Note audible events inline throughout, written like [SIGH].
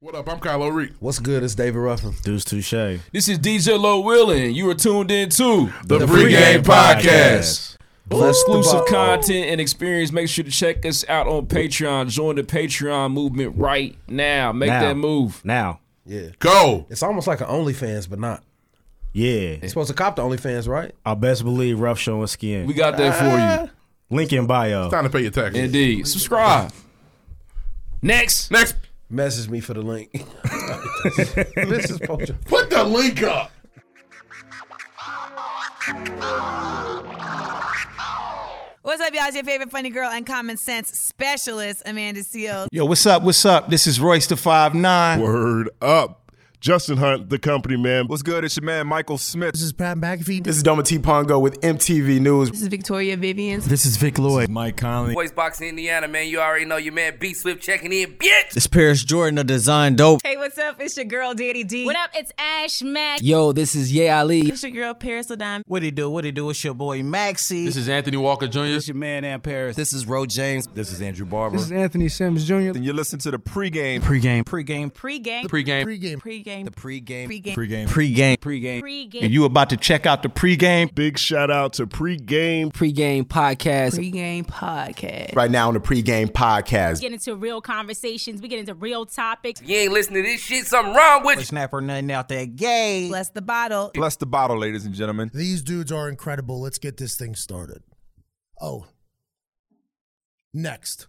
What up? I'm Kylo Reed. What's good? It's David Ruffin. Deuce Touche. This is DJ Low Willin. You are tuned in to The, pregame, podcast. Bless the exclusive ball. content and experience. Make sure to check us out on Patreon. Join the Patreon movement right now. Make Now. that move. Now. Yeah. Go. It's almost like an OnlyFans, but not. Yeah. You're supposed to cop the OnlyFans, right? I best believe rough showing skin. We got that for Link in bio. Time to pay your taxes. you. Indeed. Subscribe. Next. Next, Message me for the link. [LAUGHS] this is Poacher. put the link up. What's up, y'all? It's your favorite funny girl and common sense specialist, Amanda Seals. Yo, what's up? What's up? This is Royce the Five Nine. Word up. Justin Hunt, the company man. What's good? It's your man Michael Smith. This is Pat McAfee. This is Doma T. Pongo with MTV News. This is Victoria Vivian. This is Vic Lloyd. Mike Conley. Voice Box Indiana, man. You already know your man B Swift checking in, bitch. This Paris Jordan of Design Dope. Hey, what's up? It's your girl, Daddy D. What up? It's Ash Mack. Yo, this is Ye Ali. It's your girl, Paris Ladon. What it do? What it do? It's your boy Maxie. This is Anthony Walker Jr. your man Ann Paris. This is Ro James. This is Andrew Barber. This is Anthony Sims Jr. And you listen to the pregame. Pre-game. Pre-game. Pre-game. Pre-game. Pre-game. Pre-game. Pre-game. Pre-game. Pre-game. Pre-game. Pre-game. And Pre-game. you about to check out the pregame. Big shout out to pregame. Pre-game podcast. Pre-game podcast. Right now on the pre-game podcast. Get into real conversations. We get into real topics. You ain't listening to this shit, something wrong with you. Snapper nothing out there gay. Bless the bottle. Bless the bottle, ladies and gentlemen. These dudes are incredible. Let's get this thing started. Oh. Next.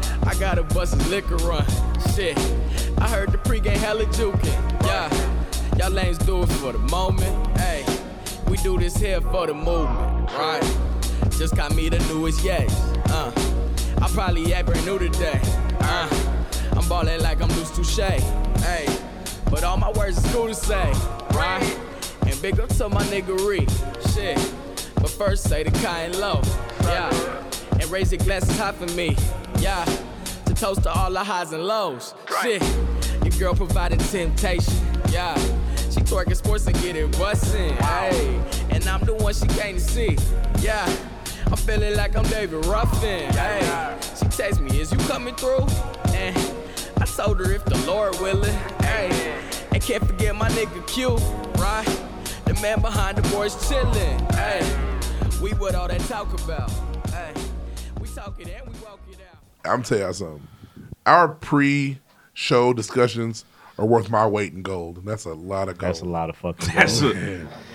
I got a busted liquor run. Shit. I heard the pregame hella jukin'. Yeah. Y'all lanes do it for the moment. Hey, we do this here for the movement. Right. Just got me the newest yes. Uh, I probably act brand new today. Uh, I'm ballin' like I'm loose touche. Hey, but all my words is cool to say, right? And big up to my niggery, shit. But first say the kind low, yeah. And raise your glasses high for me, yeah. To toast to all the highs and lows, shit. Your girl provided temptation, yeah. She twerking sports and get it bustin', hey. And I'm the one she came to see, yeah. I'm feeling like I'm David Ruffin. Hey, she text me, is you coming through? And I told her if the Lord willing. Hey, and can't forget my nigga Q, right? The man behind the boys chillin'. Hey, we what all that talk about. Hey, we talk it and we walk it out. I'm tell y'all something. Our pre-show discussions are worth my weight in gold, and that's a lot of gold. That's a lot of fucking That's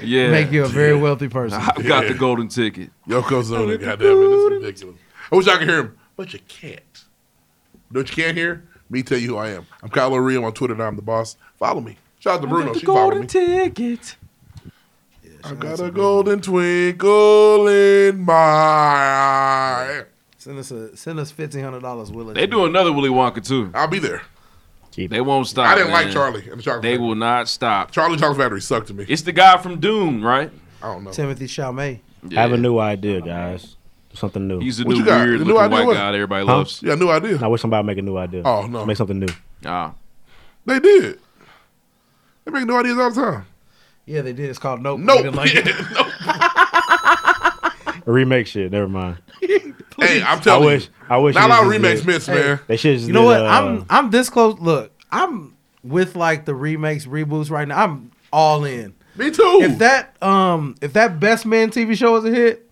Yeah, Make you a very wealthy person. I got the golden ticket. Yokozuna, goddamn it, this is ridiculous. I wish I could hear him, but you can't. You know what you can't hear? Me tell you who I am. I'm Kylo Reed I'm on Twitter, and I'm the boss. Follow me. Shout out to Bruno. She followed me. ticket. I got a golden twinkle in my eye. Send us a send us fifteen hundred dollars, Willie. They do another Willy Wonka too. I'll be there. They won't stop. I Oh, didn't like man. Charlie and the chocolate. They Factory. will not stop. Charlie and the Chocolate Factory sucked to me. It's the guy from Doom, right? I don't know. Timothy Chalamet. I have a new idea, guys. Something new. He's a What new you got? weird The new looking idea white what? guy that everybody loves. Yeah, new idea. I wish somebody would make a new idea. Oh, no. Make something new. Ah. They did. They make new ideas all the time. Yeah, they did. It's called Nope. We Nope. didn't like it. Remake shit. Never mind. [LAUGHS] hey, I'm I telling wish. you. I wish. Not they all just remakes did- miss, man. They should just You know did, what? uh, I'm I'm this close. Look, I'm with like the remakes, reboots right now. I'm all in. Me too. If that um if that Best Man TV show is a hit,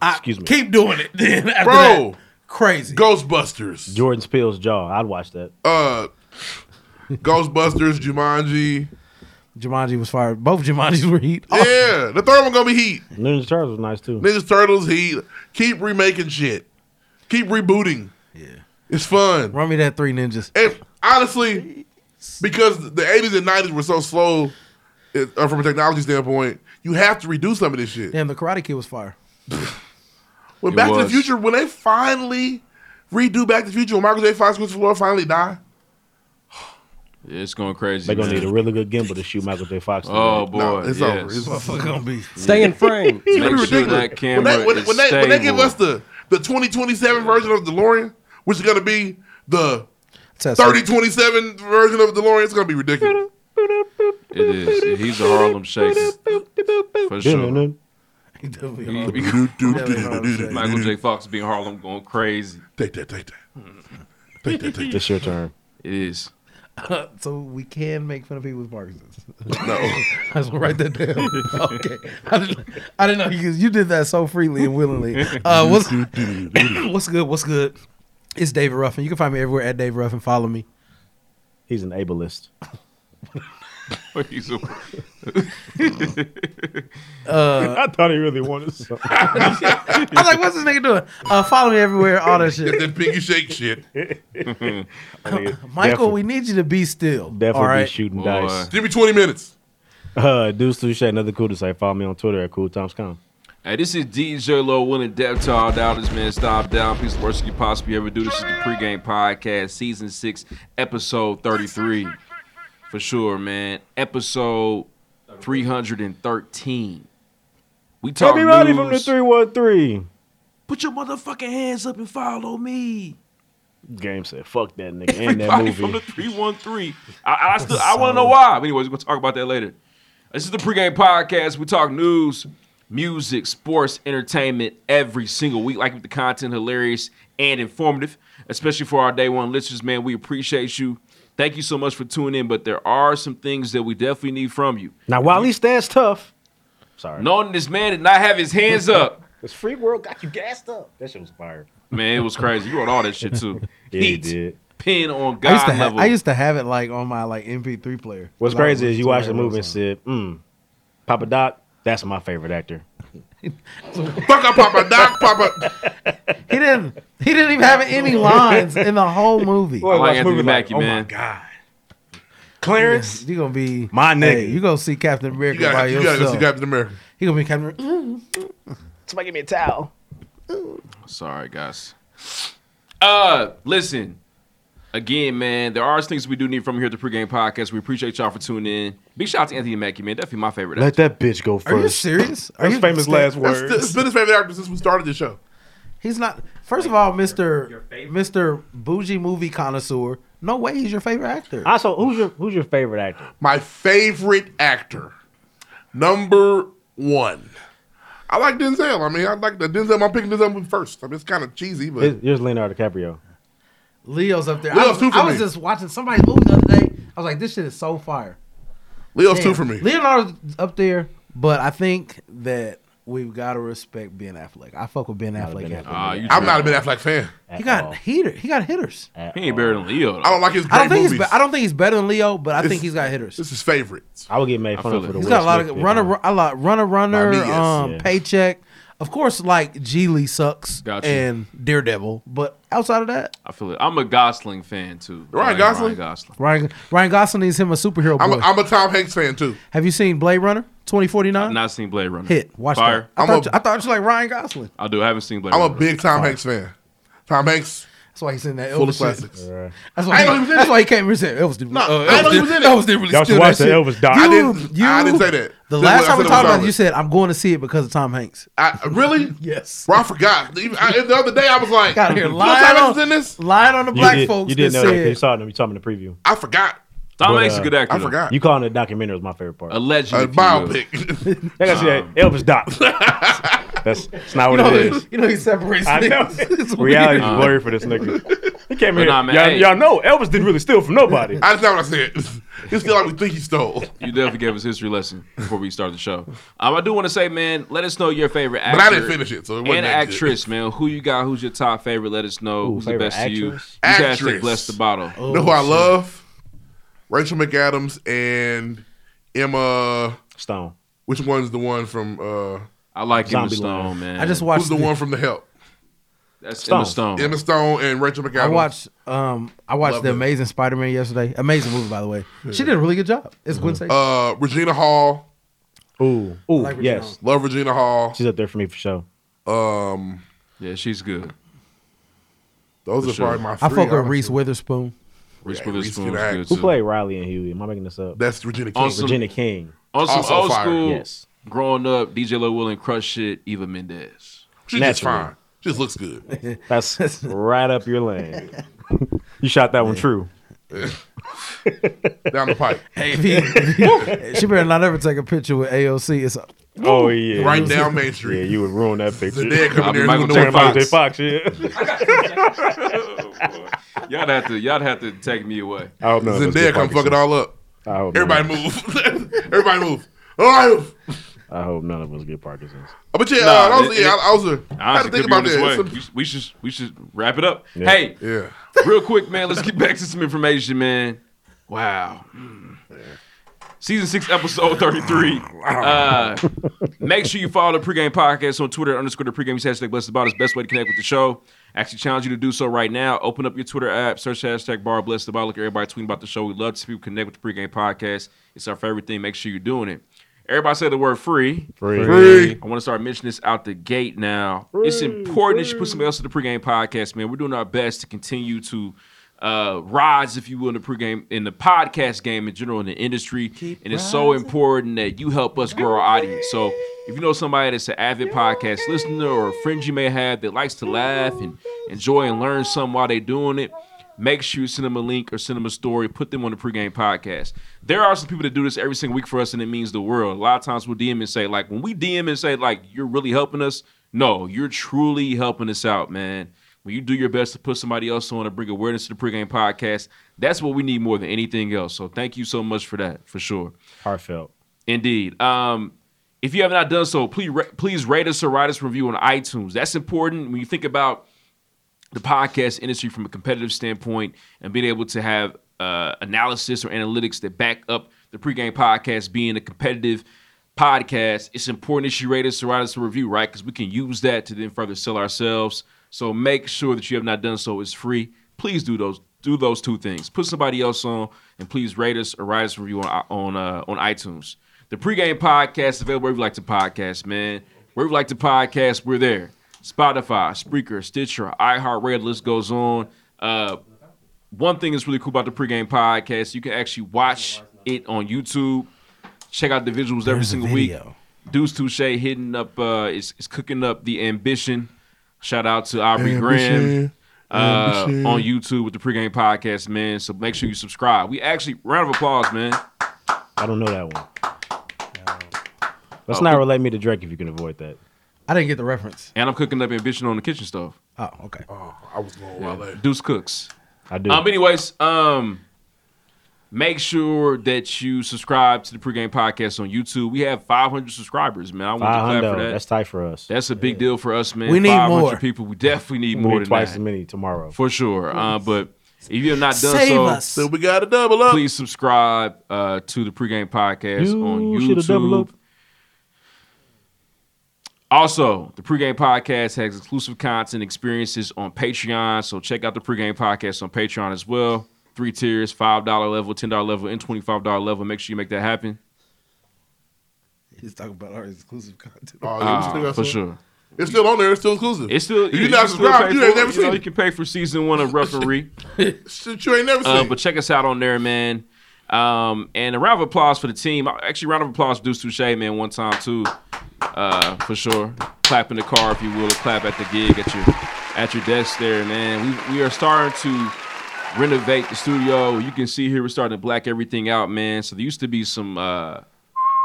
I Excuse me. keep doing it. Then after Bro, that. crazy. Ghostbusters. Jordan Peele's jaw. I'd watch that. uh, Ghostbusters, Jumanji. Jumanji was fired. Both Jumanjis [LAUGHS] were heat. Oh, Yeah, the third one gonna be Heat. Ninja Turtles was nice too. Ninja Turtles, Heat. Keep remaking shit. Keep rebooting. Yeah, it's fun. Run me that three ninjas. And honestly, because the eighties and nineties were so slow, it, uh, from a technology standpoint, you have to redo some of this shit. Damn, the Karate Kid was fire. When Back to the was. Future, when they finally redo Back to the Future when Michael J. Fox and Christopher Lloyd finally die? It's going crazy. They're gonna man. need a really good gimbal to shoot Michael J. Fox. in Oh the boy, back. yes. Stay in frame. It's gonna [LAUGHS] Make be sure ridiculous. that camera when they, when, is when they, when they give stable. us the the 2027 version of DeLorean, which is gonna be the That's 3027 version of DeLorean, it's gonna be ridiculous. It is. He's a Harlem shaker for sure. [LAUGHS] Michael J. Fox being Harlem going crazy. Take that, take that. [LAUGHS] It's your turn. It is. so we can make fun of people with Parkinson's. No. [LAUGHS] I just want to write that down. [LAUGHS] okay. I didn't, I didn't know you, you did that so freely and willingly. Uh, what's, [COUGHS] what's good? What's good? It's David Ruffin. You can find me everywhere at Dave Ruffin. Follow me. He's an ableist. He's a- Uh, [LAUGHS] I thought he really wanted [LAUGHS] something. I was like, what's this nigga doing? Uh, follow me everywhere, all that shit. that piggy shake shit. Michael, we need you to be still. Definitely all be right? shooting dice. Give me 20 minutes. Uh, Deuce Touche, another cool to say. Follow me on Twitter at Cool Times Com. Hey, this is DJ Low, willing death to all doubters, man. Stop down. Piece of worst you could possibly ever do. This is the pregame podcast, season six, episode 33. For sure, man. Episode 313. We talk Everybody from the news. 313. Put your motherfucking hands up and follow me. Game said, fuck that [LAUGHS] nigga and that Everybody from the movie. 313. I, I, still, I want to know why. But anyways, we're going to talk about that later. This is the pregame podcast. We talk news, music, sports, entertainment every single week. Like the content hilarious and informative, especially for our day one listeners, man. We appreciate you. Thank you so much for tuning in. But there are some things that we definitely need from you. Now, while he stands tough, sorry. Knowing this man did not have his hands up, This free world got you gassed up. That shit was fire. man, it was crazy. You wrote all that shit [LAUGHS] too. Yeah, he did. Pin on I used, God to ha- [LAUGHS] level. I used to have it like on my like MP3 player. What's 'Cause I crazy is you was watch the listening movie to and said, mm, Papa Doc, that's my favorite actor. Fuck up, Papa Doc, Papa. He didn't. He didn't even have any [LAUGHS] lines [LAUGHS] in the whole movie. Well, I like Anthony Mackie, oh man. my god, Clarence, you're gonna be My nigga. Hey, you gonna see Captain America You gotta- by you yourself. gotta go see Captain America. He gonna be Captain. America. Somebody give me a towel. Sorry, guys. Uh, listen. Again, man, there are things we do need from here at the pregame podcast. We appreciate y'all for tuning in. Big shout out to Anthony Mackie, man. Definitely my favorite. Let that bitch go first. serious? Are That's you- famous last That's- words. It's been his favorite actor since we started the show. He's not. First of all, Mister Mister Bougie movie connoisseur. No way, he's your favorite actor. Also, who's your who's your favorite actor? My favorite actor, number one. I like Denzel. I mean, I like the Denzel. I'm picking Denzel first. I mean, it's kind of cheesy, but Here's here's Leonardo DiCaprio. Leo's up there. I Leo's was, two for I was me. just watching somebody's movie the other day. I was like, this shit is so fire. Leo's Damn. two for me. Leonardo's up there, but I think that we've got to respect Ben Affleck. I fuck with Ben Affleck. Ben heavily. Affleck. Ah, you I'm not a Ben Affleck fan. He got heater. He got hitters. He ain't better than Leo. though. I don't like his great I don't think he's. movies. Be- I don't think he's better than Leo, but I It's- think he's got hitters. This is favorites. I would get made I fun feel of it. for the He's Will got a lot Smith of pick, runner. huh? I like runner, runner. By me, yes. Um, Yeah. paycheck. Of course, like Geely sucks Gotcha. and Daredevil, but outside of that, I feel it. I'm a Gosling fan too. I like Gosling? Ryan Gosling. Ryan Ryan Gosling needs him a superhero. I'm Boy. a- I'm a Tom Hanks fan too. Have you seen Blade Runner twenty forty nine? Not seen Blade Runner. Hit watch Fire. that. I I'm thought, a- you, I thought you like Ryan Gosling. I do. I haven't seen Blade. I'm a Runner. big Tom Hanks fan. Tom Hanks. That's why he's in that Full of Elvis Oh, shit. classics. That's why. I He, know he was in that's it. why he came here and said Elvis didn't. No, uh, I know Elvis he was didn't- in it. Elvis didn't really Y'all should steal watch the that shit. Elvis doc. I You- didn't- you- I didn't say that. The That's last what I time we said it was talked about it, Elvis. you said I'm going to see it because of Tom Hanks. I, really? [LAUGHS] yes. Bro, I forgot. Even- I- the other day, I was like, [LAUGHS] Got here "You know lying Tom Hanks on- is in this? lying on the You did, You did know that 'cause you saw it. You saw him in the preview. I forgot. Tom But, Hanks is a uh, good actor. though. You calling it a documentary was my favorite part. A legend. A if you will. biopic. [LAUGHS] They gotta see that [LAUGHS] Elvis Doc. That's, that's not You what know, it is. [LAUGHS] you know he separates. I know. things. It's Reality weird. is blurry for this nigga. He came But here. nah, man, y'all, hey. y'all know Elvis didn't really steal from nobody. I just not what I said. [LAUGHS] It's still like we think he stole. You definitely gave us history lesson before we start the show. Um, I do want to say, man, let us know your favorite actor. But I didn't finish it, so it wasn't and that good. actress, man. Who you got? Who's your top favorite? Let us know. Ooh, who's the favorite best to you? actress? Oh, Use hashtag Actress. Bless the bottle. You know who I love? Rachel McAdams and Emma Stone. Which one's the one from? uh I like Emma Zombieland. Stone, man. I just watched Who's the, the- one from The Help? That's Emma Stone. Stone. Emma Stone and Rachel McAdams. I watched. Um, I watched Love the it. Amazing Spider-Man yesterday. Amazing movie, by the way. She did a really good job. It's Gwen Stacy. Uh, Regina Hall. Ooh, ooh, like Regina yes. Love Regina Hall. She's up there for me for sure. Um, yeah, she's good. Those For are probably my. I three, fuck with honestly. Reese Witherspoon. Reese Yeah, Witherspoon can was act. good, Who too. played Riley and Huey? Am I making this up? That's Regina On some- Regina King. On some Also old fire. school, Yes. growing up, DJ Lil Will and Crush shit, Eva Mendez. She's just Naturally. fine. Just looks [LAUGHS] good. [LAUGHS] That's right up your lane. you shot that one true. Down the pipe. Hey, if he- if he- she better not ever take a picture with AOC. It's a, Oh yeah, Right down Main Street. Yeah, you would ruin that picture. dead coming I'll be there Michael doing J. Fox. Michael J. Fox. Yeah. [LAUGHS] Oh, Y'all have to, y'all have to take me away. I hope not. Zendaya come fuck it all up. I hope Everybody not. move. [LAUGHS] Everybody move. All right. move. I hope none of us get Parkinson's. Oh, But yeah, Nah, uh, that was, it- yeah, I, I was. it I had to honestly think could be on about its that. way. Some- We, sh- we should we should wrap it up. Yeah. Hey, yeah, real quick, man. Let's get back to some information, man. Wow. Season six, episode thirty-three. Uh, make sure you follow the pregame podcast on Twitter underscore the pregame. Use hashtag blessed about us. Best way to connect with the show. Actually, challenge you to do so right now. Open up your Twitter app, search hashtag bar blessed about. Look at everybody tweeting about the show. We love to see people connect with the pregame podcast. It's our favorite thing. Make sure you're doing it. Everybody say the word free. Free. Free. I want to start mentioning this out the gate now. it's important that you put somebody else to the pregame podcast, man. We're doing our best to continue to uh, rise, if you will, in the pregame, in the podcast game in general, in the industry. and it's so important that you help us grow our audience. So if you know somebody that's an avid podcast listener or a friend you may have that likes to laugh and enjoy and learn something while they're doing it, make sure you send them a link or send them a story. Put them on the pregame podcast. There are some people that do this every single week for us, and it means the world. A lot of times we'll DM and say, like, when we DM and say, like, you're really helping us, no, you're truly helping us out, man. When you do your best to put somebody else on to bring awareness to the pregame podcast, that's what we need more than anything else. So thank you so much for that, for sure. Heartfelt. Indeed. Um, if you have not done so, please ra- please rate us or write us a review on iTunes. That's important when you think about the podcast industry from a competitive standpoint and being able to have uh, analysis or analytics that back up the pregame podcast being a competitive podcast. It's important that you rate us or write us a review, right? Because we can use that to then further sell ourselves. So make sure that you have not done so. It's free. Please do those do those two things. Put somebody else on, and please rate us or write us a review on on uh, on iTunes. The pregame podcast is available wherever you like to podcast, man. Wherever you like to podcast, we're there. Spotify, Spreaker, Stitcher, iHeartRadio, the list goes on. Uh, one thing that's really cool about the pregame podcast, you can actually watch it on YouTube. Check out the visuals every There's a single video. week. Deuce Touche hitting up, uh, is, is cooking up the ambition. Shout out to Aubrey Ambition. Graham uh, Ambition. on YouTube with the pregame podcast, man. So make sure you subscribe. We actually, round of applause, man. I don't know that one. Let's Oh, not we- relate me to Drake if you can avoid that. I didn't get the reference. And I'm cooking up ambition on the kitchen stove. Oh, okay. Oh, I was going Yeah. wild. eh. Yeah. Deuce Cooks. I do. Um, anyways, um, make sure that you subscribe to the pregame podcast on YouTube. We have 500 subscribers, man. I want to clap for 500. that. That's That's, tight for us. a big deal for us, man. We need 500 more. people. We definitely need We more need than twice that. as many tomorrow. for sure. Uh, but if you have not uh, done Save so, us. So we got to double up. please subscribe uh, to the pregame podcast You on shoulda double up. YouTube. Also, the pregame podcast has exclusive content experiences on Patreon. So check out the pregame podcast on Patreon as well. Three tiers, five dollar level, ten dollar level, and twenty five dollar level. Make sure you make that happen. He's talking about our exclusive content. Oh, yeah, we Ah, still got for some- sure. It's still on there. It's still inclusive. It's still If you're not can still subscribed, pay you for ain't it. never You, know, seen you it. can pay for season one [LAUGHS] of referee. Shit you ain't never Uh, seen. but check us out on there, man. Um, and a round of applause for the team. Actually, round of applause for Deuce Touche, man, one time too, uh, for sure. Clap in the car, if you will, clap at the gig at your at your desk there, man. We we are starting to renovate the studio. You can see here we're starting to black everything out, man. So there used to be some uh,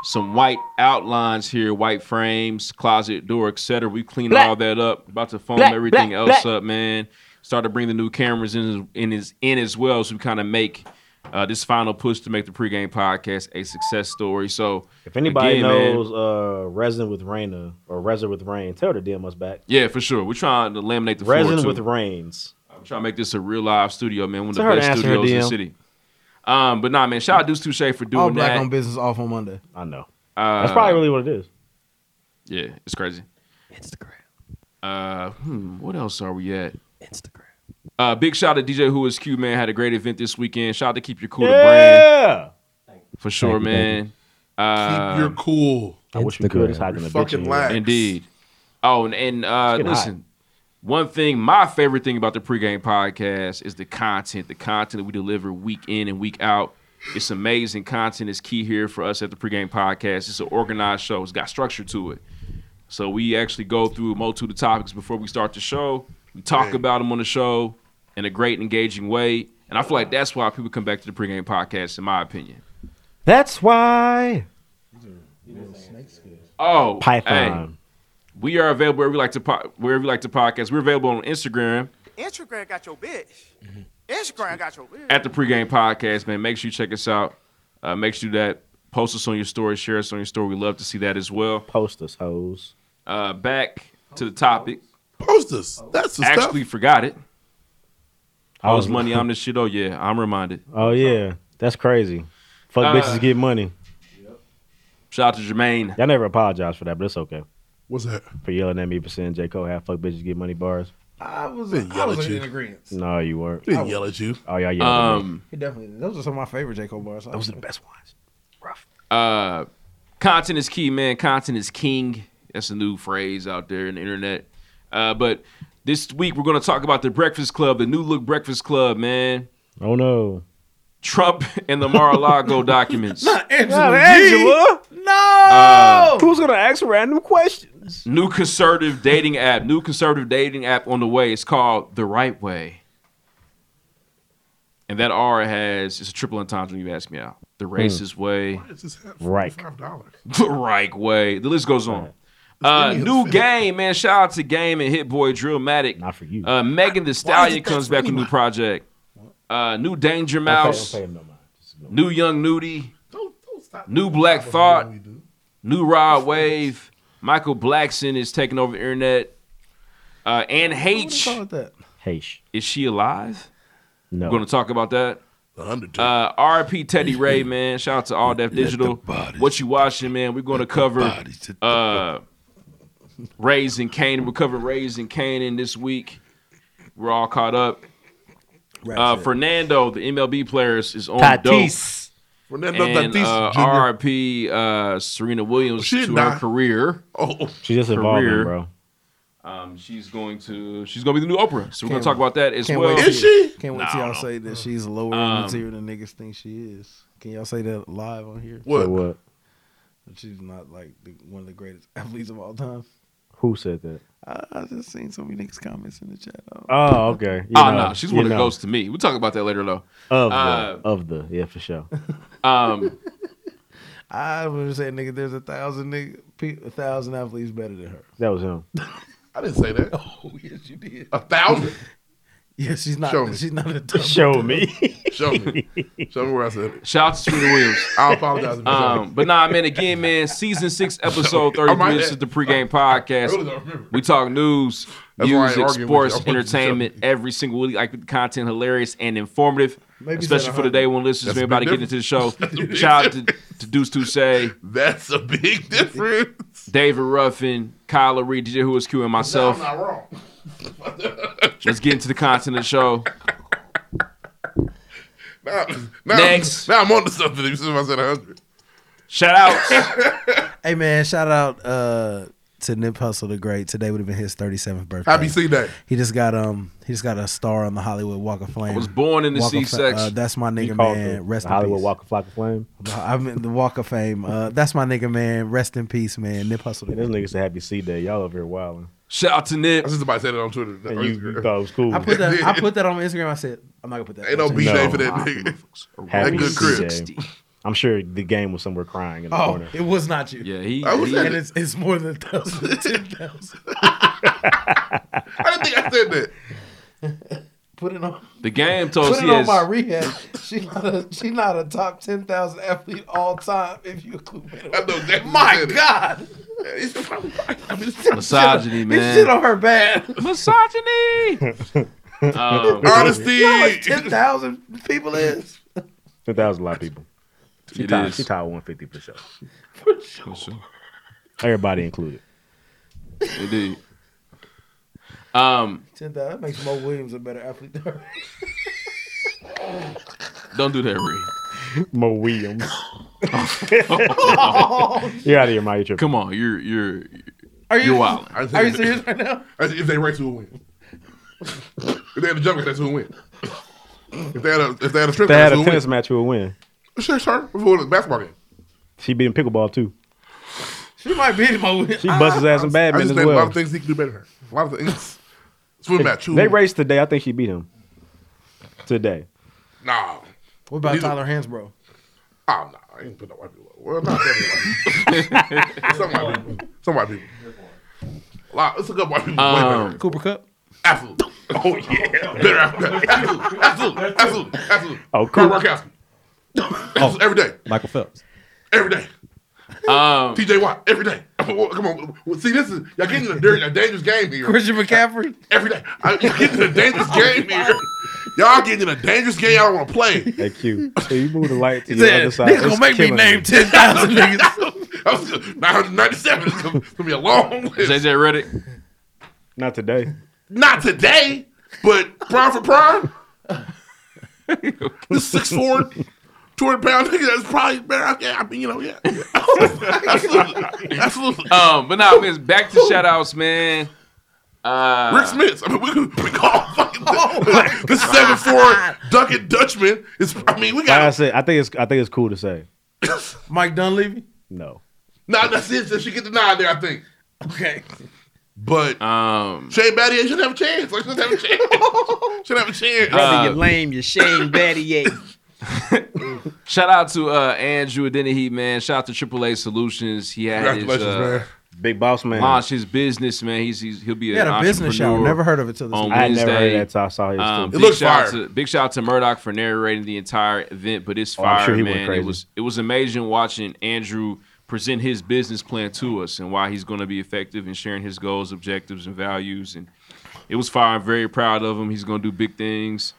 some white outlines here, white frames, closet door, etc. We cleaned Black. all that up. About to foam Black, everything black, else black. up, man. Started to bring the new cameras in in his in as well, so we kind of make uh, this final push to make the pregame podcast a success story. So If anybody again, man, knows uh, Resin with Raina or Resin with Rain, tell her to DM us back. yeah, for sure, we're trying to laminate the floor Resin too. with Rains. I'm trying to make this a real live studio, man. One of the Tell her to best answer her studios in the DM. city. Um, but nah, man, shout out Deuce Touche for doing All black that. on business off on Monday. I know. Uh, That's probably really what it is. Yeah, it's crazy. Instagram. Uh, hmm, what else are we at? Instagram. Uh, big shout out to DJ Who Is Q, man. Had a great event this weekend. Shout out to Keep Your Cool, the Yeah. brand. For sure, Thank you, man. Uh, Keep your cool. I wish we could. It's hot in You the bitch fucking in here. lax. Indeed. Oh, and, and uh, It's getting listen, One thing, my favorite thing about the pregame podcast is the content. The content that we deliver week in and week out. It's amazing content. is key here for us at the pregame podcast. It's an organized show. It's got structure to it. So we actually go through a multitude of topics before we start the show. We talk Dang. about them on the show in a great, engaging way. And I feel like that's why people come back to the pregame podcast, in my opinion. That's why. Oh, Python. hey. we are available wherever you like to po- wherever you like to podcast. We're available on Instagram Mm-hmm. Instagram got your bitch. Instagram got your bitch. at the pregame podcast. Man, make sure you check us out. Uh, make sure you do that post us on your story, share us on your story. We love to see that as well. Post us, hoes. Uh, back to the topic. Post us. That's the actually forgot it. I was Oh. money on this shit. Oh yeah, I'm reminded. Oh yeah, that's crazy. Fuck Uh, bitches get money. Shout out to Jermaine. Y'all never apologize for that, but it's okay. What's that? For yelling at me for saying J Cole had fuck bitches get money bars. I was, Didn't I yell was at you. in agreement. No, you weren't. Didn't yell at you. Oh y'all yelled at Um, me. He definitely. Those are some of my favorite J Cole bars. Those are the best ones. Uh, content is key, man. Content is king. That's a new phrase out there in the internet. Uh, but this week we're going to talk about the Breakfast Club, the new look Breakfast Club, man. Oh no. Trump and the Mar-a-Lago documents. Not Angela. No. Uh, Who's gonna ask random questions? New conservative dating app. New conservative dating app on the way. It's called The Right Way. And that R has it's a triple entendre. You ask me out. The racist way. [LAUGHS] Why is this hat Right. Five dollars. The right way. The list goes on. Uh, new game, man. Shout out to Game and Hit Boy Drillmatic. Not for you. Uh, Megan the Stallion comes back with a new project. Uh, new Danger Mouse. pay him no new Young Nudie. new Black Thought. New Rod Wave. Michael Blackson is taking over the internet. Uh, and H. Hey, Is she alive? No. We're going to talk about that. Uh, RP Teddy Ray, man. Shout out to All Def Digital. What you watching, man? We're going to cover uh, Rays and Canaan. We're covering Rays and Canaan this week. We're all caught up. Uh, Fernando, the MLB players, is on Tatis. dope. Fernando and, Tatis uh, Jr.. RIP uh, Serena Williams She to did not. her career. Oh, She just evolving, bro. Um, she's going to she's gonna be the new Oprah. So we're gonna talk about that as can't well. Wait till- [LAUGHS] Can't wait till y'all say that she's lower Um, in the tier than niggas think she is. Can y'all say that live on here? What? Say what? That she's not like the, one of the greatest [LAUGHS] athletes of all time. Who said that? I, I just seen so many niggas comments in the chat. Oh, okay. You oh know, no, she's you one of the know. ghosts to me. We'll talk about that later though. Of Uh, the of the yeah for sure. um, I was saying, nigga, there's a thousand nigga, pe- a thousand athletes better than her. [LAUGHS] That was [LAUGHS] him. I didn't say [LAUGHS] that. Oh yes, you did. A thousand. Yeah, she's not. Show me. She's not a dumb. Show me. Show me where I said it. Shout out to Serena Williams. I apologize. if I said Um, but nah, man, again, man, season six, episode I might- 33. This is the pregame podcast. I really don't remember. We talk news, That's why I music, argued with you. I sports, wanted you to show entertainment every single week. Like the content, hilarious and informative, Maybe it's especially at for the day one 100. listeners. That's Man, a about to big get into the show. difference. That's a big [LAUGHS] Shout out to, to Deuce Touche, That's a big difference. [LAUGHS] David Ruffin, Kyler Reed, DJ Who is Q, and myself. I'm not wrong. Let's get into the content of the show. Now, now, Next. Now I'm on to something. As soon as I said 100. Shout out. Hey man, shout out uh to Nip Hustle the Great. Today would have been his 37th birthday. Happy C Day. He just got um he just got a star on the Hollywood Walk of Flame. I was born in the Walk of Fa- C-section. Uh, that's my You nigga called man. the- Rest the in Hollywood peace. Walk of Flock of Flame. I mean the Walk of Fame. Uh, that's my nigga man. Rest in peace, man. Nip Hustle. This nigga's a happy C day. Y'all over here wilding. Shout out to I Nip. was just about to say that on Twitter. And you, you thought it was cool. I put that I put that on my Instagram. I said I'm not gonna put that. Ain't no B day for that No. [LAUGHS] nigga. Happy That good crib. C day. I'm sure the game was somewhere crying in the Oh, corner. it was not you. Yeah, he. I was he- at and it. it's, it's more than a thousand, [LAUGHS] ten thousand. I didn't think I said that. Put it on. The game told us Put he it on has my rehab. She not a she not a top ten thousand athlete all time. If you include [LAUGHS] my God, [LAUGHS] misogyny, man. this shit on her bad. [LAUGHS] [LAUGHS] Misogyny. Um, Honesty. ten thousand people is Ten thousand a lot of people. She It tied, is. she tied 150 for sure. for sure. Everybody included. Indeed. Um, Ten thousand. That makes Mo Williams a better athlete than her. don't do that, Reed. Mo Williams. [LAUGHS] You're out of your mind. You're tripping. Come on, you're you're Are you- you're wild. Are you serious right now? If they race, we'll win. If they had a jump contest, who win? If they had a if they had a If strip they had contest, a who tennis win? match, you would win. Sure, sure. Before the basketball game, She beat in pickleball too. She might beat him over. She busts his ass in Ah, I just badminton as think a lot well. of things he could do better. than her. A lot of things. Swim match. who They win? raced today. I think she beat him today. Nah. What about These are- Tyler Hansbro? Oh no, I ain't put no white people. up. Well, not everybody. some white people. [LAUGHS] Some white people. A lot. It's a good white people. way better. Um, Cooper Cup. Absolutely. Oh yeah. Better after that. Absolutely. Absolutely. Absolutely. Absolutely. Oh, Carl cool. Gronkowski. Absolutely. Every day. Michael Phelps. Every day. Um, TJ Watt. Every day. Come on. Well, See, this is y'all getting in a, dirty, a dangerous game here. Christian McCaffrey. Every day. I, y'all getting in a dangerous game here. Y'all getting in a dangerous game. I don't want to play. Hey Q, hey, you move the light to He the said, other side. "Niggas gonna It's make me killing name [LAUGHS] me." 10,000 niggas. 997 is going to be a long list. JJ Reddick. Not today. Not today, but prime for prime. this 6'4", 200 pound nigga that's probably better. Yeah, I mean, you know, yeah. absolutely, absolutely. Um, but now, man, back to shout outs, man. Uh, Rick Smith. I mean, we, could- we call fucking this seven four Duncan Dutchman. Is I mean, we Like I got said, I think it's I think it's cool to say. Mike Dunleavy. No. nah. That's it. So she get the nod there. I think. Okay. But um, Shane Battier should have a chance. Like should have a chance. should have a chance. Brother, you lame. You're Shane Battier. [LAUGHS] shout out to uh, Andrew Adenahi, man. Shout out to AAA Solutions. He had his Congratulations, uh, man. Big boss man. launch his business, man. He's, he's he'll be He had an a business show. entrepreneur Never heard of it till this on week. I had Wednesday. never heard of that till I saw his too. Um, big It looks shout out fire. to big shout out to Murdoch for narrating the entire event, but it's Oh, I'm fire, sure he went man. It crazy. was it was amazing watching Andrew present his business plan to us and why he's going to be effective in sharing his goals, objectives, and values. And it was fire. I'm very proud of him. He's going to do big things.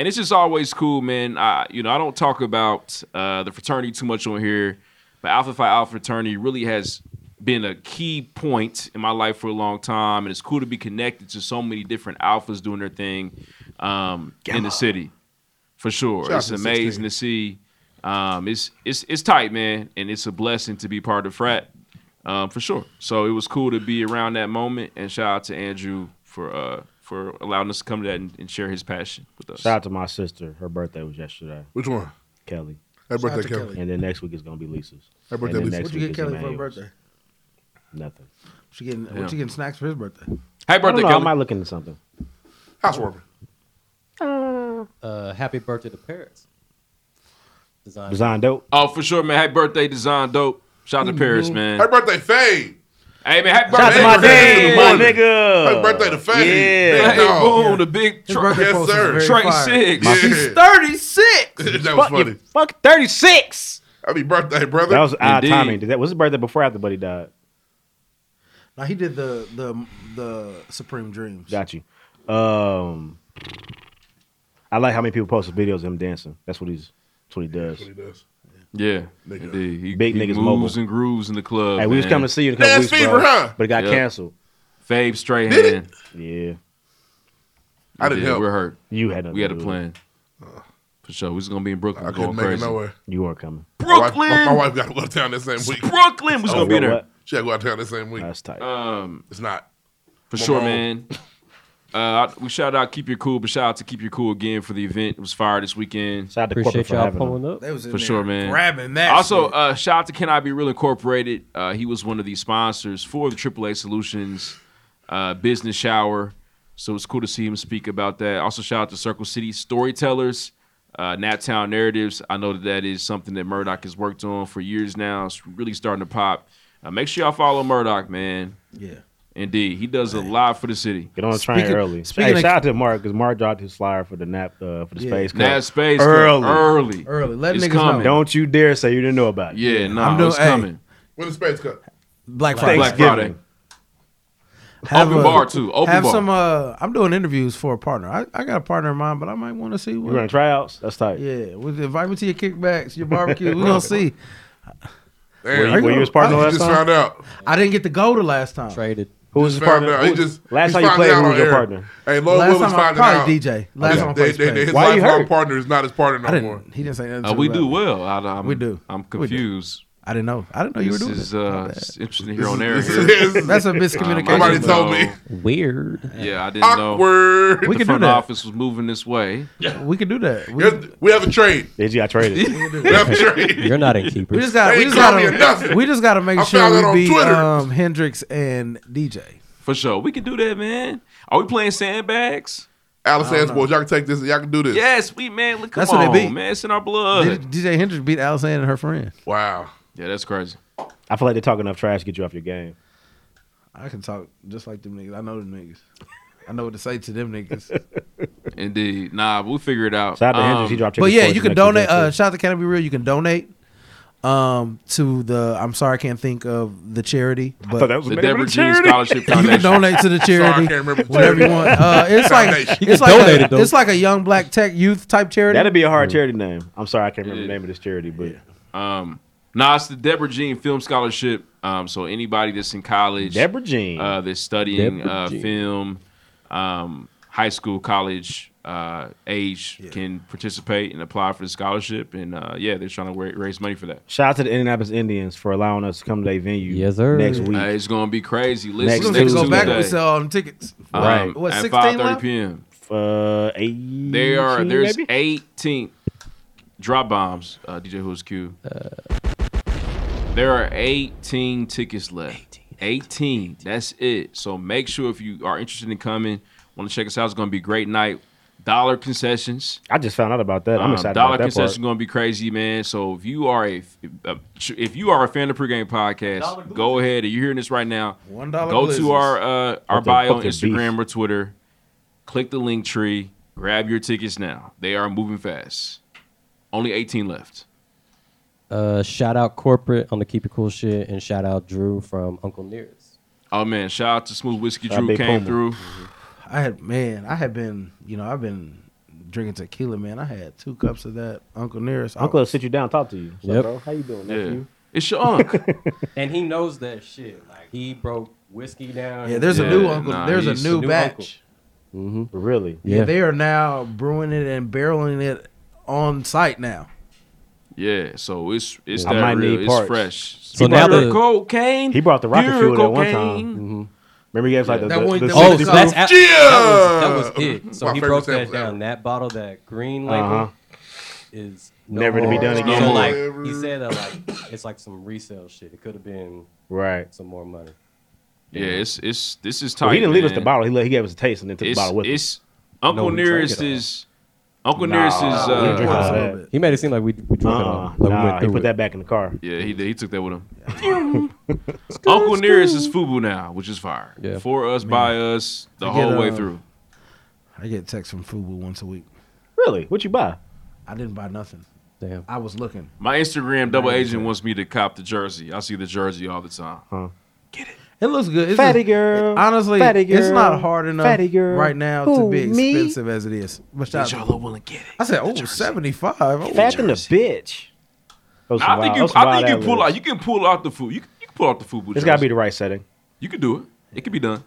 And it's just always cool, man. I, you know, I don't talk about uh, the fraternity too much on here, but Alpha Phi Alpha fraternity really has been a key point in my life for a long time, and it's cool to be connected to so many different alphas doing their thing um, in the city, for sure. Shout out it's to amazing to see. Um, it's it's it's tight, man, and it's a blessing to be part of frat, um, for sure. So it was cool to be around that moment, and shout out to Andrew for uh, for allowing us to come to that and, and share his passion with us. Shout out to my sister. Her birthday was yesterday. Which one? Kelly. Happy birthday, Shout out to Kelly. Kelly. And then next week is gonna be Lisa's. Happy And birthday, then Lisa. next What'd you week get is Kelly for her Emmanuel's. birthday? Nothing. She getting Yeah. what you getting snacks for his birthday? Hey, I, don't know, I might look into something. Housewarming. Uh, happy birthday to Paris. Design. Design dope. Oh, for sure, man. Happy birthday, Design Dope. Shout Mm-hmm. out to Paris, man. Happy birthday, Fade. Hey, man. Happy Shout out birthday, to my Fade. nigga, my nigga. Happy birthday to Fade. Yeah. Big Hey, dog. boom, the big Oh, His Trey- birthday Oh, Yes, post was sir. very Trey fire. Six. My- He's Yeah. Thirty six. that was Fuck you, funny. Fuck thirty six. Happy birthday, brother. That was odd timing. Did that was his birthday before or after Buddy died? Now he did the the the Supreme Dreams. Got you. Um, I like how many people post his videos of him dancing. That's what he's. That's what he does. That's what he does. Yeah, indeed. He, Big he niggas moves mobile. and grooves in the club. Hey, we was man. coming to see you in a couple Dance weeks, fever, bro, huh? but it got Yep. canceled. Fabe straight Did it? hand. Yeah. I didn't Yeah, help. We're hurt. You had nothing We had to a do plan. For sure. We was gonna be in Brooklyn. Uh. I going couldn't make it crazy. nowhere. You are coming. My Brooklyn. wife, my wife got to go to town that same week. Brooklyn Oh, was gonna be there. She had to go out of town that same week. That's tight. Um, it's not. For I'm on sure, my own. [LAUGHS] man. Uh, I- we shout out Keep Your Cool, but shout out to Keep Your Cool again for the event. It was fired this weekend. Shout out to Appreciate corporate for y'all having pulling them. up. They was in for there sure, man. grabbing that Also, shit. uh, shout out to Can I Be Real Incorporated. Uh, he was one of the sponsors for the AAA Solutions uh, Business Shower, so it's cool to see him speak about that. Also, shout out to Circle City Storytellers, uh, NapTown Narratives. I know that that is something that Murdoch has worked on for years now. It's really starting to pop. Uh, make sure y'all follow Murdoch, man. Yeah. Indeed, he does a lot for the city. Get on the train early. Hey, shout out to Mark because Mark dropped his flyer for the nap uh, for the Yeah. space. Cup Nap Space Cup. early, Early. Early. Let It's niggas coming. know. Don't you dare say you didn't know about it. Yeah, nah, I'm doing- it's hey. coming. When the Spades Cup? Black Friday. Friday. Black Friday. Open bar, too. Open have bar. some. Uh, I'm doing interviews for a partner. I, I got a partner of mine, but I might want to see. What, You running tryouts? That's tight. Yeah, with invite me to your kickbacks, your barbecue. We're gonna see. Damn. Were you- were you his partner last Just time? found out. I didn't get to go to last time. Traded. Who was Just found out. He just last he time you found played, out who on was your air. partner? Hey, Lord Last Will was time I- finding probably out. DJ. Last time I they, played they, they, Spades. his Why you lifelong hurt? partner is not his partner no I didn't- more. He didn't say nothing. Uh, to we me about do it. well. I, I'm, We do. I'm We do. confused. I didn't know. I didn't know you were This doing is, it. My uh, bad. it's interesting here on air. This is- here. That's a Um, I miscommunication. didn't Somebody told know- me. Weird. Yeah, I didn't know. Awkward. We the can do front that. office was moving this way. We can do that. We, we have a trade. Did you? I traded. We have a trade. You're not in keepers. we just got. They We ain't just call me got. nothing. We just got to I make found that sure on we beat Twitter. um, Hendrix and DJ. For sure. We can do that, man. Are we playing sandbags? Alice Sandsboys, y'all can take this. Y'all can do this. Yes, we man. Look, come That's on, what they beat. man. It's in our blood. Did- DJ Hendrix beat Alexander and her friend. Wow. Yeah, that's crazy. I feel like they talk enough trash to get you off your game. I can talk just like them niggas. I know them niggas. I know what to say to them niggas. Indeed. Nah, we'll figure it out. Um, Shout out to Hendrix, he dropped but yeah, you can donate. Uh, shout out to Can I Be Real. You can donate um, to the. I'm sorry, I can't think of the charity. But thought that was The made up Deborah of the Jean charity. [LAUGHS] Scholarship You can Foundation. donate to the Sorry, I charity. can't remember the whatever you charity. want. Uh, it's like Foundation. You it's can like donate a, it, though. it's like a young black tech youth type charity. That'd be a hard charity name. I'm sorry, I can't remember the name of this charity, but Um, nah, it's the Deborah Jean Film Scholarship. Um, so anybody that's in college, Deborah Jean, uh, that's studying Deborah uh, Jean. film, um, high school, college uh, age, can participate and apply for the scholarship. And uh, yeah, they're trying to wa- raise money for that. shout out to the Indianapolis Indians for allowing us to come to their venue yes, sir. next week. Uh, it's gonna be crazy. Mm. Next Listen, Tuesday. next Go back Tuesday. and sell all them tickets. Um, Right. What, at 16 five thirty left? p.m. Uh, eight. They are there's maybe? 18 drop bombs. Uh, DJ Who's Q. there are 18 tickets left. 18, That's it. So make sure if you are interested in coming, want to check us out. It's going to be a great night. Dollar concessions. I just found out about that. I'm Um, excited dollar about that part. concession going to be crazy, man. So if you are a if you are a fan of pregame podcast, go ahead. If you're hearing this right now, One dollar Go blizzards. to our uh, our What the bio fuck on is Instagram or Twitter. Click the link tree. Grab your tickets now. They are moving fast. Only 18 left. Uh, shout out corporate on the keep it cool shit, and shout out Drew from Uncle Nearest. Oh man! Shout out to Smooth Whiskey Shout out Drew Big came Puma. through. I had man, I had been, you know, I've been drinking tequila, man. I had two cups of that Uncle Nearest. I Uncle will was- sit you down, talk to you. So, Yep. bro, how you doing? nephew? It's [LAUGHS] your uncle. [LAUGHS] and he knows that shit. Like he broke whiskey down. Yeah, there's a new uncle. there's a new, batch. Mm-hmm. Really? Yeah. they are now brewing it and barreling it on site now. Yeah, so it's it's I that might real. need It's parts. fresh. So now Pure the- cocaine. He brought the rocket Pure fuel there one cocaine. time. Remember he gave us like the, That the, one- the that one- 60 Oh, so that's proof? a- that, was, that was it. So My he favorite broke that sample down. That bottle, that green label, Uh-huh. is no Never to be more. done again. So No like more. he said that like it's like some resale shit. It could have been Right. some more money. Yeah, it's it's this is tight. Well, he didn't leave us man. the bottle. He, let, he gave us a taste and then took It's, the bottle with him. it's Uncle No, we Nearest drank it all. is Uncle Nah, Nearest is we didn't drink all uh, that. He made it seem like we we drank it all. Uh-uh. Like we Nah, went he through put it. that back in the car. Yeah, he did. He took that with [LAUGHS] him. Uncle Nearest is Fubu now, which is fire. Yeah. For us, by us, the I get, whole way uh, through. I get texts from Fubu once a week. Really? What you buy? I didn't buy nothing. Damn. I was looking. My Instagram double agent wants me to cop the jersey. I see the jersey all the time. It looks good. It's Fatty just- girl. Honestly, Fatty it's girl. not hard enough Fatty girl. right now Who, to be me? expensive as it is. But shout out- I said, oh, 75. Oh, Fat in the bitch. Those I some think wild- you. those some I wild think you pull ad-libs. out. You can pull out the food. You can, you can pull out the Fubu jersey. It's got to be the right setting. You can do it. It can be done.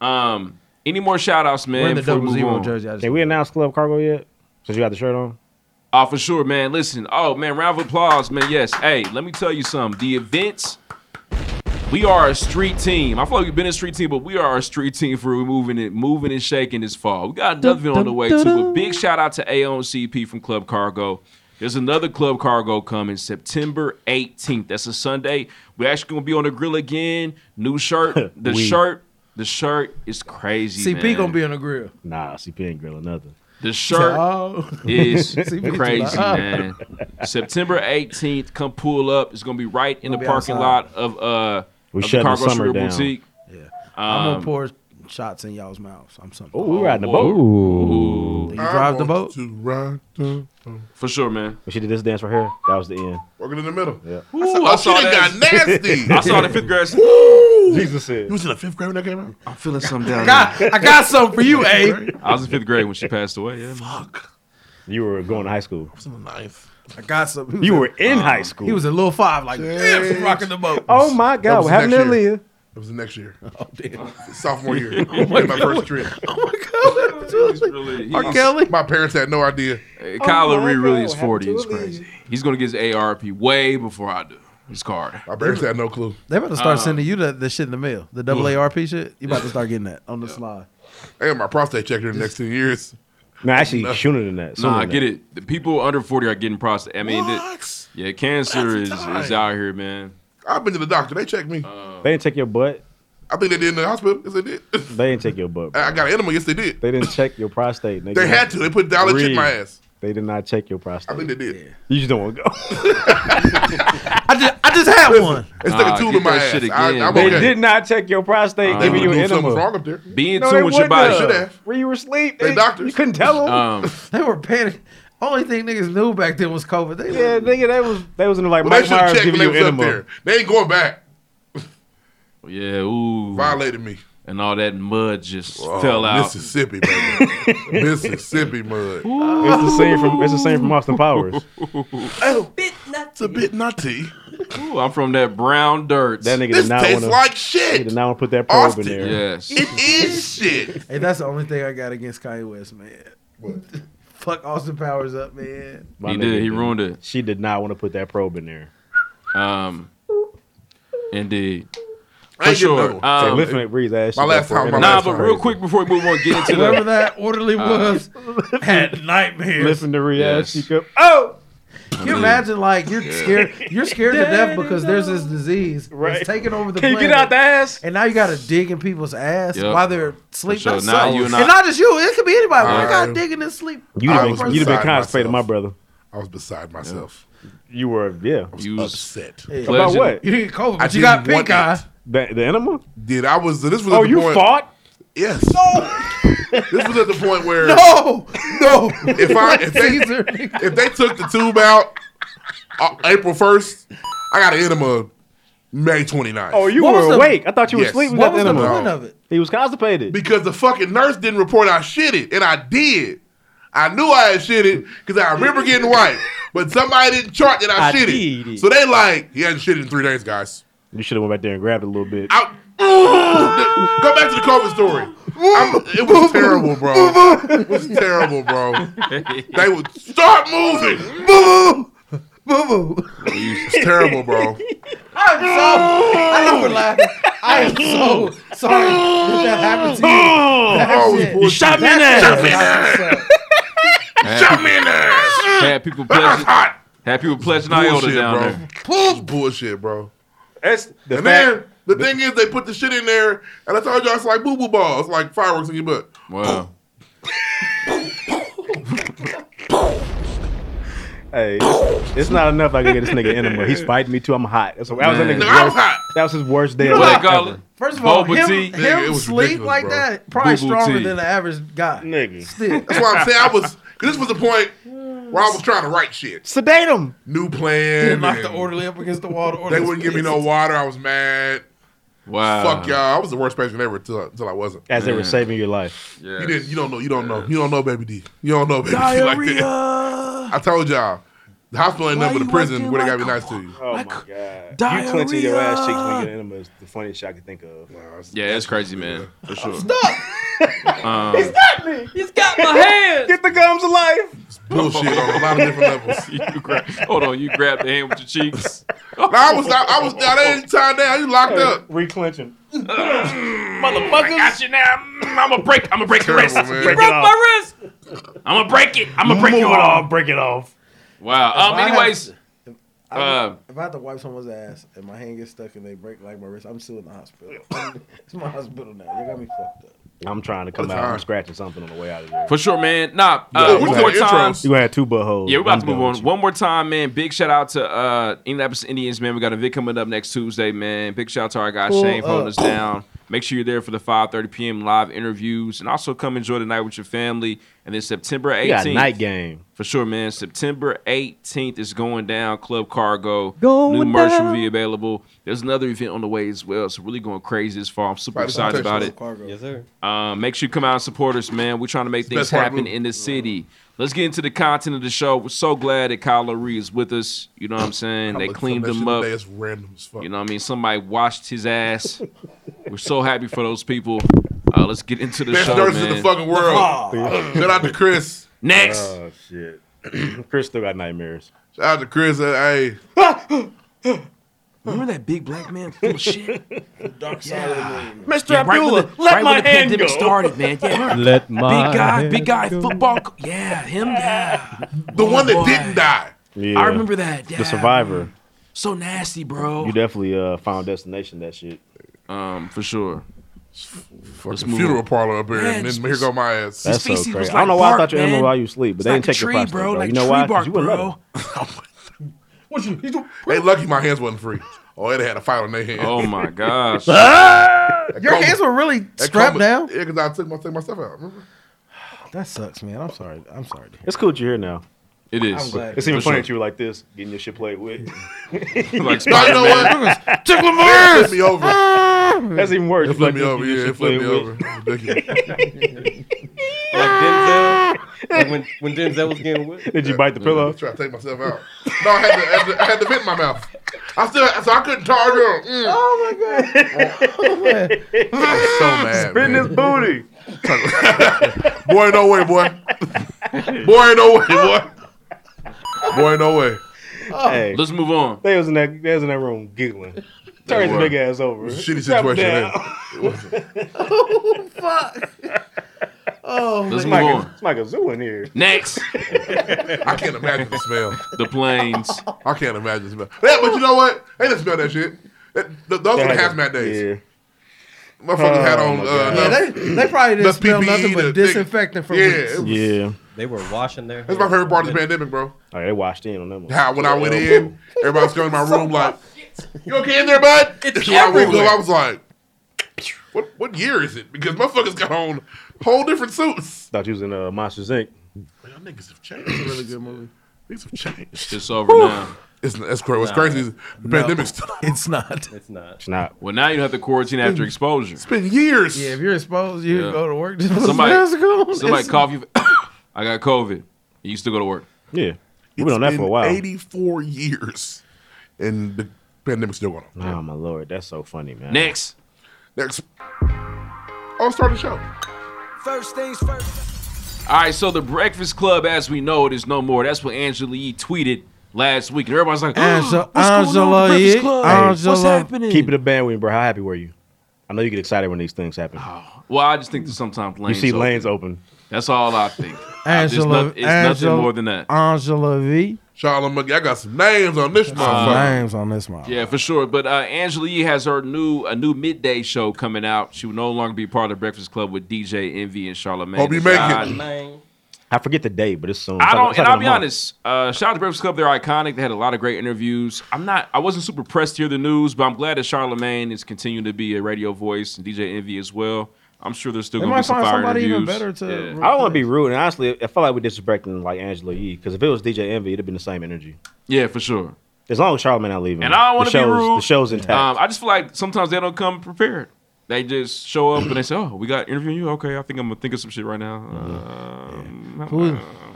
Um, any more shout outs, man? Wearing the before we double move zero on? jersey. I just- Did we announce Club Cargo yet? Since you got the shirt on? Oh, for sure, man. Listen. Oh, man, round of applause, man. Yes. Hey, let me tell you something. The events, we are a street team. I feel like we've been a street team, but we are a street team for moving it, moving and shaking this fall. We got another event on the way too. A big shout out to Aon CP from Club Cargo. There's another Club Cargo coming September 18th. That's a Sunday. We're actually gonna be on the grill again. New shirt. The We. shirt. The shirt is crazy. CP man. gonna be on the grill. Nah, CP ain't grilling nothing. The shirt Oh. is See, bitch, crazy, like- man. September 18th, come pull up. It's gonna be right in the Gonna be parking outside. lot of uh We of the shutting the Cargo summer Sugar down. Boutique. Yeah. I'm Um, gonna pour shots in y'all's mouths. I'm something. Oh, we riding the whoa. boat. Ooh. You drive the boat. To rock the boat. For sure, man. When she did this dance right here, that was the end. Working in the middle. Yeah. I saw, oh, she done got nasty. I saw the fifth grade. [LAUGHS] Jesus said. You was in the fifth grade when that came out? I'm feeling something down God, I got something for you, A. I was in fifth grade when she passed away. Yeah. Fuck. You were going to high school. It's in the ninth. I got something. You were in um, high school. He was a little five, like damn, she Jeez. rocking the boat. Oh my That God! was What the happened to next year. Leah? It was the next year. Oh damn. Sophomore year. Oh my my, my God. first trip. He's really, R. he's- Kelly? My parents had no idea. Hey, Kyle my Lowry really God, is what 40. happened It's to crazy. He's gonna get his ARP way before I do. His card. I barely had no clue. They about to start Uh, sending you the, the shit in the mail, the double ARP shit. You about to start getting that on the slide. I got my prostate checked in the next ten years. No, actually, sooner than that. Nah, Sooner I than get that. it. The people under 40 are getting prostate. I mean, that- yeah, cancer is, is out here, man. I've been to the doctor. They checked me. They didn't take your butt. I think they did in the hospital. Yes, they did. [LAUGHS] They didn't take your butt. [LAUGHS] I got an enema. Yes, they did. They didn't check your prostate. Nigga. They had to. They put a dollar chip in my Breathe. ass. They did not check your prostate. I think they did. You just don't want [LAUGHS] to go. I just, I just had one. It's like a tube in my ass. I, I'm they okay. did not check your prostate, They giving you knew an something was wrong enema. up there. Be in No, tune they with wouldn't your body. have. Should have. Where you were asleep, They they- doctors. You couldn't tell them. Um, They were panicking. Only thing niggas knew back then was COVID. They yeah, nigga, they was they was in like Well, they Mike should have Myers checked when giving they you was up enema. there. They ain't going back. yeah, ooh. Violated me. And all that mud just Oh, fell out. Mississippi, [LAUGHS] baby. Mississippi mud. It's the same from it's the same from [LAUGHS] Austin Powers. Oh, bit nuts. It's a bit nutty. Ooh, I'm from that brown dirt. That nigga This did not tastes want to. like shit. He did not want to put that probe in there. Yes. It is shit. Hey, that's the only thing I got against Kanye West, man. [LAUGHS] Fuck Austin Powers up, man. My He nigga did. He didn't. ruined it. She did not want to put that probe in there. Um, indeed. Oh, I For ain't getting sure. another one. Um, Say, listen to it, Breeze, that shit got four minutes. Nah, That's but crazy. real quick before we move on, [LAUGHS] get into Whoever the. that orderly was had nightmares. Listen to Yes. react. She could. Oh, I can mean, you [LAUGHS] imagine? Like you're yeah. scared, you're scared to [LAUGHS] death because there's this disease Right. that's taking over the Can you planet. get out the ass? And now you got to dig in people's ass Yep. while they're sleeping. sure. That Now sucks. you and, and not, I- just you. It could be anybody. But I Alright. got digging and sleep. You'd I have was been, you'd have beside been constipated, my myself. brother. I was beside myself. You were, yeah. You was upset. Yeah. About what? You didn't COVID, I but you got didn't want pink [LAUGHS] eye. it. The, the enema? Did I was this was Oh, at the you point, fought? Yes. [LAUGHS] this was at the point where No, no. If I if Caesar. they, if they took the tube out uh, April first, I got an enema May 29th. Oh, you were awake. I thought you were Yes. asleep. What was the point of it? He was constipated. because the fucking nurse didn't report I shitted, and I did. I knew I had shitted because I remember getting white, but somebody didn't chart that I, I shitted. did it. So they like he hasn't shitted in three days, guys. You should have went back there and grabbed it a little bit. Out. Go back to the COVID story. I'm- it was terrible, bro. It was terrible, bro. They would start moving. Boo boo, boo boo. It's terrible, bro. I'm so. I know we're laughing. I [LAUGHS] am so sorry that that happened to you. That Oh, shit- bullshit. Shot me in the ass. Shot me in the ass. Shot me in the ass. [LAUGHS] Had people pledging. Had people pledging iota Bullshit, down bro. there. It's bullshit, bro. That's the and then the, thing is, they put the shit in there, and I told y'all it's like boo boo balls, like fireworks in your butt. Wow. Hey, it's not enough. I can get this nigga enema. He's fighting me too. I'm hot. That's what, that was that Man. nigga's Nigga, I'm worst. That was his worst day. You know of what life they call ever. it? First of all, Boba him, tea. him Nigga, it was sleep ridiculous, like bro. that probably Boo-boo stronger tea. than the average guy. Nigga. Still. That's why I'm saying I was. Cause this was the point where I was trying to write shit. Sedate him. New plan. [LAUGHS] Knock the and orderly up against the wall. The they [LAUGHS] orderly- wouldn't give me no water. I was mad. Wow. Fuck y'all. I was the worst patient ever until, until I wasn't. As they were saving your life. You didn't. You don't know. You don't know. You don't know, baby D. You don't know, baby D. Like Diarrhea. that. I told y'all, the hospital ain't nothing but a prison where they gotta be nice to you. Oh my god. You clenching your ass cheeks when you get enema is the funniest shit I could think of. Yeah, that's crazy, man. [LAUGHS] For sure. Stop. Um, got me. He's got my hand. Get the gums alive. Bullshit on a lot of different levels. you grab, hold on, you grabbed the hand with your cheeks. No, I was. I, I was. I didn't tie down. You locked up. Reclenching. Motherfucker. I got you now. I'm gonna break. I'm gonna break Terrible, your wrist. man. Break You it off. I'm gonna break it. I'm gonna break Move you off. Break it off. Wow. That's Um. why I have- Anyways. I- uh, if I had to wipe someone's ass and my hand gets stuck and they break like my wrist, I'm still in the hospital. [LAUGHS] it's my hospital now. They got me fucked up. I'm trying to come What out. time? I'm scratching something on the way out of there. For sure, man. Nah. Uh, you one gonna more have- time. You gonna have two buttholes. Yeah, we're I'm about to move done on. with you. One more time, man. Big shout out to uh Indianapolis Indians, man. We got a vid coming up next Tuesday, man. Big shout out to our guy Pull Shane for holding up. us down. Make sure you're there for the 5:30 p.m. live interviews, and also come enjoy the night with your family. And then September We got a 18th, night game. for sure, man. September 18th is going down. Club Cargo, Going new merch will down. be available. There's another event on the way as well. So really going crazy this far. I'm super Right, excited about it. Yes, sir. Uh, make sure you come out and support us, man. We're trying to make things best part of happen the in the city. Let's get into the content of the show. We're so glad that Kyle Lowry is with us. You know what I'm saying? I They looked up cleaned that him shit up. today. It's random as fuck. You know what I mean? Somebody washed his ass. We're so happy for those people. Uh, let's get into the Best show, nurses man. in the fucking world. Shout out to Chris. Next. Oh [CLEARS THROAT] shit. Chris still got nightmares. Shout out to Chris. uh, Hey, Remember that big black man full of shit? the dark side of the moon. Yeah, Mr. right when Abdullah, the- let right my when the hand pandemic go. started, man. Yeah, remember? Let my big guy, hand big guy, go. football. co- Yeah, him. Yeah, Oh, the one that didn't die. Yeah. I remember that. Yeah, The Survivor. So nasty, bro. You definitely uh, found destination that shit. Um, for sure. Fucking funeral parlor up here, and then here go my ass. That's so crazy. I don't know why I thought you animal while you sleep, but they didn't take your prostate, bro. you know why? 'Cause you wouldn't let them. what you? Hey, lucky my hands wasn't free. Oh, it had a fight on their hands. Oh my [LAUGHS] gosh. Your hands were really strapped down? Yeah, because I took my took myself out. [LAUGHS] Remember? That sucks, man. I'm sorry. I'm sorry. It's cool that you're here now. It is. I'm glad. It's even For funny sure. that you were like this, getting your shit played [LAUGHS] with. Like No, you know Spider-Man. what? Tickle my Yeah, it ears! flipped me [LAUGHS] over. That's even worse. It flipped me Like, over. you Yeah, should it flipped me play over. [LAUGHS] with- Like Denzel, like when, when Denzel was getting whipped. Did you bite [LAUGHS] the pillow? Try to take myself out. No, I had to, I had to, I had to vent my mouth. I still, so I couldn't tar them. Oh my [LAUGHS] god. Oh, I'm so mad. Spin this booty. [LAUGHS] boy, no way, boy. Boy, no way, boy. Boy, no way. Hey. Let's move on. They was in that. They was in that room [LAUGHS] giggling. Turns the were. big ass over. It was a shitty Step situation, down. oh fuck. Oh Let's man. move [LAUGHS] on. It's like a zoo in here. Next. I can't imagine the smell. The planes. I can't imagine the smell. Yeah, but you know what? They didn't smell that shit. That, th- those were the hazmat days. Motherfuckers had Oh, on. my Uh, God. Yeah, enough- [LAUGHS] they, they probably didn't enough smell nothing PPE to but think- disinfectant for yeah, weeks. it was- Yeah. They were washing their. That's my favorite part of the pandemic, bro. All right, they washed in on them. ones. How when I went Elbow. in, everybody was [LAUGHS] coming to my room like, "You okay in there, bud?" It's when I woke up, I was like, "What? What year is it?" Because motherfuckers got on whole different suits. Thought you was in uh, Monsters Inc. Y'all niggas have changed. It's a really good movie. Things have changed. It's over now. It's that's crazy. What's crazy is the [LAUGHS] pandemic's still. It's not. It's not. It's not. Well, now you don't have to quarantine after exposure. It's been years. Yeah, if you're exposed, you Yeah. go to work. [LAUGHS] Let's go. Somebody, somebody It's- cough you. [COUGHS] I got COVID. You still go to work. Yeah, We've been on that for a while. Eighty-four years, and the pandemic's still going on. Oh my lord, that's so funny, man. Next. Next. I'll start the show. First things first. All right, so the Breakfast Club, as we know it, is no more. That's what Angela Yee tweeted last week, and everybody's like, Angela- "What's going on with the Breakfast Club? What's happening?" Keep it a bandwagon, bro. How happy were you? I know you get excited when these things happen. Well, I just think there's sometimes you lanes. see open. lanes open. That's all I think. I- there's Angela, noth- it's Angela, nothing more than that. Angela V. Charlotte McGee, I got some names on this Uh-huh. motherfucker. names on this one. Yeah, for sure. But uh, Angela Yee has her new a new midday show coming out. She will no longer be part of the Breakfast Club with DJ Envy and Charlamagne. Hope you make it. I forget the day, but it's soon. It's I like- don't, it's and like I'll in a be month. honest. Uh, shout out to Breakfast Club; they're iconic. They had a lot of great interviews. I'm not, I wasn't super pressed to hear the news, but I'm glad that Charlamagne is continuing to be a radio voice and DJ Envy as well. I'm sure there's still They going to be might some find fire somebody even interviews. better to- I don't want to be rude, and honestly, I feel like we're disrespecting like Angela Yee because if it was DJ Envy, it'd have been the same energy. Yeah, for sure. As long as Charlamagne not leaving, And I don't want The to be show's- rude. The show's intact. Um, I just feel like sometimes they don't come prepared. They just show up and they say, "Oh, we got interviewing you. Okay, I think I'm gonna think of some shit right now." Um, Who,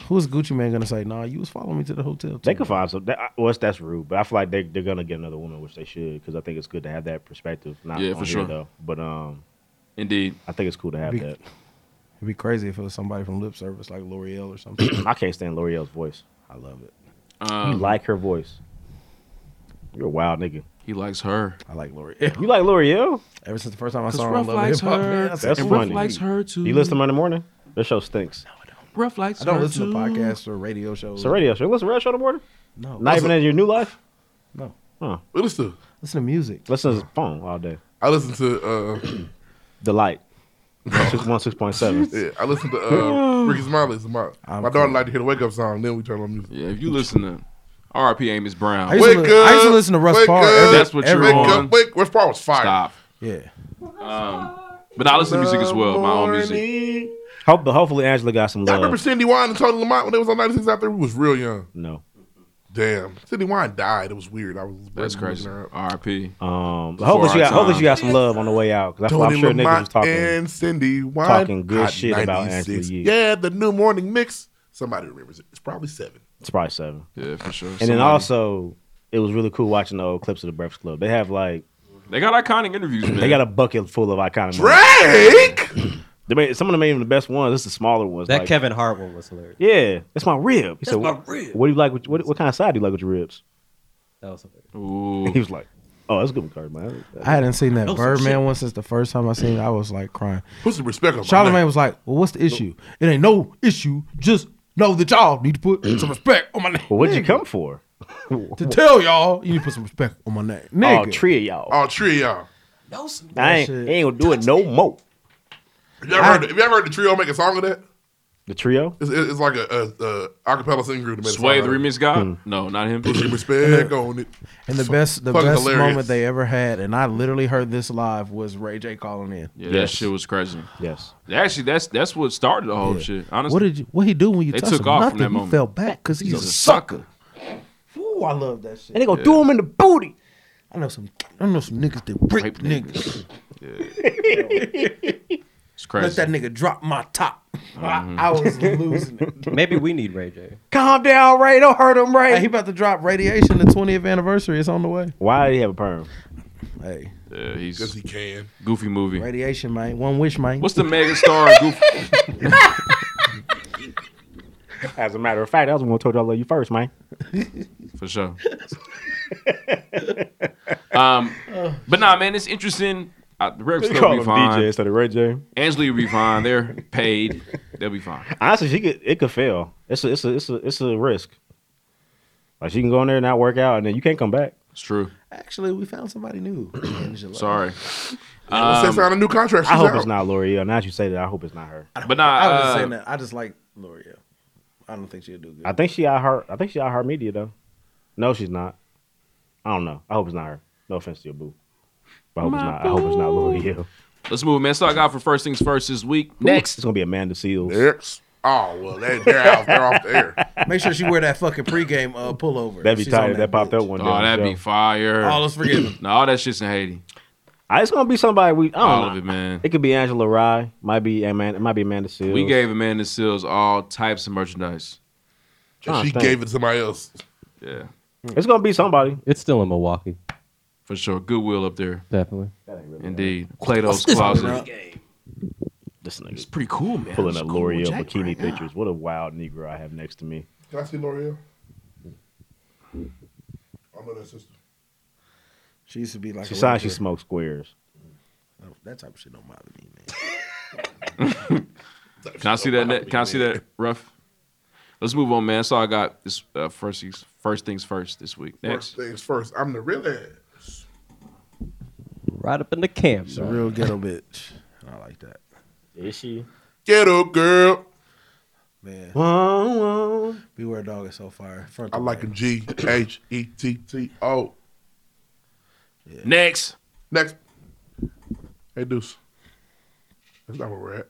who's Gucci Man gonna say? Nah, you was following me to the hotel. They could find some. That, I- well, that's- that's rude, but I feel like they, they're gonna get another woman, which they should, because I think it's good to have that perspective. Not Yeah, on for here, sure. Though. But um, indeed, I think it's cool to have Be- that. It'd be crazy if it was somebody from lip service like L'Oreal or something. I can't stand L'Oreal's voice. I love it. Um, you like her voice? You're a wild nigga. He likes her. I like L'Oreal. You like L'Oreal? Ever since the first time I 'Cause saw her, on Ruff Love and likes Hip Hop, her. man, I said, That's "Hey, funny. Ruff likes her, too. You Mm-hmm. listen to them in the morning? Their show stinks. Rough likes. I don't her listen too. to podcasts or radio shows. It's a radio show. You Listen to radio show in the morning? No. Not even in your new life? No. Huh. We listen to Listen to music. Listen to his phone all day. I listen to uh, The Light. Six one six point seven. [LAUGHS] yeah, I listen to [SIGHS] uh, Ricky Smiley. It's My, my I'm daughter liked to hear the wake up song. Then we turn on music. Yeah, if you listen to R.I.P. Amos Brown, I used, to, li- I used to listen to Russ wake Parr. up, every- That's what you're every- on. wake, Russ Parr was fire. Stop. Yeah. Um, but I listen to music as well, my own music. Hope, but hopefully Angela got some I remember love. Cindy Wine and Tony Lamont when they was on 96 out there. We was real young. No. Damn. Cindy Wine died. It was weird. I was That's crazy. R.I.P. Um, but Before hopefully she our got hopefully time. she got some love on the way out because I'm Tony sure niggas was Lamont talking. and Cindy Wine. talking good Hot shit about 96. Ashley Yee. Yeah, the new morning mix. Somebody remembers it. It's probably seven. It's probably seven. Yeah, for sure. And then Somebody- also, it was really cool watching the old clips of the Breakfast Club. They have like They got iconic interviews, man. they got a bucket full of iconic. Drake. They made, some of them ain't even the best ones. This is the smaller ones. That like- Kevin Hart one was hilarious. Yeah, that's my rib. He That's said, my "What- rib." What do you like? With, what what kind of side do you like with your ribs? That was hilarious. [LAUGHS] Ooh. He was like, Oh, that's a good card, man. I hadn't seen that Oh, some shit. Birdman one since the first time I seen it. I was like crying. Put some respect on my Charlemagne name. was like, "Well, what's the issue? It ain't no issue. Just know that y'all need to put some respect on my name." Well, what'd you Nigga. come for? To tell y'all, you need to put some respect on my name. Nigga. All three of Oh, y'all. All three of y'all. I ain't, ain't gonna do it no more. Have you ever, heard, have you ever heard the trio make a song of that? The trio? It's, it's like a, a, a acapella singing group. that made a Sway song the out of it. remix guy? No, not him. Put some respect on it. And the best, the Fucking best hilarious. moment they ever had, and I literally heard this live was Ray J calling in. Yeah, that shit was crazy. Yes. Actually, that's that's what started the whole shit. Honestly, What did you? What he do when you They touched took him? off Nothing. from that He moment. fell back because he's, a sucker. Ooh, I love that shit. And they gonna do him in the booty. I know some. I know some niggas that break niggas. It's Let that nigga drop my top. Mm-hmm. I, I was losing [LAUGHS] it. Maybe we need Ray J. Calm down, Ray. Don't hurt him, Ray. he about to drop radiation. The 20th anniversary It's on the way. Why do you have a perm? Hey, yeah, he's because he can. Goofy movie. Radiation, man. One wish, man. What's the mega star? Goofy. As a matter of fact, I was the one who told you I love you first, man. For sure. um, but nah, man, it's interesting. Uh, the Reps They call will be him fine. DJ instead of Ray J. Angela will be fine. They're paid. They'll be fine. Honestly, she could it could fail. It's a it's a it's a it's a risk. Like she can go in there and not work out, and then you can't come back. It's true. Actually, we found somebody [CLEARS THROAT] new. Angela. Sorry. Let's Um, say sign a new contract. I She's hope out. it's not L'Oreal. Now that you say that, I hope it's not her. But nah, I was just uh, saying that. I just like L'Oreal. I don't think she'll do good. I think she out her. I think she out her media though. No, she's not. I don't know. I hope it's not her. No offense to your boo. But I hope it's My not. I hope it's not L'Oreal. Let's move, man. So I got for first things first this week. Next, it's gonna be Amanda Seals. Next. Oh well, they, they're out. They're off the air. Make sure she wear that fucking pregame uh, pullover. That'd be She's on tight. if That popped up one day. oh, that'd be fire. All is forgiven. no, all that shit's in Haiti. I, it's gonna be somebody we. I Oh, don't All know. of it, man. It could be Angela Rye. Might be Amanda. It might be Amanda Seals. We gave Amanda Seals all types of merchandise. And she gave it to somebody else. Yeah, It's gonna be somebody. It's still in Milwaukee, for sure. Goodwill up there. definitely. Indeed. Plato's What's this Closet. about? This nigga. It's pretty cool, man. Pulling It's up cool L'Oreal Jack bikini right now. pictures. What a wild Negro I have next to me. Can I see L'Oreal? I know that sister. She used to be like She a signed. She rapper. smokes squares. That type of shit don't bother me, man. Can I see that? Net? Can I see that? Rough. Let's move on, man. That's all I got. This uh, first things first things first this week. Next, First things first. I'm the real ass. Right up in the camp. She's a real ghetto bitch. I like that. Is she? Ghetto girl. Man. Whoa, whoa. Beware dog is so fire. Front I to like a back. G H E T T O. next. Next. Hey Deuce. That's not where we're at.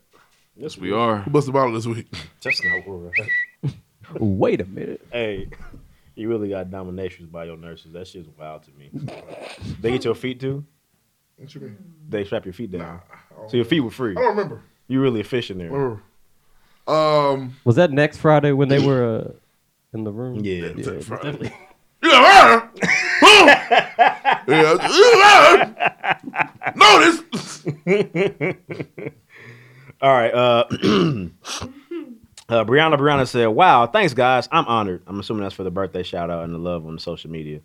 Yes, we are. Who busted bottle this [LAUGHS] week? That's not what we're at. Wait a minute. Hey, you really got dominations by your nurses. That shit's wild to me. they get your feet too. What you mean? They strap your feet down, so your feet were free. I don't remember. You really a fish in there. Remember. Um Was that next Friday when they were uh, in the room? Yeah. Friday. You got [LAUGHS] her? yeah. you got her? Notice. All right. Uh, [CLEARS THROAT] uh, Brianna Brianna said, "Wow, thanks guys. I'm honored. I'm assuming that's for the birthday shout out and the love on social media.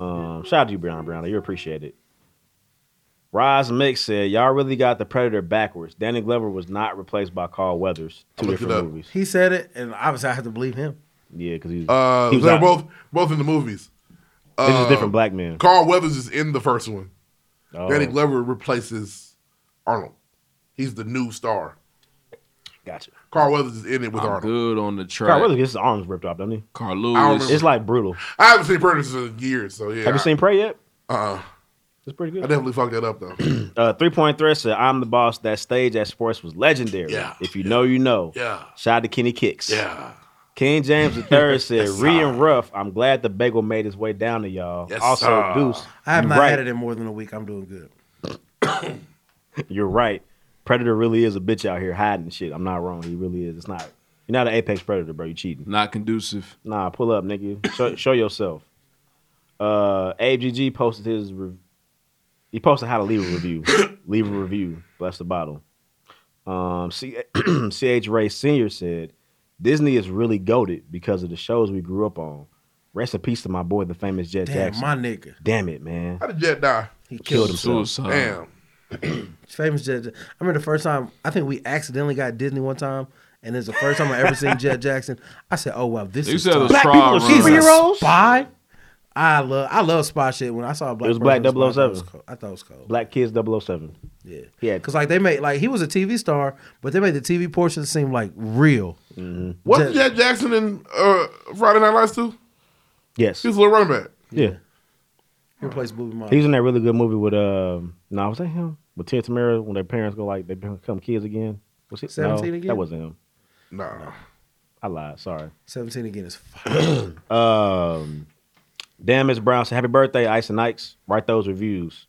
Um, shout out to you, Brianna Brianna. You're appreciated." Roz Mix said, "Y'all really got the Predator backwards. Danny Glover was not replaced by Carl Weathers. Two looked it different up. movies. He said it, and obviously I have to believe him. Yeah, because he's Uh, he was they're out. both both in the movies. Uh, It's just um, different black men. Carl Weathers is in the first one. Oh. Danny Glover replaces Arnold. He's the new star. Gotcha. Carl Weathers is in it with I'm Arnold. good on the track. Carl Weathers gets his arms ripped off, doesn't he? Carl I don't Lewis. remember. It's like brutal. I haven't seen Predators in years, so yeah. Have you seen Prey yet? Uh, It's pretty I good. definitely fucked that up [CLEARS THROAT] though. Uh, three point threat said, "I'm the boss. That stage at sports was legendary. Yeah. If you know, you know. Yeah. Shout out to Kenny Kicks. Yeah. King James [LAUGHS] III said, Yes, "Re and rough. I'm glad the bagel made his way down to y'all. Yes, also, sir. Deuce. I have you're not right. had it in more than a week. I'm doing good. You're right. Predator really is a bitch out here hiding shit. I'm not wrong. He really is. It's not. You're not an apex predator, bro. You cheating. Not conducive. Nah, pull up, nigga. [COUGHS] Show, show yourself. Uh, AGG posted his. Re- he posted how to leave a [COUGHS] review. leave a review. Bless the bottle. Um, C- [COUGHS] CH Ray Senior said, "Disney is really goaded because of the shows we grew up on. Rest in peace to my boy, the famous Jet Damn, Jackson. my nigga. Damn it, man. How did Jet die? He killed himself. Damn. Famous Jet. I remember the first time I think we accidentally got Disney one time, and it's the first time I ever seen Jet Jackson. I said, "Oh wow, this You is said it was black Tron people are Run. superheroes." Spy. I love I love spy shit. When I saw a black, it was Black person spy, I thought it 007. was cool. I thought it was cold. Black Kids 007. Yeah. Yeah. Cause like they made like he was a TV star, but they made the TV portion seem like real. Wasn't Jet Jackson in uh, Friday Night Lights too? Yes. He was a little running back. Yeah. He replaced Booby Miles. He was in that really good movie with, um, no, was that him? With Ted Tamara when their parents go like, they become kids again. Was it? 17 no, again? That wasn't him. Nah. I lied. Sorry. Seventeen again is f- um, damn, Miss Brown said, Happy birthday, Ice and Ikes. Write those reviews.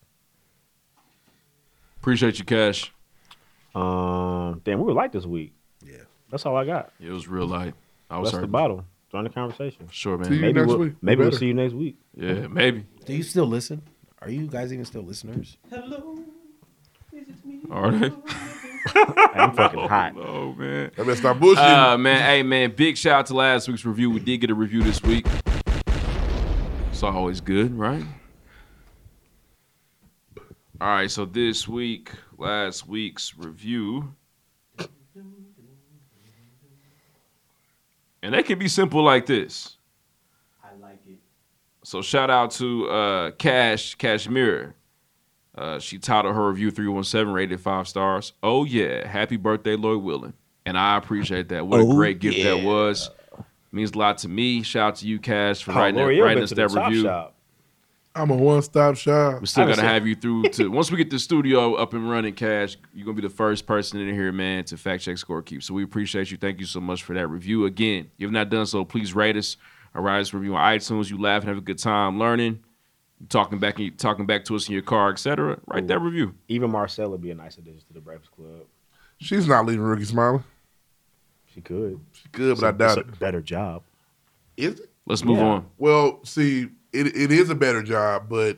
Appreciate you, Cash. Um, damn, we were light this week. Yeah. That's all I got. It was real light. I was That's the hurting. bottle. Join the conversation. Sure, man. maybe we'll, Maybe we'll Better. see you next week. Yeah, maybe. Do you still listen? Are you guys even still listeners? Hello. Are they? I'm fucking hot. [LAUGHS] Oh man. I better stop bullshitting. Uh, man, hey man, big shout out to last week's review. We did get a review this week. It's always good, right? All right, so this week, last week's review. And they can be simple like this. So shout out to uh, Cash Cashmere. Uh, she titled her review 317 rated five stars. Oh yeah, happy birthday, Lloyd Willing. And I appreciate that. What a Oh, great gift that yeah. was. Means a lot to me. Shout out to you, Cash, for Oh, writing, Lori, that, you've writing been us to the that Top review. Shop. I'm a one stop shop. We still I gotta said- have you through to once we get the studio up and running, Cash. You're gonna be the first person in here, man, to fact check scorekeep. So we appreciate you. Thank you so much for that review. Again, if you've not done so, please rate us. Or write us a review on iTunes. You laugh and have a good time learning, talking back and talking back to us in your car, etc. Write that review. Even Marcella would be a nice addition to the Breakfast Club. She's not leaving Rookie Smiling. She could. She could, but I doubt it. Better job. Is it? Let's move Yeah. on. Well, see, it, it is a better job, but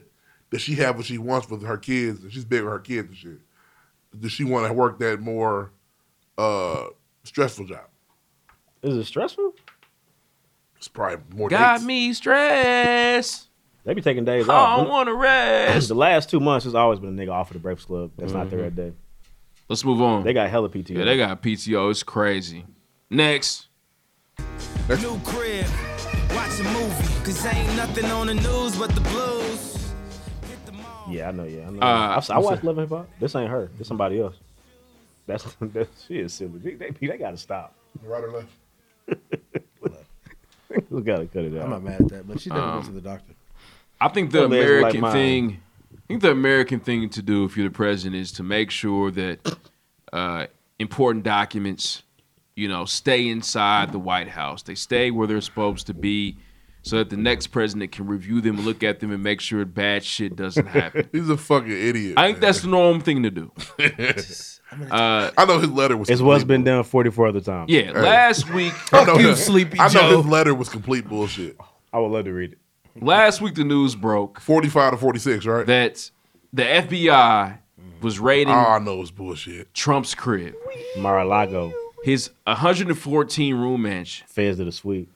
does she have what she wants with her kids? She's big with her kids and shit. Does she want to work that more uh, stressful job? Is it stressful? It's probably more Got dates. me stressed. They be taking days Oh, I off. don't wanna rest. the last two months has always been a nigga off of the Breakfast Club. That's not there Mhm. every day. Let's move on. They got hella PTO. Yeah, they got PTO. It's crazy. Next. New crib, watch a movie, cause ain't nothing on the news but the blues. Yeah, I know. Yeah, I know. Uh, I, I watched Love and Hip Hop. This ain't her. This somebody else. That's [LAUGHS] that. She is silly. They, they, they gotta stop. [LAUGHS] Right or left? We gotta cut it out. I'm not mad at that, but she definitely went to Um, the doctor. I think the Her legs are like American mine. thing. I think the American thing to do if you're the president is to make sure that uh, important documents, you know, stay inside the White House. They stay where they're supposed to be, so that the next president can review them, look at them, and make sure bad [LAUGHS] shit doesn't happen. He's a fucking idiot. I think that's the normal thing to do. Uh, I know his letter was. It's what's been done 44 other times. Yeah, [LAUGHS] last week. I know that- I know his letter was complete bullshit. I would love to read it. Last week, the news broke 45 to 46, right? That the FBI Mm. was raiding. Ah. Oh, I know it's bullshit. Trump's crib, Mar-a-Lago, his 114 room mansion. Feds to the suite.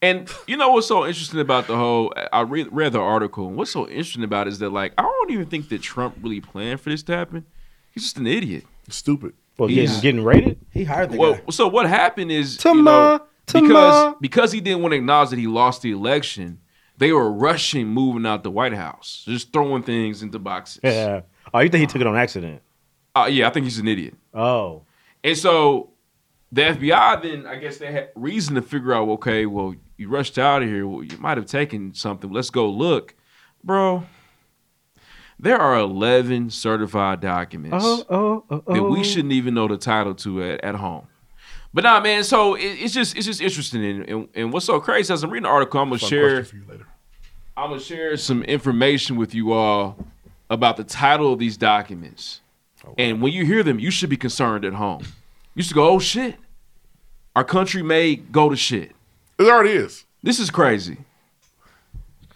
And you know what's so interesting about the whole? I read, read the article. And what's so interesting about it is that like I don't even think that Trump really planned for this to happen. He's just an idiot. Stupid. Well, He's- Oh, getting, getting raided. He hired well, so what happened is you Tama, know, because Tama. because he didn't want to acknowledge that he lost the election, they were rushing moving out the White House, just throwing things into boxes. Yeah. [LAUGHS] Oh, you think he took it on accident? Uh, yeah, I think he's an idiot. Oh, And so the FBI then, I guess they had reason to figure out, okay, well, you rushed out of here. Well, you might have taken something. Let's go look. Bro, there are 11 certified documents oh, oh, oh, that oh. we shouldn't even know the title to at, at home. But nah, man. So it, it's just it's just interesting, and, and, and what's so crazy? As I'm reading the article, I'm gonna Fun share. question for you later. I'm gonna share some information with you all about the title of these documents. Oh, And when you hear them, you should be concerned at home. You should go, oh shit, our country may go to shit. It already is. This is crazy.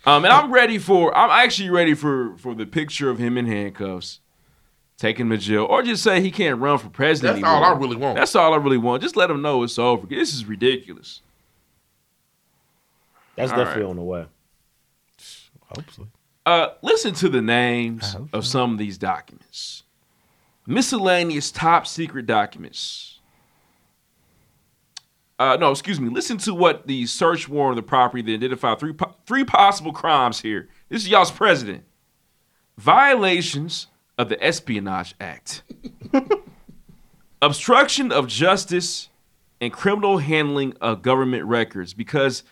Um, and I'm ready for. I'm actually ready for for the picture of him in handcuffs, taking him to jail, or just say he can't run for president. That's all anymore. I really want. That's all I really want. Just let him know it's over. This is ridiculous. That's All definitely right. on the way. Uh, listen to the names of some of these documents. Miscellaneous top secret documents. Uh, no, excuse me. Listen to what the search warrant of the property that identified three po- three possible crimes here. This is y'all's president. Violations of the Espionage Act, obstruction of justice, and criminal handling of government records. Because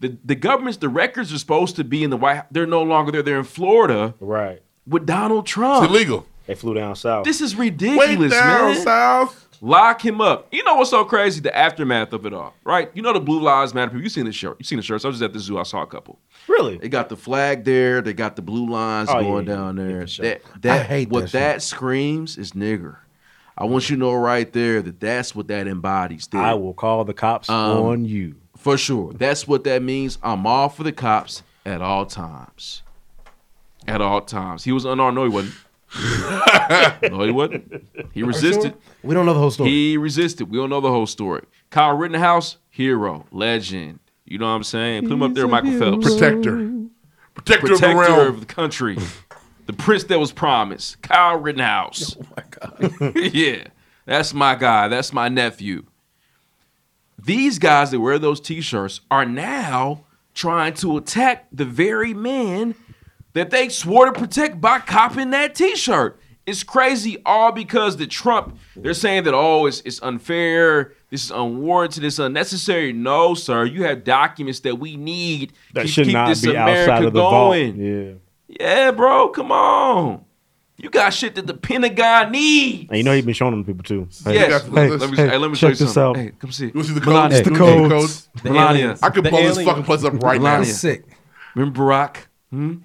the, the government's the records are supposed to be in the White House. They're no longer there. They're in Florida. Right. With Donald Trump. It's illegal. They flew down south. This is ridiculous, down man. South. Lock him up. You know what's so crazy? The aftermath of it all, right? You know the Blue Lives Matter people. You seen the shirt? You seen the shirts? I was just at the zoo. I saw a couple. Really? They got the flag there. They got the blue lines Oh, yeah, going yeah, down there. That, I that hate what that shit. that screams is nigger. I want you to know right there that that's what that embodies. There. I will call the cops Um, on you. For sure. That's what that means. I'm all for the cops at all times. At all times. He was unarmed. No, [LAUGHS] he wasn't. no, he wasn't. He resisted. We don't know the whole story. He resisted. We don't know the whole story. Kyle Rittenhouse, hero, legend. You know what I'm saying? Put him up there, He's a Michael hero. Phelps. Protector. Protector of the Protector realm. of the country. The prince that was promised, Kyle Rittenhouse. Oh my god. yeah. That's my guy. That's my nephew. These guys that wear those t-shirts are now trying to attack the very men that they swore to protect by copping that t-shirt. It's crazy all because the Trump, they're saying that, oh, it's, it's unfair, this is unwarranted, it's unnecessary. No, sir. You have documents that we need That to should keep not this be America outside of the going. vault. Yeah. Yeah, bro, come on. You got shit that the Pentagon needs. And you know he's been showing them to people too. Yes. let me, hey, let me show you something. Hey, come see. You see the codes? Hey, You see codes. codes? The aliens. I could The blow this aliens. fucking place up right now. Melania. Sick. Remember Barack? And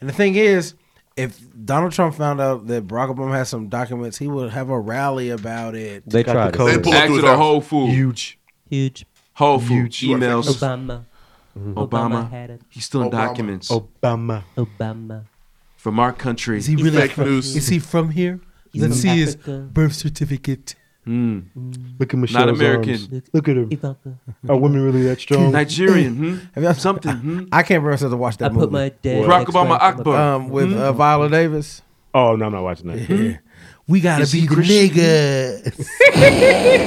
the thing is, if Donald Trump found out that Barack Obama had some documents, he would have a rally about it. They Got tried the it. They pulled Acted a whole fool. Huge. Huge. Whole food Huge. emails. Obama. Obama. Obama had it. He's still in Obama. documents. Obama. Obama. From our country. Is he really from, Is he from here? He's Let's from see his Africa. birth certificate. Look at Michelle's Not American. arms. Look at him. Are women really that [LAUGHS] strong? Nigerian, hmm? Something. I can't remember since I watched that I movie. put my dad Barack next to Obama my- Akbar. Um, with Hmm? uh, Viola Davis. Oh no, I'm not watching that. [LAUGHS] Yeah. We gotta Is he be the niggas. [LAUGHS]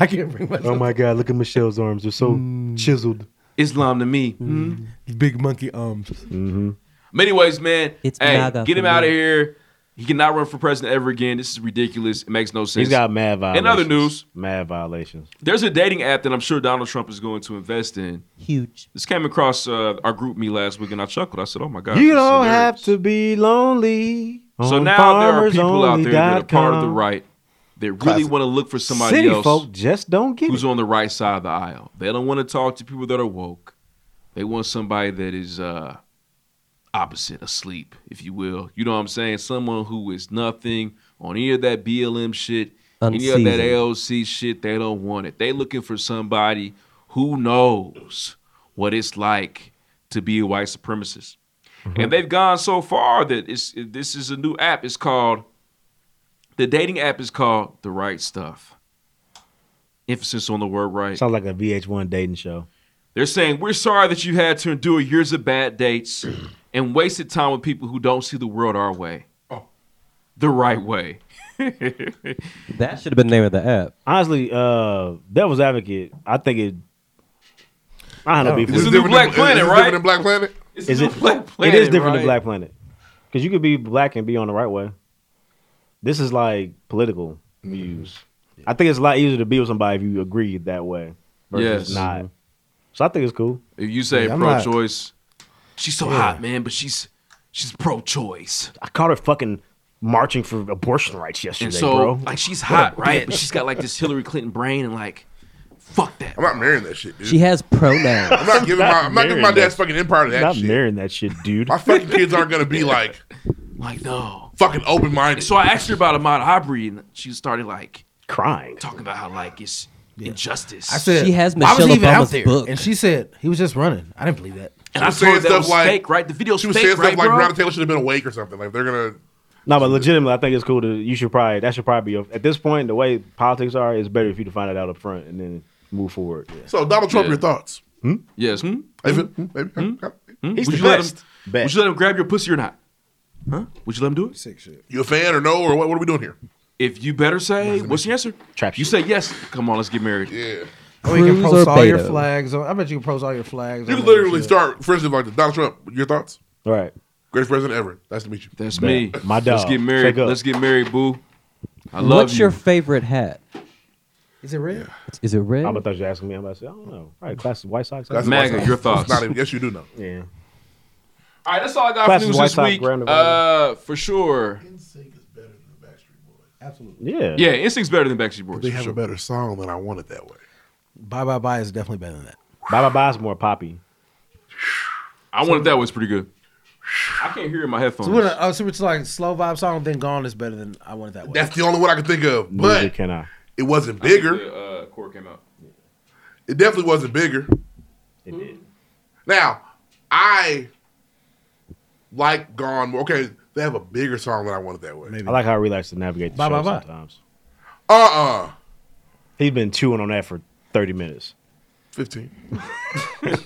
I can't bring myself. Oh my God! Look at Michelle's arms. They're so Mm. chiseled. Islam to me. hmm? Hmm. Big monkey arms. Mm-hmm. But anyways, man, It's hey, MAGA get for him out of me. here. He cannot run for president ever again. This is ridiculous. It makes no sense. He's got mad violations. In other news, mad violations. there's a dating app that I'm sure Donald Trump is going to invest in. Huge. This came across uh, our group me last week, and I chuckled. I said, "Oh my god!" you this is don't hilarious. have to be lonely. So on now there are people out there that are farmersonly.com. part of the right that really Classic. want to look for somebody City else. folk just don't get who's on the right side of the aisle. They don't want to talk to people that are woke. They want somebody that is uh, opposite, asleep, if you will. You know what I'm saying? Someone who is nothing on any of that BLM shit, any of that Unseasoned. AOC shit. They don't want it. They looking for somebody who knows what it's like to be a white supremacist. And they've gone so far that it's this is a new app. It's called the dating app is called The Right Stuff. Emphasis on the word right. Sounds like a VH1 dating show. They're saying we're sorry that you had to endure years of bad dates [CLEARS THROAT] and wasted time with people who don't see the world our way. The right way. That should have been the name of the app. Honestly, uh, Devil's Advocate, I think it. I don't know. Oh. Be This is the new Black Planet, right? It's the Is new it? [LAUGHS] Black [LAUGHS] it Planet, is different right? than Black Planet because you could be black and be on the right way. This is like political views. I think it's a lot easier to be with somebody if you agree that way versus Yes. not. So I think it's cool. If you say Yeah, I'm not- pro-choice, she's so Yeah. hot, man, but she's she's pro-choice. I caught her fucking marching for abortion rights yesterday, And so, bro. like, she's What a hot, right? bitch. But she's got like this Hillary Clinton brain, and like, fuck that. I'm not marrying that shit, dude. She has pronouns. I'm not giving my I'm not giving my marrying dad's that- fucking empire to that not shit. marrying that shit, dude. My fucking kids aren't gonna be like like no fucking open minded. So I asked her about Ahmad Aubrey, and she started like crying, talking about how like it's injustice. I said I was even out there. and she said he was just running. I didn't believe that. And I told her that was fake, right? The video's she was fake, saying right, stuff like bro? Brown Taylor should have been awake or something. Like they're gonna No, but legitimately, I think it's cool to. You should probably that should probably be your- at this point. The way politics are, it's better if you to find it out up front and then move forward. Yeah. So Donald Trump, Yeah. your thoughts? Yes. Hmm? If it- maybe- Hmm? He's would the you let best. him? Would you let him grab your pussy or not? Huh? Would you let him do it? Sick shit. You a fan or no or what? What are we doing here? If you better say, what's your answer? Trap. You say yes. Come on, let's get married. Yeah. Oh, you can post all your flags. On, I bet you can post all your flags. You on can there and literally shit. start, for instance, like Donald Trump. Your thoughts? All right. Greatest president ever. Nice to meet you. That's me. My dog. Let's get married. Check up. Let's get married, boo. I love What's you. your favorite hat? Is it red? Is it red? I thought you were asking me. I'm about to say, I don't know. All right, classic White Sox. That's MAGA, White Sox. your thoughts. Not even, yes, you do know. Yeah. All right, that's all I got Classic for news White this Sox week. round of Uh, for sure. Absolutely. Yeah. Yeah, Instinct's better than Backstreet Boys. They for have sure. a better song than I wanted that way. Bye bye bye is definitely better than that. Bye bye bye is more poppy. I wanted that was pretty good. I can't hear in my headphones. So what? I was oh, it's like slow vibe song. Then gone is better than I want it that way. That's the only one I could think of. But can I? it wasn't bigger. The uh, core came out. It definitely wasn't bigger. It did. Now, I like Gone more. Okay, they have a bigger song than I wanted that way. I like how I relaxed to navigate the Bye, bye, show bye. sometimes. Uh uh He's been chewing on that for 30 minutes. [LAUGHS] 15. I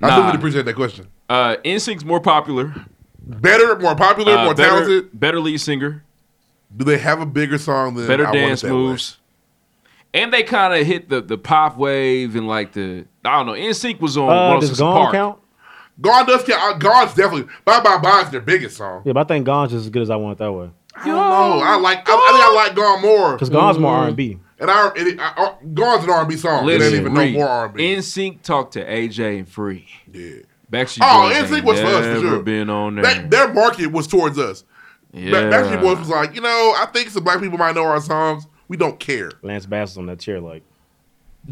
Nah. do really appreciate that question. Uh, Instinct's more popular. Better, more popular, Uh, more better- talented. Better lead singer. Do they have a bigger song than better I dance wanted that way? moves. And they kind of hit the the pop wave and like the I don't know. NSYNC was on. Uh, 106 does Gone Park. count? Gone does count. Uh, Gone's definitely. Bye Bye Bye's their biggest song. Yeah, but I think Gone's just as good as I want it that way. I don't know. I like. I, I think I like Gone more Because Gone's more Mm. R&B. And I, it, I, uh, Gone's an R&B song. It ain't even no more R&B. NSYNC talked to AJ and Free. Yeah. Backstreet Oh, Boys NSYNC ain't was for us, for never sure. Been on there. That, their market was towards us. yeah. Ba- Backstreet Boys was like, you know, I think some black people might know our songs. We don't care. Lance Bass is on that chair like.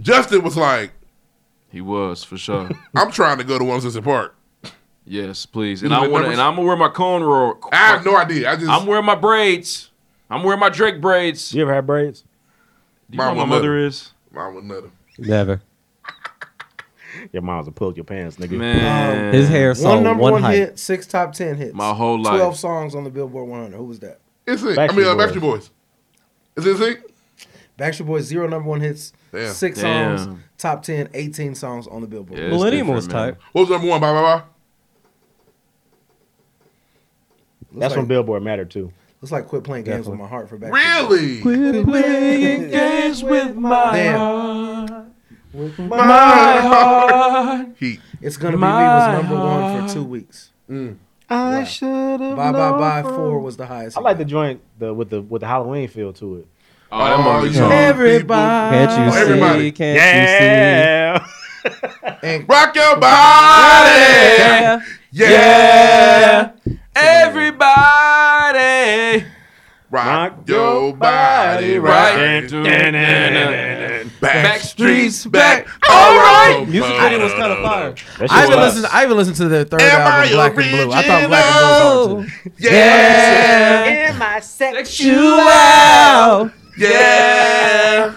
Justin was like, He was for [LAUGHS] sure. I'm trying to go to 106 Park. yes, please. You Ah, And know I the want numbers? and I'm gonna wear my cornrow. I have no idea. I just I'm wearing my braids. I'm wearing my Drake braids. You ever had braids? Do you know what my mother is? Mine was nothing. Never. Your mom's a pull your pants, nigga. Man. His hair saw One one, number one, height. hit, six top ten hits. My whole life. Twelve songs on the Billboard 100. Who was that? NSYNC. I mean, uh, Backstreet Backstreet Boys. Is it NSYNC? Backstreet Boys zero number one hits, Damn. six Damn. songs, top 10, 18 songs on the Billboard. Yeah, it's Millennium was different, man. type. What was number one? Bye Bye Bye? That's like- when Billboard mattered too. Looks like quit playing games with my heart for Backstreet. Really? Quit playing games with my heart. With my, My heart. Heat. It's gonna My be me was number one heart. for two weeks. I should have Bye bye known bye for- four was the highest. I like the joint the with the with the Halloween feel to it. Oh, that mother- Oh, Everybody. Can't you see? Everybody. Can't yeah. you see? And Rock your body. Yeah. Everybody. Rock, your body, right? Backstreet's back. All right. Music video was kind of fire. I even listened. I even listened to their third Am I album, Black and Blue. I thought Black and Blue was hard too. Yeah. Am I sexual? Yeah.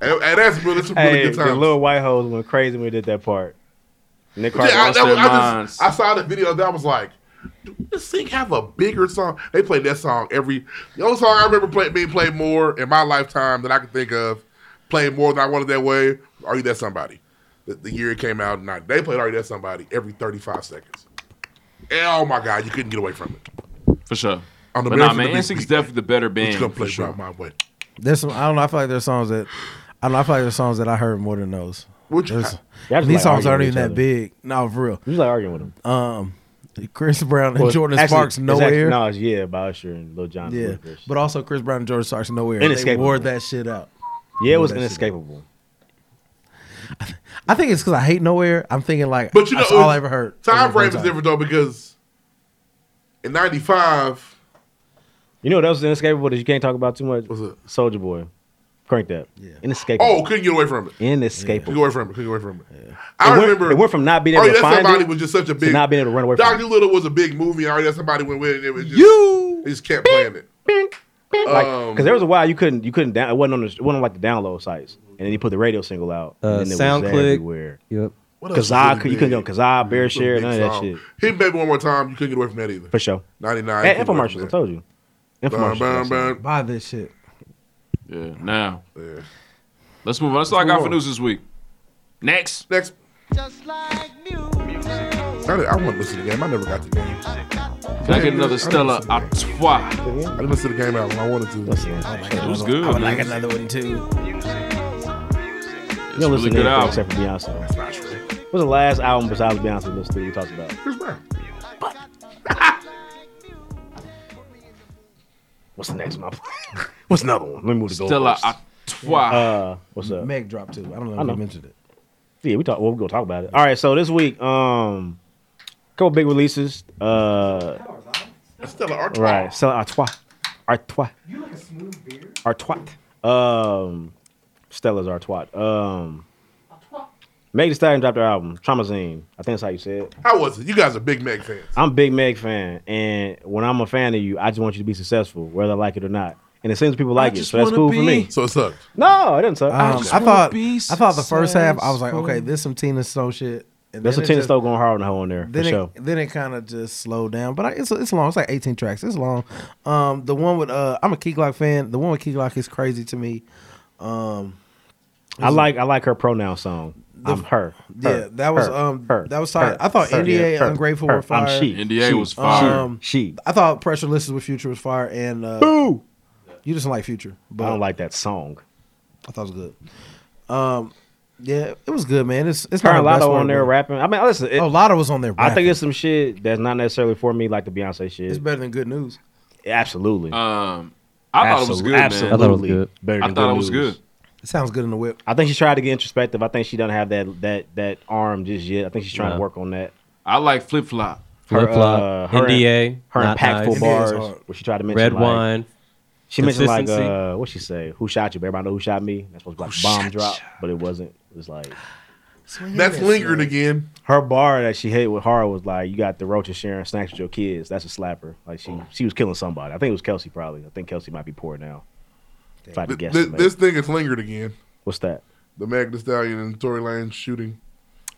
and, and that's really some really Hey, good [LAUGHS] the times. little white hoes went crazy when we did that part. Nick Yeah, Carter I, lost that was- their I minds. just, I saw the video. That was like, do this thing have a bigger song? They played that song every. The only song I remember play, being played more in my lifetime that I could think of, played more than I wanted that way. Are you that somebody? The, the year it came out, and I, they played Are You That Somebody every thirty five seconds. And, oh my god, you couldn't get away from it. For sure. On the but nah, Barefoot man, Beat NSYNC's Beat. definitely the better What band. you gonna play for sure. Rock my way? There's some. I don't know. I feel like there's songs that. I don't know. I feel like there's songs that I heard more than those. Which There's- Y'all just these like songs aren't arguing even with each that other. big. No, for real. You just like arguing with them. Um, Chris Brown and Well, Jordan actually, Sparks it's actually- nowhere. No, it's- yeah, by Usher and Lil Jon. yeah, Lukas. but also Chris Brown and Jordan Sparks nowhere. They Inescapable. wore that shit out. Yeah, it was Wore that shit out. inescapable. I think it's because I hate nowhere. I'm thinking like, But you know, that's all I ever heard. Time frame Every is time. different though because in '95, You know what else is inescapable that you can't talk about too much? What's it? Soldier Boy. Crank that. Yeah. Inescapable. oh, couldn't get away from it. Inescapable. Couldn't get away from it. Couldn't get away from it. It I went- remember it went from not being Are able You to That find Somebody it was just such a to big not being able to run away from Doctor Little was a big movie. and Already, that somebody went with it. It was just You it just kept playing it. Like, Um, cause there was a while you couldn't, you couldn't. Down, it wasn't on the, it wasn't on like the download sites, and then you put the radio single out, Uh, and then it was SoundClick. everywhere. Yep. What else Cause I, was could, you really couldn't go, cause I, big? bear share, Big none of that song. shit. Hit baby one more time. You couldn't get away from that either. For sure. Ninety nine. And infomercials, I told you. Infomercials. Burn, burn, burn. Buy this shit. Yeah, now. Yeah. Let's move on. That's all I got for news this week. Next. Next. I, I want to listen to the game. I never got the game. Can I get another Stella Artois? I didn't listen to the game out when I wanted to. It was good. I would like another one too. You don't really listen good to anything album. except for Beyonce. What's the last album besides Beyonce we listened to? We talked about. What's the next one? [LAUGHS] What's another one? Let me move to Stella Gold Artois. Uh, what's up? Meg dropped too. I don't know if I I know. mentioned it. Yeah, we talk. Well, we're gonna talk about it. All right. So this week, um, couple big releases. Uh, That's still an art. right. Stella Artois. Artois. Artois. Um, Stella's Artois. Um, Meg Thee Stallion dropped her album, Traumazine. I think that's how you say it. How was it? You guys are big Meg fans. I'm a Big Meg fan, and when I'm a fan of you, I just want you to be successful, whether I like it or not. And it seems people like it, just so that's wanna cool for be- me. So it sucked. No, it didn't suck. Um, I, thought I thought the first half I was like, okay, there's some Tina Snow shit. And there's some then it tennis just- still going hard on the hole in there for Then it, sure. then it kind of just slowed down, but I, it's it's long. It's like 18 tracks. It's long. Um, the one with uh, I'm a Key Glock fan. The one with Key Glock is crazy to me. Um, I like I like her pronoun song. The- I'm her. Yeah, Her. that was Her. um Her. that was tight. I thought Her. NDA Yeah. Her. Ungrateful Her. were fire. Um, I'm she. NDA She. was fire. she. I thought Pressure Listens with Future was fire and uh, Boo. You just don't like Future. But I don't like that song. I thought it was good. Um, yeah, it was good, man. It's it's Her not and her best Lotto work, on there but rapping. I mean, listen. It, Oh, Lotto was on there. I think it's some shit that's not necessarily for me, like the Beyonce shit. it's better than Good News. Absolutely. Um, I thought it was Absol- good, man. Absolutely. Better I than thought Good it was News. good. It sounds good in the whip. I think she tried to get introspective. I think she doesn't have that that that arm just yet. I think she's trying No. to work on that. I like Flip Flop. Her, Flip Flop, uh, her NDA, her not impactful nice. bars, NDA is hard. where she tried to mention Red like- wine, She mentioned like consistency. uh, what she say? Who shot you? Everybody know who shot me. That's supposed to be like a bomb drop, but it wasn't. It was like That's lingered again. her bar that she hit with hard was like you got the roaches sharing snacks with your kids. That's a slapper. Like she she was killing somebody. I think it was Kelsey probably. I think Kelsey might be poor now. If I had to Th- guess, th- maybe. this thing is lingered again. what's that? The Meg Thee Stallion and Tory Lanez shooting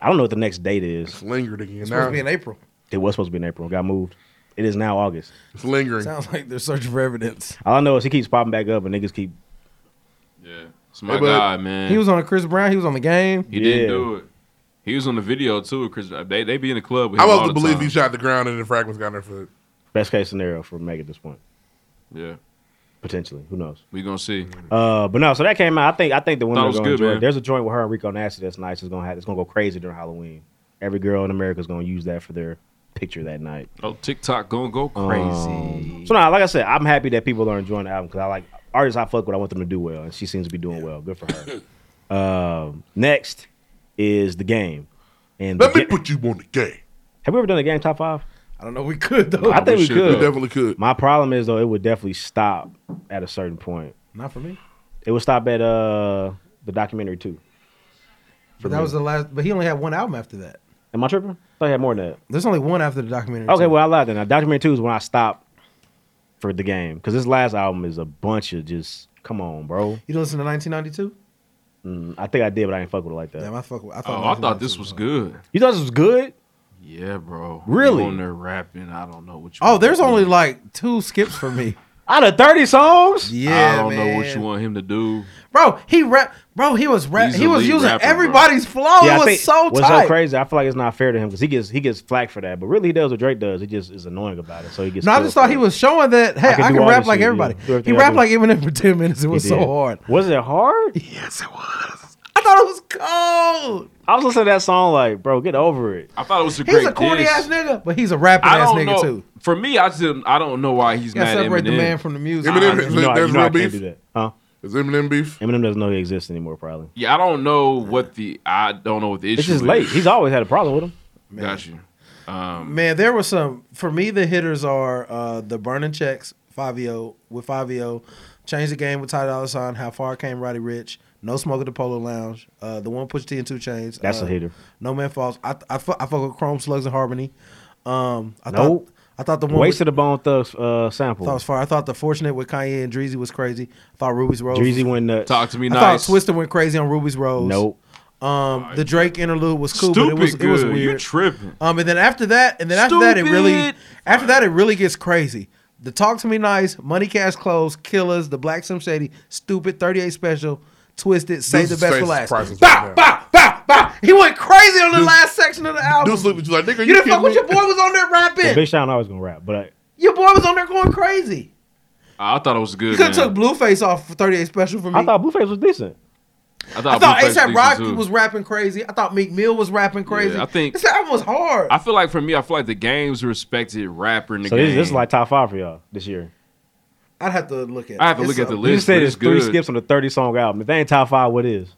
I don't know what the next date is. lingered again. It's now supposed to be in April. It was supposed to be in April. Got moved. It is now August. it's lingering. Sounds like they're searching for evidence. All I know is he keeps popping back up and niggas keep. Yeah, it's my Hey, but- guy, man. He was on a Chris Brown. He was on the game. He didn't do it. He was on the video too. Chris, Uh, they they be in the club. With I'm him about all to the believe time. he shot the ground and the fragments got in her foot. Best case scenario for Meg at this point, Yeah, potentially. Who knows? we gonna see. Uh, but no, so that came out. I think I think the women Thought it are was gonna good, enjoy it. man. There's a joint with her and Rico Nasty that's nice. It's gonna have, it's gonna go crazy during Halloween. Every girl in America is gonna use that for their picture that night. Oh, TikTok gonna go crazy. Um, so now, like I said, I'm happy that people are enjoying the album because I like artists. I fuck with. I want them to do well, and she seems to be doing well. Good for [LAUGHS] her. um, next is the game, and let me put you on the game. Have we ever done a game top five? I don't know. We could though. I think Oh, we could. could. My problem is though, it would definitely stop at a certain point. Not for me. It would stop at uh the documentary too. For But that me. was the last. But he only had one album after that. Am I tripping? I thought I had more than that. There's only one after the documentary. Okay, too. well I lied then. Now, documentary two is when I stopped for the game because this last album is a bunch of just come on, bro. you don't listen to 1992? Mm, I think I did, but I didn't fuck with it like that. Damn, I fuck. With, I Oh, thought. I thought this was good. You thought this was good? Yeah, bro. Really? You on there rapping. I don't know what you. Oh, there's Mm-hmm. only like two skips for [LAUGHS] me. Out of 30 songs? Yeah, I don't know what man. you want him to do. Bro, he rap. Bro, he was rap. He's He a was lead using rapper, bro. everybody's flow. Yeah, it I was think- so what's tight. so crazy? I feel like it's not fair to him because he gets he gets flack for that, but really he does what Drake does. He just is annoying about it, so he gets. No, I killed just for thought it. he was showing that. Hey, I can, do all rap this like shit, yeah. everybody. Do everything He I rapped do. like Eminem for ten minutes. It was He so did. hard. Was it [LAUGHS] hard? Yes, it was. I thought it was cold. I was listening to that song like, bro, get over it. I thought it was a great. He's a corny diss. ass nigga, but he's a rapping I ass don't nigga know. too. For me, I just I don't know why he's You gotta mad at separate Eminem. the man from the music. Eminem, I- is you know I- there's you know I real can't beef. do that. Huh? Is Eminem beef? Eminem doesn't know he exists anymore, probably. Yeah, I don't know what the I don't know what the issue. It's just is. late. He's always had a problem with him. Got you. Um, Man, there was some for me. The hitters are uh, the burning checks, Fabio with Fabio, change the game with Ty Dolla Sign, how far came Roddy Rich, no smoke at the Polo Lounge, uh, the one push T and two chains. That's uh, a hitter. No man falls. I I, fu- I fuck with Chrome Slugs and Harmony. Um, I Nope. thought I thought the one Waste with, of the Bone Thugs uh, I sample. thought it was fire. I thought the fortunate with Kanye and Dreezy was crazy. I thought Ruby's Rose. Dreezy went nuts. Talk to me I nice. thought Twista went crazy on Ruby's Rose. Nope. Um, the Drake interlude was cool, but it was Stupid it was good. weird. You tripping. Um, and then after that, and then after that, it really Stupid. after that it really gets crazy. The Talk to Me Nice, Money Cash Clothes, Killers, The Black Sim Shady, Stupid, Thirty Eight Special, Twisted, Save the Deuce's Best face for is Last. priceless Bah, right now. bah, bah, bah. He went crazy on the Deuce- last section of the album. Deuce looked at you like, nigga, you, you didn't kidding fuck with me? your boy was on there Yeah, rapping. Big Sean always gonna rap, but I, Your boy was on there going crazy. Ah, I thought it was You good. could have Man. took Blueface off for 38 Special for me. Mm-hmm. I thought Blueface was decent. I I thought Blueface ASAP decent, Rocky too. was rapping crazy. I thought Meek Mill was rapping crazy. I think- this album was hard. I feel like for me, I feel like the game's respected rapper in the so game. this, this is like top five for y'all this year. I'd have to look at. I have to it's look at a- the you list. just said but it's it's three good. skips on the thirty song album. If they ain't top five, what is?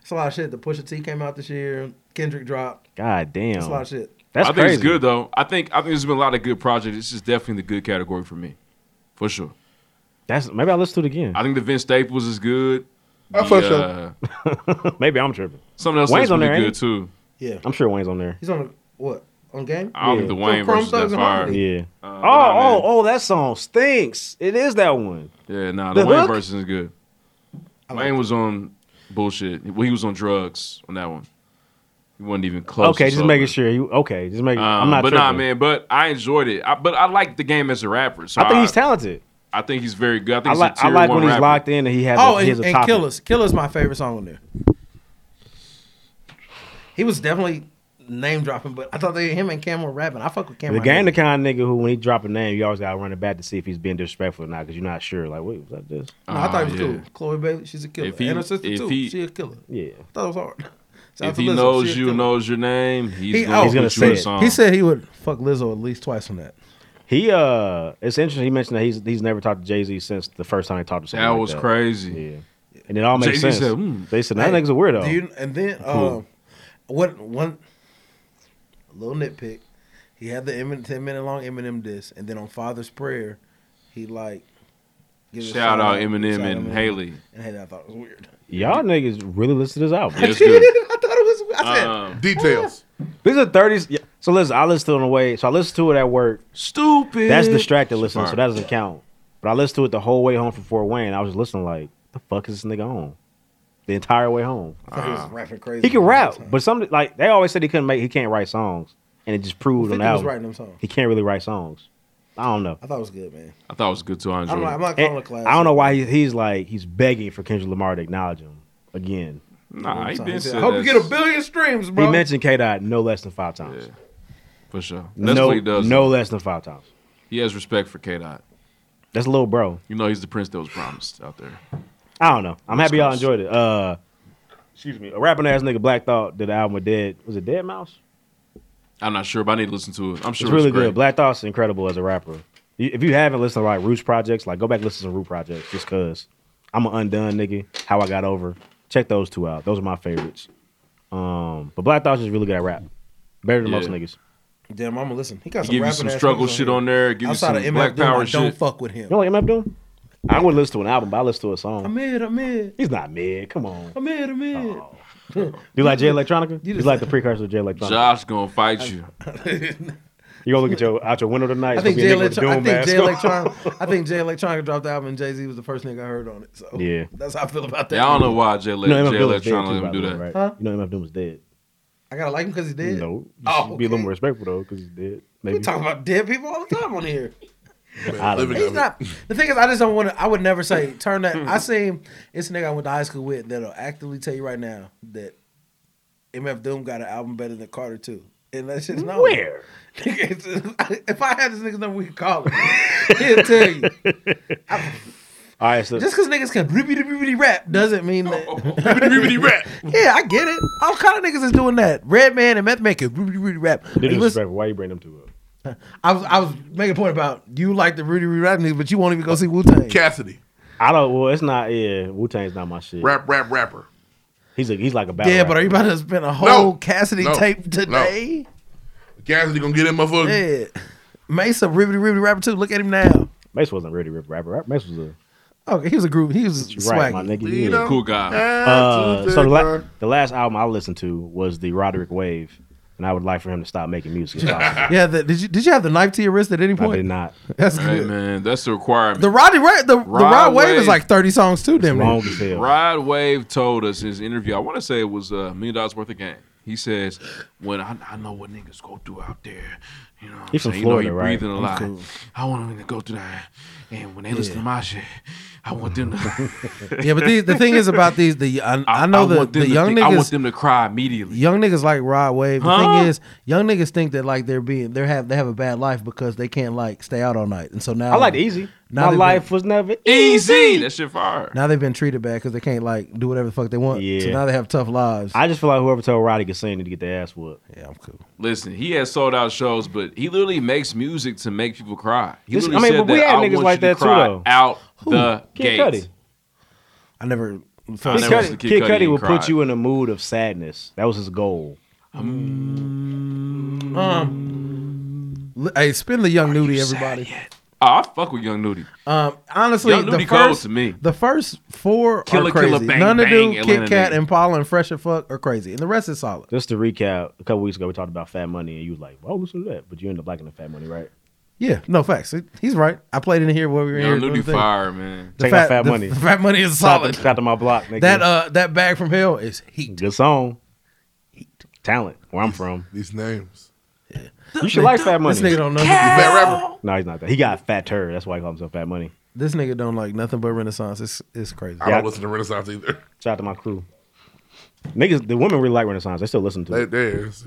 It's a lot of shit. The Pusha T came out this year. Kendrick dropped. God damn, It's a lot of shit. That's I think crazy. it's good though. I think I think there's been a lot of good projects. This is definitely the good category for me, for sure. That's maybe I'll listen to it again. I think the Vince Staples is good. Oh, I The, thought so. uh, maybe I'm tripping. Something else Wayne's that's on there, really ain't good too. he? Yeah, I'm sure Wayne's on there. He's on a, what on game? I don't think the Wayne Chrome versus Thugs that's and fire. Harmony. Yeah. Uh, oh, nah, oh, oh, that song stinks. It is that one. Yeah, nah, the, The Wayne hook? version is good. Wayne was on bullshit. Well, he was on drugs on that one. He wasn't even close. okay, to just sober. making sure. You okay? Just making. Um, I'm not. but tripping. nah, man. But I enjoyed it. I, but I like the game as a rapper. So I think he's talented. I think he's very good. I I think like. he's a tier I like one when he's rapper. locked in and he has. Oh, a, and, he has a and topic. Killers. Killers my favorite song on there. He was definitely name dropping, but I thought they him and Cam were rapping. I fuck with Cam. The right game, now. the kind of nigga who, when he drop a name, you always gotta run it back to see if he's being disrespectful or not, because you're not sure. Like, wait, was that this? No, I thought he was cool. Chloe Bailey, she's a killer. Ah, If he- and her sister if too. he- she a killer. Yeah. I thought it was hard. [LAUGHS] Shout out If to he Lizzo, she knows a you, killer. knows your name, he's He- gonna, oh, he's gonna he say said- song. He said he would fuck Lizzo at least twice on that. He uh, it's interesting. He mentioned that he's he's never talked to Jay Z since the first time he talked to someone. That like was crazy. Yeah, and it all makes Jay-Z sense. said, "Hmm." They said that Hey, nigga's a weirdo. do you- and then Cool. um, what one little nitpick? He had the Eminem, ten minute long Eminem diss, and then on Father's Prayer, he like give a Shout out Eminem shout out and Haley. And Haley, I thought it was weird. Y'all niggas really listen to this [LAUGHS] album. I did. I thought it was. I said Uh-uh. [LAUGHS] Um, Details. These are thirties. yeah. So listen, I listened to it on the way. So I listened to it at work. Stupid. That's distracted listening, so Smart. that doesn't count. But I listened to it the whole way home from Fort Wayne. I was just listening like, the fuck is this nigga on? The entire way home. I thought he Uh-huh. was rapping crazy. He can rap, but some like they always said he couldn't make. He can't write songs, and it just proved 50 on the was album. writing them songs. He can't really write songs. I don't know. I thought it was good, man. I thought it was good too. I enjoyed I'm not- it. I'm not And calling it class. I don't know why he, he's like he's begging for Kendrick Lamar to acknowledge him again. Nah, he been said, said I hope you that get a billion streams, bro. He mentioned K Dot no less than five times. for sure. That's no, what he does. no less than five times. He has respect for K Dot. That's a little bro. You know, he's the prince that was promised out there. I don't know. I'm happy y'all Excuse- enjoyed it. Uh, excuse me. A rapping ass nigga Black Thought did the album with Dead. Was it Dead Mouse? I'm not sure, but I need to listen to it. I'm sure it's really great. good. Black Thought's incredible as a rapper. You- If you haven't listened to like Roots projects, like go back and listen to some Root projects just cause. I'm an undone nigga. How I got over. Check those two out. Those are my favorites. Um, but Black Thought's just really good at rap. Better than most Yeah. niggas. Damn, I'ma listen. He got some Give you rapping some ass struggle niggas shit here. on there. Give you Outside some of MF black Doom, I power Don't shit. fuck with him. You know like MF Doom? I would listen to an album, but I listen to a song. I'm mid. I'm mid. He's not mid. Come on. I'm mid. I'm mid. Oh. [LAUGHS] [LAUGHS] You like Jay Electronica? You just- like the precursor to Jay Electronica? Josh gonna fight you. You gonna look at your out your window tonight? I It's think gonna be Jay a nigga with Electron. I think Jay a Doom mask on. Electron. I think Jay Electronica dropped the album, and Jay Z was the first nigga I heard on it. So Yeah. that's how I feel about that. Yeah, I don't know why Jay, [LAUGHS] You know, MF Let Jay Doom is dead Electron too, let him by do the way, that. Right? Huh? You know, MF Doom is dead. I gotta like him because he's dead. No, you Oh, should be a little more respectful though, because he's dead. Maybe We talking about dead people all the time on [LAUGHS] here. I don't He's know. not. The thing is, I just don't want to. I would never say turn that. [LAUGHS] I seen it's a nigga I went to high school with that'll actively tell you right now that MF Doom got an album better than Carter too, and that shit's not Where? [LAUGHS] if I had this nigga's number, we could call him. [LAUGHS] He'll tell you. All right, so Just because niggas can ribbity ribbity rap doesn't mean [LAUGHS] that. [LAUGHS] ribbity rap. Yeah, I get it. All kind of niggas is doing that. Redman and Meth Man can ribbity ribbity rap. they're You listen- disrespectful. Why you bring them two up? I was I was making a point about you like the Rudy Rudy rap niggas, but you won't even go see Wu Tang. Cassidy, I don't. Well, it's not. Yeah, Wu Tang's not my shit. rap, rap, rapper. He's a, he's like a battle. Yeah, rapper. but are you about to spend a whole No. Cassidy No. tape No. today? Cassidy gonna get him, motherfucker. Yeah. Mace a Rudy Rudy rapper too. Look at him now. Mace wasn't really a rap rapper. Rap- Mace was a Okay, he was a group. He was you swag. right, my nigga. Lead yeah. him Cool guy. Uh, to the so the, la- car. the last album I listened to was the Roderick Wave, and I would like for him to stop [LAUGHS] making music. if possible. Yeah, the, did you did you have the knife to your wrist at any point? I [LAUGHS] did not. That's Hey good. man, that's the requirement. The Roddy Ra- the, the Rod Rod Wave Wave. is like thirty songs too, damn near. Rod Wave told us in his interview. I want to say it was a million dollars worth of game. He He says, "When I, I know what niggas go through out there, you know, what I'm He from saying? Florida, you know, right? breathing a I'm lot. cool. I want them to go through that, and when they listen Yeah. to my shit, I want [LAUGHS] them to. Yeah, but the, the thing is about these the I, I know the, want them the to young think- I niggas want them to cry immediately. Young niggas like Rod Wave. The Huh? thing is, young niggas think that like they're being they have they have a bad life because they can't like stay out all night, and so now I like easy. now My they've life was never Easy. easy. That shit fire. Been, now they've been treated bad because they can't like do whatever the fuck they want. So now they have tough lives. I just feel like whoever told Roddy Gassin to get their ass whooped. Yeah, I'm cool. Listen, he has sold out shows, but he literally makes music to make people cry. He This- literally I mean, said but we that, had "I niggas want like you to that too, cry though. out Who? the Kid gate." Cudi. I never. Kid Kid never listened Cudi, to Kid Kid Cudi Cudi and will cried. put you in a mood of sadness. That was his goal. Um, li- hey, spin the young nudie, everybody. Oh, I fuck with Young Nudie. Um, honestly, Young the Nudie cold first to me. the first four Killer, are crazy. killer, bang, None to bang, do Atlanta Kit Kat nigga. and Paula and Fresh and Fuck are crazy, and the rest is solid. Just to recap, a couple weeks ago we talked about Fat Money, and you was like, "Well, listen to that," but you ended up liking the Fat Money, right? Yeah, no facts. He- He's right. I played in here where we were in Young here. doing Nudie the thing. fire, man. The Check fat, out Fat the- Money. the [LAUGHS] fat money is Shout out to- solid. Shout out to my block, nigga. That uh, that bag from hell is heat. good song, talent. Where I'm from, these names. You should like Fat Money. This nigga don't know. Fat rapper. No, he's not that. He got fat turd. That's why he calls himself Fat Money. This nigga don't like nothing but Renaissance. It's it's crazy. I don't listen to Renaissance [LAUGHS] either. Shout out to my crew. Niggas, the women really like Renaissance. They still listen to They, it. they, it's-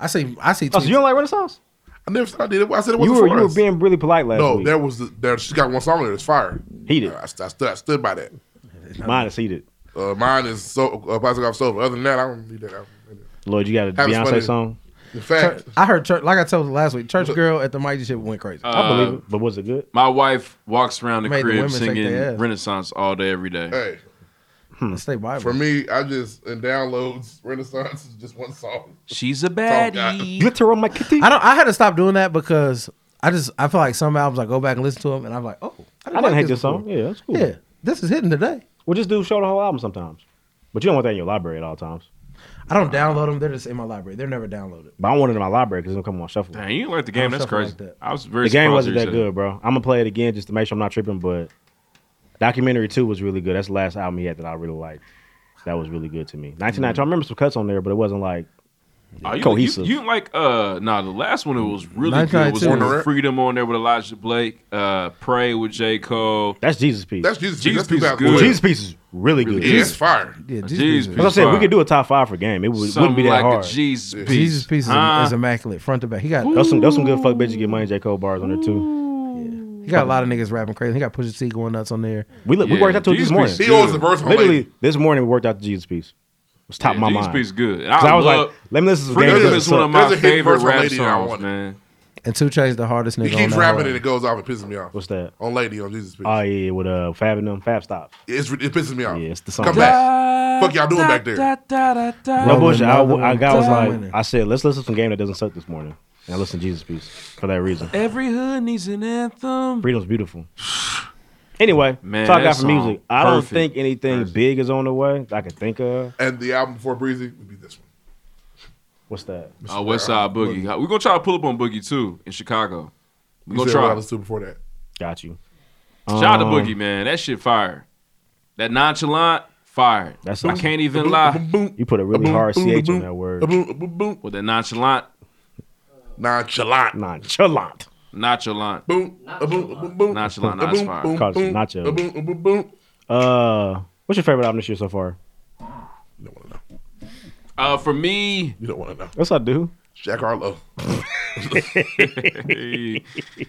I see. I see. Oh, so you don't like Renaissance? I never said I did it. I said it You wasn't were, for you were us. being really polite last no, week. there was the, there. She got one song in it. It's fire. Heated. I, st- I stood. I stood by that. Mine is heated. Uh, mine is so uh, bicycle off sober. Other than that, I don't need that. album. Lloyd, you got a That was Beyonce funny. song? In fact, Church- I heard church. Like I told you last week, church girl at the Mighty shit went crazy. I believe Uh, it. But was it good? My wife walks around the Made the crib women shake their singing ass. Renaissance all day, every day. hey, Stay Bible. for me, I just in downloads Renaissance is just one song. She's a That's all I got. baddie. Glitter on my kitty. I don't. I had to stop doing that because I just I feel like some albums I go back and listen to them and I'm like, oh, I didn't hate this before. song. Yeah, that's cool. Yeah, this is hitting today. Well, just do show the whole album sometimes. But you don't want that in your library at all times. I don't download them. They're just in my library. They're never downloaded. But I want it in my library because it'll come on shuffle. Dang, you didn't like the game. I That's don't shuffle crazy. like that. I was very the game surprised wasn't you that said good, bro. I'm gonna play it again just to make sure I'm not tripping. But documentary two was really good. That's the last album he had that I really liked. That was really good to me. 1992. I remember some cuts on there, but it wasn't like Oh, you, cohesive. You, you didn't like uh nah the last one it was really Night good. Night It was too. on the Right. Freedom on there with Elijah Blake, uh Pray with J. Cole. That's Jesus Piece. That's Jesus Piece. That's Piece is 2012. good. Jesus Piece is really good. Yeah, it's fire. Yeah, Jesus Jesus Piece As I said, we fire. could do a top five for game. It would, Something wouldn't be that like a hard. Jesus Uh-huh. Piece. Jesus piece is, Huh? is immaculate, front to back. He got Those some those some good fuck bitches get money. J Cole bars on there too. he got a lot of niggas rapping crazy. He got Pusha T going nuts on there. We look, we worked out to it this morning. He owns the verse on Literally Lady. this morning we worked out the Jesus Piece. It's top of my Jesus mind. Piece good. And 'Cause I I, was love- like, let me listen to Freedom game. is one of my There's a hidden favorite verse on rap Lady that I songs, wanted. man. And Two Chainz the hardest nigga. He keeps on that rapping and album. it goes off and pisses me off. What's that? On Lady on Jesus Piece. Oh yeah, with uh Fab and them Fab Stop. It's, it pisses me off. Yeah, it's the song. Come back. Fuck y'all doing back there. No bullshit. I, Rolling I got was another like, one. I said, let's listen to some game that doesn't suck this morning. And I listened to Jesus Piece for that reason. Every hood needs an anthem. Freedom's beautiful. Anyway, Man, that's all I that got for song music. I don't perfect. think anything big is on the way that I can think of. And the album before Breezy would be this one. What's that? Uh, West Side Boogie. We're gonna try to pull up on Boogie too in Chicago. We're You gonna said what try. I was to before that. Got you. Shout out to Um, Boogie, man. That shit fire. That nonchalant, fire. That's I a- can't even lie. You put a really hard CH on that word. With that nonchalant. Nonchalant. Nonchalant. Nonchalant. Boom. a Boom. a Boom. Boom. Nonchalant. a That's Boom. fire. Boom. Called Boom. Nacho. a Boom. a Boom. Boom. Uh, what's your favorite album this year so far? Uh, for me, You don't want to know. Yes, I do. Jack Harlow. He-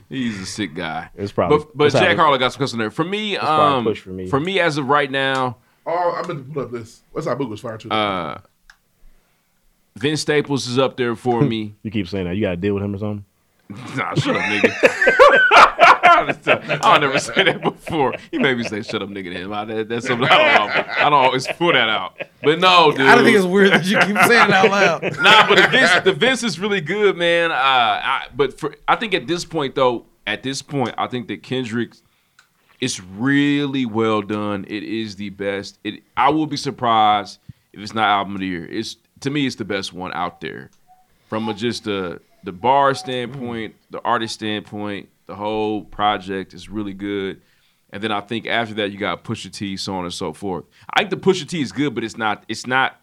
he's a sick guy. It's probably- But, but it's probably- Jack Harlow got some cussing there. For me, That's probably um, a push for me. as of right now, Oh, I meant to put up this. What's that book was fire too. uh, Vince Staples is up there [LAUGHS] for me. You keep saying that. You got to deal with him or something. nah, shut [LAUGHS] up, nigga. I'll never say that before. He made me say "shut up, nigga." To him. I, that, that's something I don't, always, I don't always put that out. But no, dude. I don't think it's weird that you keep saying it out [LAUGHS] loud. nah, but the Vince, the Vince is really good, man. Uh, I, but for I think at this point though, at this point, I think that Kendrick, it's really well done. It is the best. It I will be surprised if it's not album of the year. It's to me, it's the best one out there, from a, just the the bar standpoint, the artist standpoint, the whole project is really good. And then I think after that, you got Pusha T, so on and so forth. I think the Pusha T is good, but it's not. It's not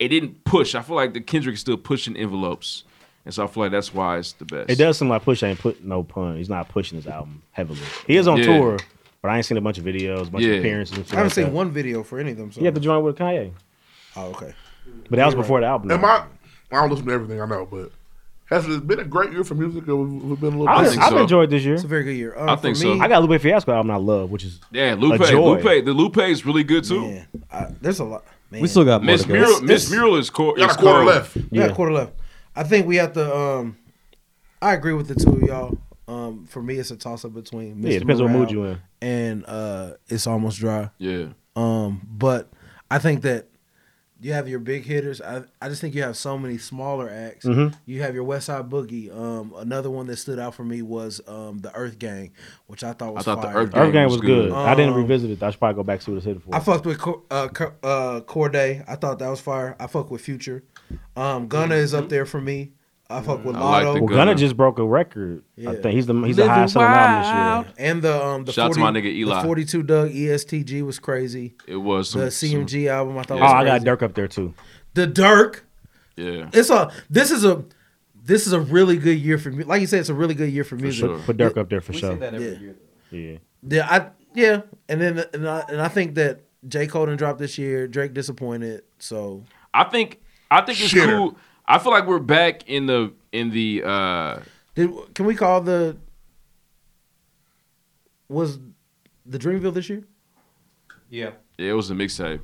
it didn't push. I feel like the Kendrick is still pushing envelopes, and so I feel like that's why it's the best. It does seem like Push ain't put no pun. He's not pushing his album heavily. He is on Yeah. tour, but I ain't seen a bunch of videos, bunch Yeah. of appearances. and shit I haven't like seen that. one video for any of them. So. He had the joint with Kanye. Oh, okay. But that was before the album. Am I? I don't listen to everything I know, but has it been a great year for music? Or have it been a little? I've, bit- I've enjoyed this year. It's a very good year. Um, I for think so. me- I got Lupe Fiasco album I love, which is Yeah, a Lupe. joy. Lupe. The Lupe is really good too. there's a lot. Man. We still got more Miss to go. Mural. This- Miss this- Mural is core. Got a is quarter core. left. We got a quarter left. I think we have to. Um, I agree with the two of y'all. Um, for me, it's a toss up between. Yeah, it depends what Morale mood you in. And uh, it's almost dry. Yeah. Um, but I think that you have your big hitters. I I just think you have so many smaller acts. Mhm. You have your West Side Boogie. Um, another one that stood out for me was um the Earth Gang, which I thought was. fire. Earth Gang was good. I didn't Um, revisit it. I should probably go back to see what it's hitting for. I fucked with Cor- uh, Cor- uh, Corday. I thought that was fire. I fucked with Future. Um, Gunna is Mm-hmm. up there for me. I Mm, fuck with I like Lotto. the Well, Gunna Gunna. just broke a record. I think he's the- he's the Living highest selling album this year. And the um the Shout out to 40 my nigga Eli. The 42 Doug E ESTG was crazy. It was some- the CMG album. I thought. oh, was I crazy. got Dirk up there too. The Dirk. Yeah. It's a. This is a. This is a really good year for me. Like you said, it's a really good year for music. sure. Put Dirk up there for We say sure. that yeah. every year, Yeah. Yeah, I yeah, and then and I, and I think that J Cole done dropped this year. Drake disappointed, so I think. I think it's Shitter. cool. I feel like we're back in the in the. uh Did can we call the was the Dreamville this year? Yeah. It was a mixtape.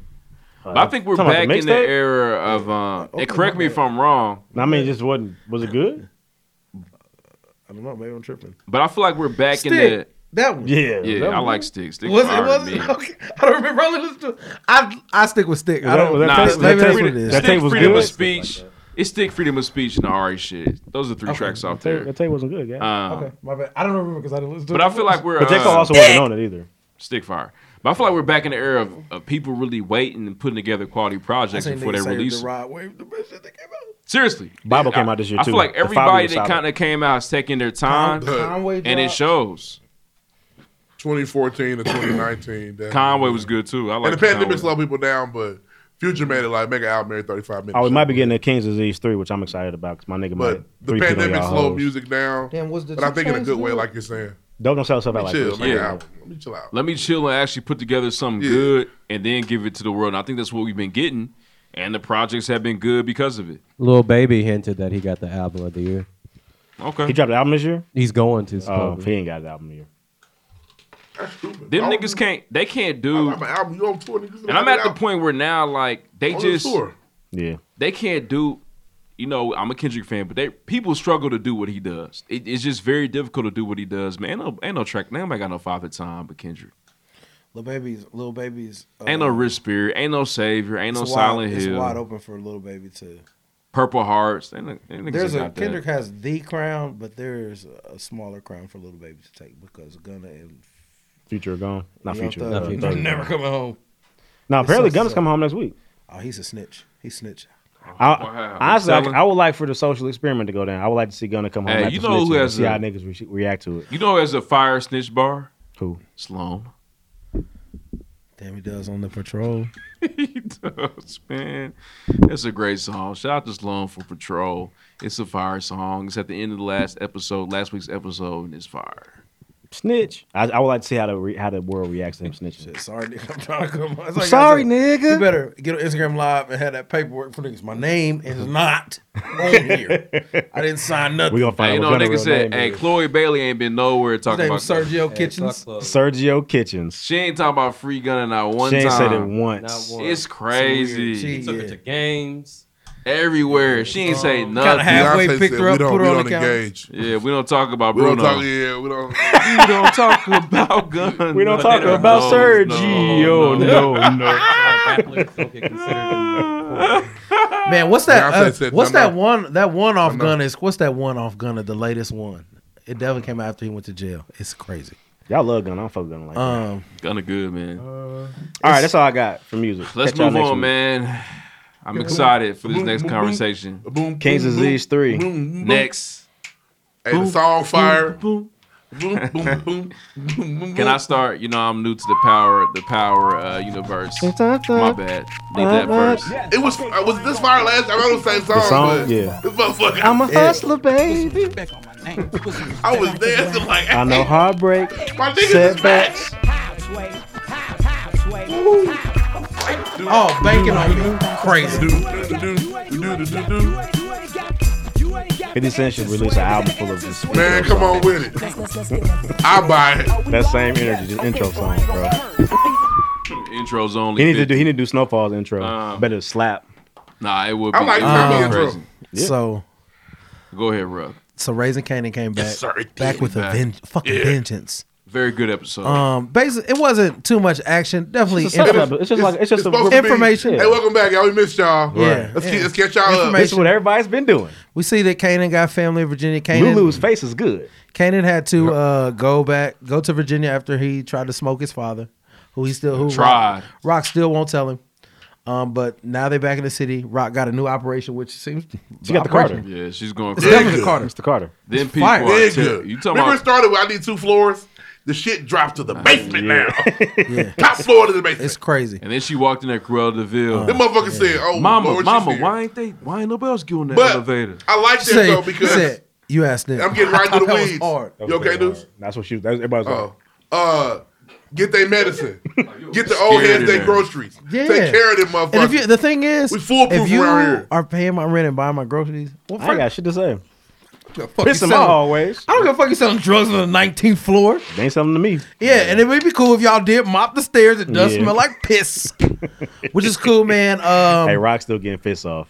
But Uh, I think we're talking about back the in the mixtape? era of. Oh, Um, and correct me if I'm wrong. I mean, it just wasn't. Was it good? I don't know. Maybe I'm tripping. But I feel like we're back in the. Stick. That one. Yeah, Yeah, that I one. like sticks. Sticks Was it? are Was me. it? Okay. I don't remember. I only listened to. I I stick with stick. Was I that- don't. was that Nah, tape- stick that tape- freedom, that stick tape was freedom good? of speech. it's stick freedom of speech and the RA shit. Those are three tracks off there. That tape wasn't good, yeah. Um, Okay, my bad. I don't remember because I didn't listen to. But it. I feel like we're. But J. Cole uh, also wasn't on it either. Stick fire. But I feel like we're back in the era of, of people really waiting and putting together quality I projects seen before niggas they say release. The them. Rod Wave, the best shit that came out. Seriously, Bible came I- out this year I too. feel like The Bible everybody was that solid. kind of came out is taking their time, Conway and it dropped. shows. 2014 to 2019. that- Conway was good too. I like and the pandemic Conway. slowed people down, but Future made it like make an album every 35 minutes. Oh, we might be getting the King's Disease three, which I'm excited about because my nigga But might. the three feet on pandemic y'all slowed hoes. music down. Damn, what's the but I two think in a chains good way, doing? like you're saying. Dope don't sell stuff Let out me like chill. this. make an Yeah. album. Let me chill out. Let me chill and actually put together something good, and then give it to the world. And I think that's what we've been getting, and the projects have been good because of it. Little baby hinted that he got the album of the year. Okay. He dropped an album this year. He's going to. Oh, supposedly. he ain't got an album here. Them niggas can't. They can't do. Oh. I'm an album. You on tour, niggas. And I'm at the point where now, like, they On the just tour. Yeah. they can't do. You know, I'm a Kendrick fan, but they people struggle to do what he does. It, it's just very difficult to do what he does, man. Ain't no, ain't no track. Now I got no father time, but Kendrick. Lil babies, little babies. uh, ain't no rich spirit. Ain't no savior. Ain't no Oh, it's Silent wide, Hill. It's wide open for little baby too. Purple Hearts. Ain't, no- ain't niggas There's ain't a got that. Kendrick has the crown, but there's a smaller crown for little baby to take because Gunna and Future gone. Not Young future. Thug uh, are Thug. never coming home. No, It's apparently so Gunna's sad. coming home next week. Oh, he's a snitch. He snitch. Oh, I, Wow. honestly, I, Selling. I would like for the social experiment to go down. I would like to see Gunna come home. Hey, after you know who snitching and has see a- how niggas re- react to it. You know, as a fire snitch bar. Who? Sloan. [LAUGHS] Damn, he does on the patrol. he does, man. That's a great song. Shout out to Sloan for Patrol. It's a fire song. It's at the end of the last episode, last week's episode, and it's fire. Snitch. I, I would like to see how the re, how the world reacts to him snitching. Sorry, nigga. [LAUGHS] I'm trying to come. It's I'm sorry, I nigga. You better get on Instagram Live and have that paperwork for niggas. My name is [LAUGHS] not on here. I didn't sign nothing. We gonna find Ain't out no what Gunna nigga real said, name hey, is. Chloe Bailey ain't been nowhere talking name about is Sergio Gunna." Kitchens. Sergio Kitchens. She ain't talking about free gunning not one She ain't time. said it once. Not once. It's crazy. It's weird. She- Took her yeah. to games. Everywhere. She ain't say Um, nothing. kinda halfway Beyonce picked her said, up, "We don't- put her we on don't the counter." engage. Yeah, we don't talk about We Bruno. don't talk. Yeah, we don't. we don't talk about [LAUGHS] guns. We don't talk about Sergio. No, no. [LAUGHS] Man, what's that? Beyonce uh, said, what's "I'm that not- one? That one off gun is what's that one off gun? The latest one. It definitely came out after he went to jail. It's crazy. Y'all love Gunna. I don't fuck Gunna like that. Um, Gunna good, man. All right, that's all I got for music. Let's Catch y'all move next on, week. man. I'm excited for this next conversation. Boom, Kings of Disease three. Next. Hey, the song fire. boom, boom, boom, boom, boom. Can I start? You know, I'm new to the power, the power uh, universe. My bad. Need that verse. It was uh, was this fire last? I wrote the same song. song? but Yeah. [LAUGHS] This motherfucker. I'm a hustler, baby. I was dancing like. I know heartbreak, My niggas is back. setbacks. Oh, banking on you. Crazy. Fifty Cent should release an album full of just Man, come on with it. I buy it. that same energy, just intro song, bro. Intros only. He need to do he need to do Snowfall's intro. Um, Better slap. Nah, it would be. I like it would be Tommy crazy. Yeah. So Go ahead, Ruck. so Raising Canaan came back, Yes, sir, it back did. with a Back. ven- fucking Yeah. vengeance. Very good episode. Um, basically, it wasn't too much action. Definitely, It's just a inf- setup. It's just like- it's just a- supposed to be- information. Hey, welcome back, y'all. We missed y'all. Yeah. Let's, Yeah. Get, let's catch y'all up. Information. This is what everybody's been doing. We see that Kanan got family in Virginia. Kanan, Lulu's face is good. Kanan had to uh, go back, go to Virginia after he tried to smoke his father, who he still who Tried. Rock, Rock still won't tell him. Um, but now they're back in the city. Rock got a new operation, which seems She got the operation- Carter. Yeah, she's going It's crazy. definitely the Carter. Mr. Carter. Then It's people fire. are Big tell- good. you talking Remember it about Uh, started with I need two floors? The shit dropped to the basement [LAUGHS] now. [LAUGHS] Top floor to the basement. It's crazy. And then she walked in that Cruella de Vil. Them motherfuckers said, oh, Mama, Lord, she mama, said. why ain't they? Why ain't nobody else doing that But- elevator? I like that, Say- though, because said, you asked them. I'm getting [LAUGHS] right to the That was weeds. hard. You okay, dude? That's what she was. That's, everybody's Oh. Uh, get their [LAUGHS] medicine. Get the old Oh, Scared heads of their that. groceries. Yeah. Take care of them motherfuckers. And if you, the thing is, we foolproof if you around here. are paying my rent and buying my groceries, well, I ain't got shit to say. fuck Piss you them selling- off always. I don't give a fuck you selling drugs on the 19th floor. They ain't something to me. Yeah, and it would be cool if y'all did mop the stairs. It does Yeah. smell like [LAUGHS] piss, which is cool, man. Um, hey, Rock's still getting fists off.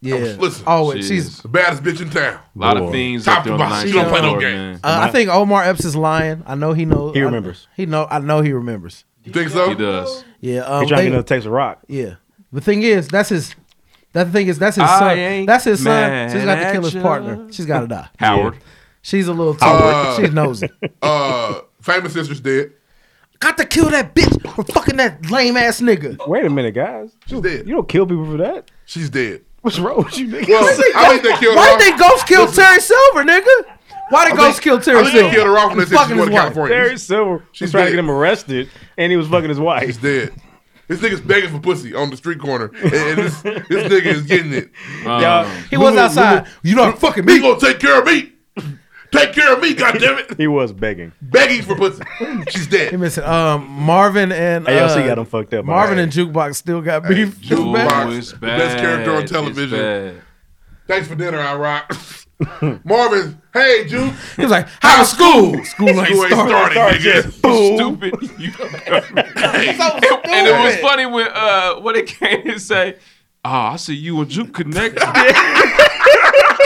yeah, Listen, always. she's She's. the baddest bitch in town. lot of Boy. things Top up there to on the bottom. ninth She don't play no floor, games. man. Uh, I think Omar Epps is lying. I know he knows. He I- remembers. he know. I know he remembers. You think so? He does. Yeah. He Oh, Um, trying to they- get another text of Rock. yeah. The thing is, that's his. That the thing is, that's his I son. ain't That's his son. mad She's got to kill his at ya. partner. She's got to die. Howard. She's a little. Howard. She knows [LAUGHS] it. Uh, famous sister's dead. Got to kill that bitch for fucking that lame ass nigga. Wait a minute, guys. She's dead. You don't kill people for that. She's dead. What's wrong with you, nigga? Well, [LAUGHS] I think they killed her. Why off- did they Ghost kill Listen, Terry Silver, nigga? Why did I Ghost think- kill Terry I think Silver? they killed her off when they He's said she fucking his went to wife. California. Terry Silver She's was trying dead. to get him arrested, and he was fucking his He's wife. dead. This nigga's begging for pussy on the street corner, and, and this, this nigga is getting it. Um, Y'all- He was outside. You know, fucking He me. gonna take care of me. Take care of me, goddammit. He was begging. Begging for pussy. She's He dead. missed it. Um, Marvin and uh, AOC got him fucked up. [LAUGHS] Marvin and Jukebox still got beef. Ooh, Jukebox, it's the bad. best character on It's television. bad. Thanks for dinner, I rock. [LAUGHS] Marvin, hey, Juke. He was like, "How's school? School ain't You ain't started." started, nigga. [LAUGHS] Stupid. [LAUGHS] You- and it was funny when uh when it came and say, "Oh, I see you and Juke [LAUGHS] connected." that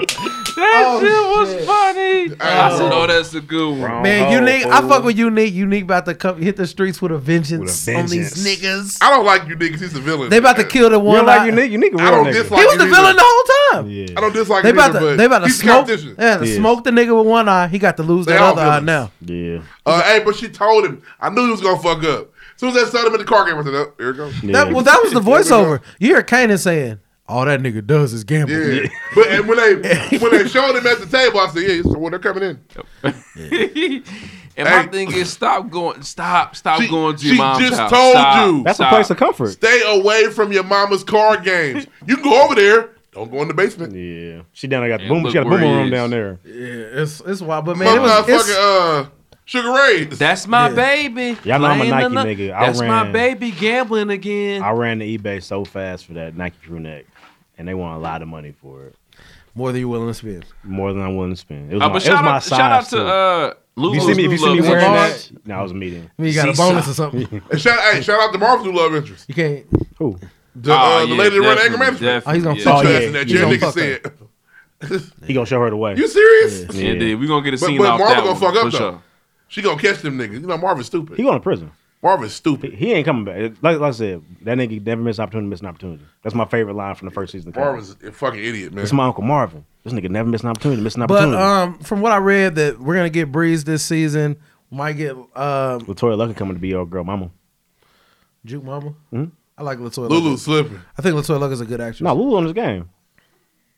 shit was funny. I said, "Oh, that's a good one." Oh, Man, unique. I fuck with unique. Unique about to come hit the streets with a vengeance, on these niggas. I don't like you niggas. He's a villain. They about to kill the You one. don't like eye- unique? Unique a real I don't nigga. dislike He was you the either. villain the whole time. I don't dislike They him about either, to but they about to he's smoke. competition. They about to He is. smoke the nigga with one eye. He got to lose They that all other eye villains. now. Yeah. Uh, hey, but she told him. I knew he was gonna fuck up. As soon as that son him in the car game, I said, "Oh, here it goes." yeah. That, well, [LAUGHS] that was the There we go. voiceover. You hear Kanan saying, "All that nigga does is gamble." Yeah. but and when they when they showed him at the table, I said, "Yeah, so when they're coming in, and Hey. my thing is, stop going, stop, stop She- going to your she mom's just house. told Stop, you. That's stop. a place of comfort. stay away from your mama's card games. You can go over there. Don't go in the basement." Yeah. She down there got the And boom. look She got a where boomer he room is. down there. Yeah, it's it's wild, but man, Man, it was, it's, motherfucker, uh, Sugar Ray's. That's my baby. Y'all know I'm a Playing Nike the nu- nigga. I That's my ran- baby gambling again. I ran to eBay so fast for that Nike crew neck, and they want a lot of money for it, more than you willing to spend. more than I wouldn't spend. It was Uh, my, but it was shout my out, size shout out to too. uh, Lulu. if you see me, if you see me Lulu's wearing Lulu's. that, no, I was meeting. I mean, you got a Seesaw. bonus or [LAUGHS] something. And shout, hey, shout out to Marv's new love interest, You can't. Who? the, uh, the lady that run anger management. Oh, he's gonna Bitch fuck ass yeah, in that you jail gonna nigga fuck said, He gonna show her the way. [LAUGHS] "You serious? Yeah. Indeed, we gonna get a But, scene but off Marvin that gonna one. fuck up for though. sure. She gonna catch them niggas. You know Marvin's stupid. He going to prison. Marvin's He, stupid. he ain't coming back. Like, like I said, that nigga never miss an opportunity. Miss an opportunity. That's my favorite line from the first season. Of Marvin. Marvin's a fucking idiot, man. It's my uncle Marvin. This nigga never miss an opportunity. Miss an But opportunity. um, from what I read, that we're gonna get Breeze this season. Might get um, Latoya Luckett coming to be your girl mama. Juke Mama. Mhm. I like Latoya. Lulu Luckett. slipping. I think Latoya Luckett is a good actress. No, Lulu on this game.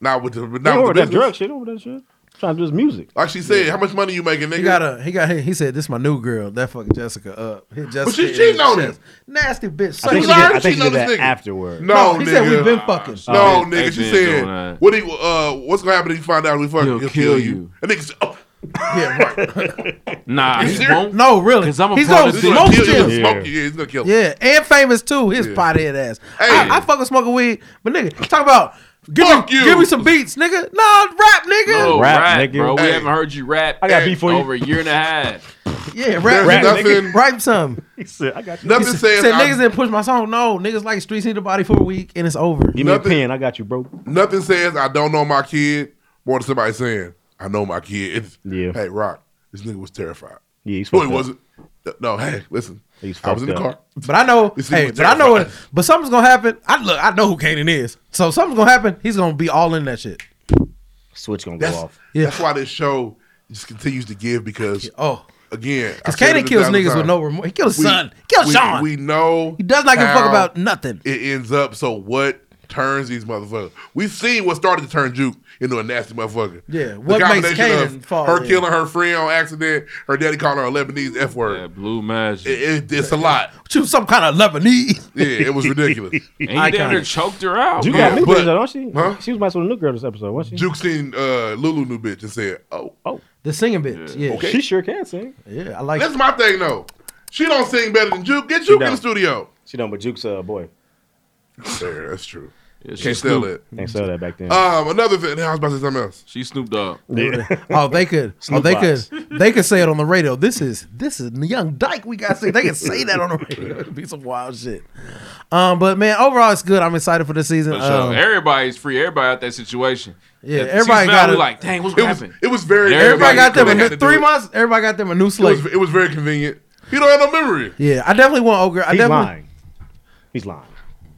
Not with the, but They not over with the that business. drug shit. Over that shit. trying to do his music. Like she said, how much money you making, nigga? He got a he got he, he said this my new girl that fucking Jessica up. Hit Jessica but she in cheating his on chest. him. Nasty bitch. I think she did- I think she did that afterward. No, he nigga. said we've been fucking. No, nigga. She said, "What do you, uh, what's gonna happen if you find out we fucking? He'll, kill, you." And nigga, said, oh. [LAUGHS] yeah, [LAUGHS] right. Nah, You he serious? won't. No, really. 'Cause I'm a he's part gonna of the smoke city. you. He'll Yeah. smoke you. Yeah, he's gonna kill you. Yeah, and famous too. His pothead ass. I, I fucking smoking weed, but nigga, talk about give me give me some beats, nigga. No rap, nigga. No, rap, bro. We Hey. haven't heard you rap. I got in beef for you. over a year and a half. Yeah, There's rap, rap, nothing- nigga. Rap some. He said, I got you. Nothing said, says said I- niggas didn't push my song. No, niggas like streets need a body for a week and it's over. Give me a Nothing- pen. I got you, bro. Nothing says I don't know my kid more than somebody saying I know my kid. Yeah. Hey, Rock, this nigga was terrified. Yeah, he's no, he fucked up. wasn't. No, hey, listen. He's I was in the fucked car. up. But I know, This hey, nigga but I know it. terrified. But something's gonna happen. I look, I know who Kanan is. So something's gonna happen. He's gonna be all in that shit. Switch gonna That's, go off. Yeah, that's why this show just continues to give because oh, again, I because said it Kanan a kills thousand niggas with times. no remorse. He killed his We- son. He killed we, Sean. We know he does not give a fuck about nothing. It ends up. So what turns these motherfuckers? We've seen what started to turn Juke into a nasty motherfucker. Yeah, The what makes combination of Kanan fall, Her yeah. killing her friend on accident. Her daddy calling her a Lebanese f word. blue magic. It, it, it's a lot. you some kind of Lebanese. Yeah, it was ridiculous. And he damn near Iconic. choked her out. Juke Yeah, got new but- bitch, though, don't she? Huh? She was my sort of new girl this episode, wasn't she? Juke seen uh, Lulu new bitch and said, "Oh, oh, the singing bitch." Yeah, okay. She sure can sing. Yeah, I like. That's my thing though. She don't sing better than Juke. Get Juke in the don't. studio. She done, but Juke's a boy. Fair, that's true. she Can't sell Snoop. it. Can't sell that back then. Uh, Um, another thing. I was about to say something else. She Snoop Dogg. oh, they could. oh, Snoop they Box. could. They could say it on the radio. This is this is Young Dyke. We got to say they can say that on the radio. It'd be some wild shit. Um, but man, overall it's good. I'm excited for the season. For sure. Um, everybody's free. Everybody out that situation. Yeah, If the everybody season got out, we it. like, dang, what's It gonna was- happen? it was very- everybody, got them. Everybody a had to new- do three it. months. Everybody got them a new It was, slate. it was very convenient. He don't have no memory. Yeah, I definitely want Ogre. I He's definitely, lying. He's lying.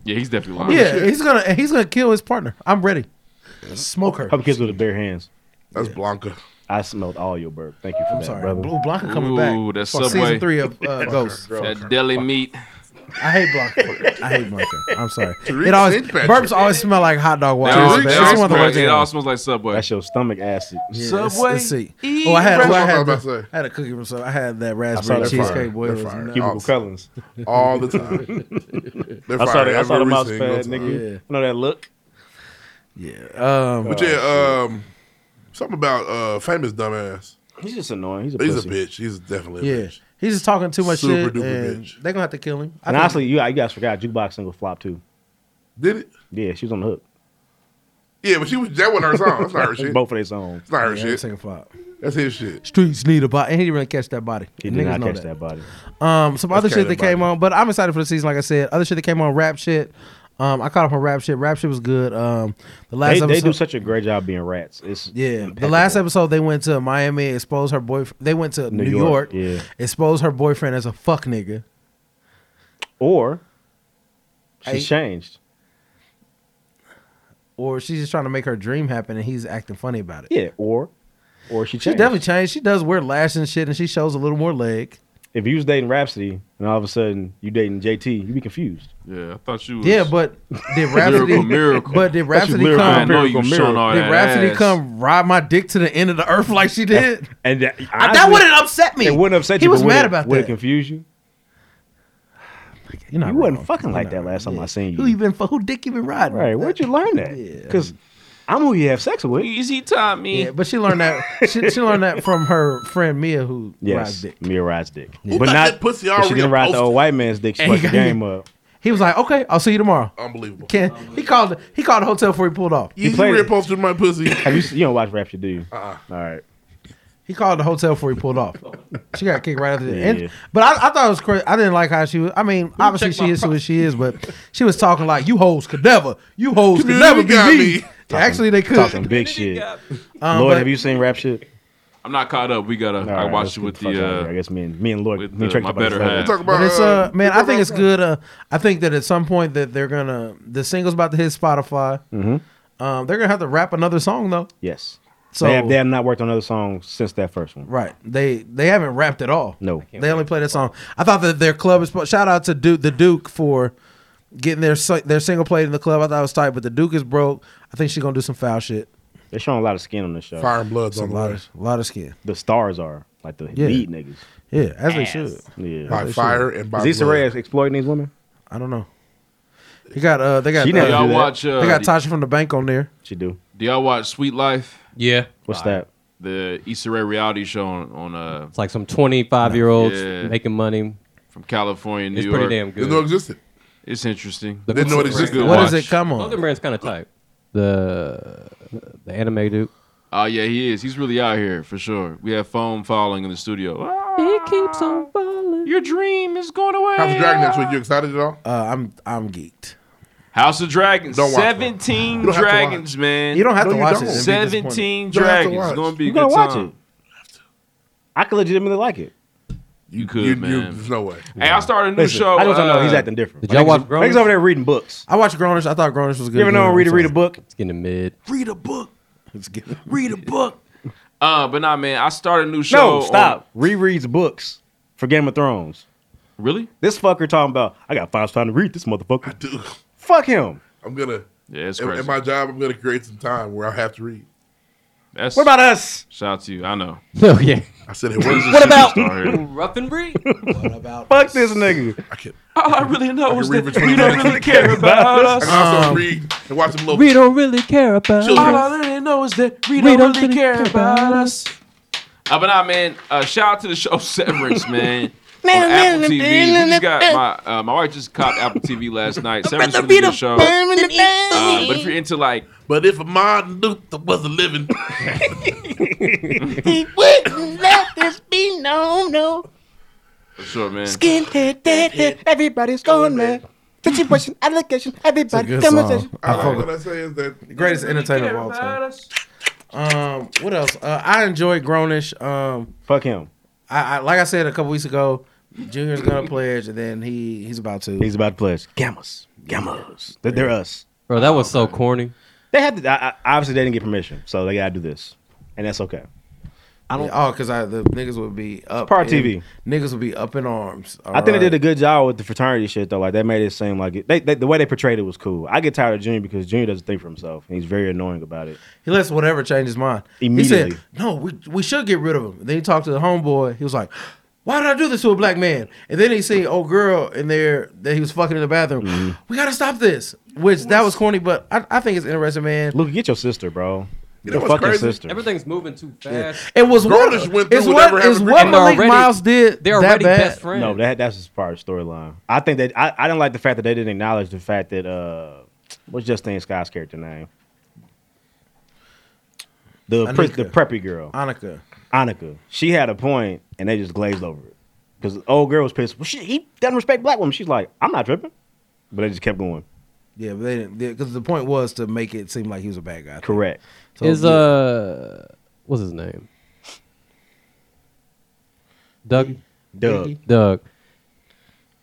Yeah, he's definitely lying. Yeah, he's gonna and he's gonna kill his partner. I'm ready. Smoke her. Couple kids with the bare hands. That's Blanca. I smelled all your burp. Thank you for I'm that, sorry. brother. Blue Blanca coming back Ooh, that for Subway. season three of uh, Ghost. That deli meat. I hate Blanca. I hate Blanca. [LAUGHS] I'm sorry. Tariq It always Fitzpatrick. burps always smell like hot dog water. That all- It's that bad. It's all one of the smell- worst it things. all smells like Subway. That's your stomach acid. Yeah, let's- Subway. Let's see. E eat Oh, I had, oh, I breakfast. had, That's what I was the, about I had a cookie from so I had that I saw raspberry that cheesecake fire. boy. That It was fire. nuts. Cubicle Collins. All the [LAUGHS] time. They're I saw fired that. I saw the every mouse single pad, time. nigga. You know that look. Yeah. Um, But yeah, um, something about uh, famous dumbass. He's just annoying. He's a he's pussy. a bitch. He's definitely a yeah, bitch. he's just talking too much Super shit. duper and They're gonna have to kill him. I And think- honestly, you, you guys forgot jukebox single flop too. Did it? Yeah, she was on the hook. Yeah, but she was that wasn't her song. That's not [LAUGHS] her shit. Both of their songs. It's not her Yeah, shit. sing a flop. That's his shit. streets need a body. And he didn't really catch that body. He The did niggas not know catch that, body. Um, some That's other shit that Caleb came on, but I'm excited for the season. Like I said, other shit that came on, rap shit. Um, I caught up on rap shit. Rap shit was good. Um, the last They, episode, they do such a great job being rats. It's yeah. the last episode they went to Miami, exposed her boyfriend. They went to New, New York, York, yeah. exposed her boyfriend as a fuck nigga. Or she Hey. changed. Or she's just trying to make her dream happen, and he's acting funny about it. Yeah, or or she She changed. definitely changed. She does wear lash and shit, and she shows a little more leg. if you was dating Rhapsody and all of a sudden you dating JT, you'd be confused. Yeah, I thought you. Was Yeah, but did Rhapsody? Miracle, miracle. But did That's Rhapsody your lyrical, I come? know you was showing all did that Rhapsody ass. come ride my dick to the end of the earth like she did? And that, I- that wouldn't upset me. It wouldn't upset He you. but was would mad it- about Would it that. confuse you? You're not you wasn't fucking like that last time I seen you. Who you been for? Who dick you been riding? Right? Where'd you learn that? Because I'm who you have sex with. Easy time, me. Yeah, but she learned that. she, she learned that from her friend Mia, who rides Yes, dick. Mia rides dick, Who but got not that pussy but She already didn't ride the posted? old white man's dick. She And he fucked the got- game up. He was like, "Okay, I'll see you tomorrow." Unbelievable. Oh, Can he called? He called the hotel before he pulled off. He played- reposted my pussy. Have you? seen- You don't watch Rapture, do you? Uh-uh. All right. He called the hotel before he pulled off. She got kicked right after that. Yeah. And, but I, I thought it was crazy. I didn't like how she was. I mean, obviously she is who she is, but she was talking like, "You hoes could never, you hoes could never Community be got me. me." Actually, they could. Talking big shit. Um, Lord, but- have you seen rap shit? I'm not caught up. We gotta. I right, watched it with let's get the the. fuck out of Uh, here. I guess me and me and Lloyd, with me and the- Trick my about this better later. half. We're talking But it's uh man, I think it's good. Uh, I think that at some point that they're gonna the single's about to hit Spotify. Mhm. Um, they're gonna have to rap another song though. Yes. So- So they have, they have not worked on another song since that first one. Right. They they haven't rapped at all. No. They only play that song. I thought that their club is shout out to Duke the Duke for getting their si- their single played in the club. I thought it was tight, but the Duke is broke. I think she's gonna do some foul shit. They're showing a lot of skin on this show. Fire and blood's It's a on the lot way. of- lot of skin. The stars are like the Yeah. lead niggas. Yeah, as they should. Yeah, By As they fire should. and by Is Issa blood. Rae exploiting these women? I don't know. They got uh, they got She never uh, do Y'all that. watch, uh, they got the- Tasha from the bank on there. She do. Do y'all watch Sweet Life? Yeah. What's that? The Issa Rae reality show on, on uh, It's like some 25 year olds Yeah. making money. from California, New It's York. pretty damn good. Didn't know it existed. It's interesting. The Didn't know it It's a existed. good What watch. is it? Come on. Golden Brand's kind of tight. The the anime dude. Oh yeah, he is. He's really out here for sure. We have foam falling in the studio. Ah, He keeps on falling. Your dream is going away. House of Dragon next week. You excited at all? Uh, I'm I'm geeked. House of Dragons. Don't watch it. Seventeen You don't have to dragons, man. You don't have No, to you watch it don't. and be Seventeen disappointed. You don't have to dragons. watch. It's gonna be a You good gotta watch time. it. I could legitimately like it. You could, man. there's no way. Hey, I started a new Listen, show. I just don't know. uh, He's acting different. Did y'all Niggas- watch Niggas Grown-ups? over there reading books. I watched Grownish. I thought Grownish was good. You ever know too. read a I'm read a sorry. book? It's getting mid. Read a book. It's getting Read a book. um, Uh, but nah, man. I started a new No, show. stop. Rereads books for Game of Thrones. Really? This fucker talking about I got five time to read this motherfucker. I do. Fuck him. [LAUGHS] I'm gonna. Yeah, it's at- crazy. At my job, I'm gonna create some time where I have to read. That's, What about us? Shout out to you. I know. No, yeah. I said it He's a was. What about- superstar here. [LAUGHS] Rough and breed. What about Fuck this nigga. I can. All [LAUGHS] I really know is read that between you don't lines. really [LAUGHS] care about I us. can also Um, read and watch some little. We don't really care about. All I it. really know is that we, We don't, don't really really care care about about us. Uh, but nah, man. Uh, shout out to the show [LAUGHS] Severance, man. on Man, Apple man, TV. man, We just man. got my uh, my wife just caught Apple TV last night. Severance is a really good show. Uh, but if you're into like, but if Martin Luther was a living, [LAUGHS] he wouldn't let this be no no. for sure, man. Skinhead, [LAUGHS] deadhead, everybody's going mad. Situation, allegation, everybody, good conversation. song. I fuck with- what I say is that the greatest entertainer of all time. Um, what else? Uh, I enjoy Grownish. Um, fuck him. I, I like I said a couple weeks ago. Junior's gonna pledge, and then he he's about to. He's about to pledge. Gammas. Gammas. They're, they're us. Bro, that was so corny. They had to. I, I, obviously, they didn't get permission, so they gotta do this, and that's okay. I don't. oh, because I the niggas would be up. Par in- TV. Niggas would be up in arms. I think they did a good job with the fraternity shit though. Like that made it seem like it, they, they, the way they portrayed it was cool. I get tired of Junior because Junior doesn't think for himself, and he's very annoying about it. He lets whatever change his mind. He Immediately. said, "No, we we should get rid of him." Then he talked to the homeboy. He was like, "Why did I do this to a black man?" And then he seen old girl in there that he was fucking in the bathroom. Mm-hmm. We gotta stop this. Which that was corny, but I, I think it's interesting, man. Look, get your sister, bro. You Get your fucking sister. Everything's moving too Yeah. fast. It was what Grownish went through it's whatever what, happened it's to what Grownish. Malik They're already- Miles did. they're that already bad. best friends. No, that that's just part of the storyline. I think that I, I didn't like the fact that they didn't acknowledge the fact that uh, what's Justine Scott's character name? The pre, Anika. the preppy girl, Annika. Annika. She had a point, and they just glazed over it because the old girl was pissed. Well, she, he doesn't respect black women. She's like, I'm not tripping, but they just kept going. Yeah, but they didn't because the point was to make it seem like he was a bad guy. I think. Correct. So, is yeah. uh, what's his name? Doug. Doug. Doug.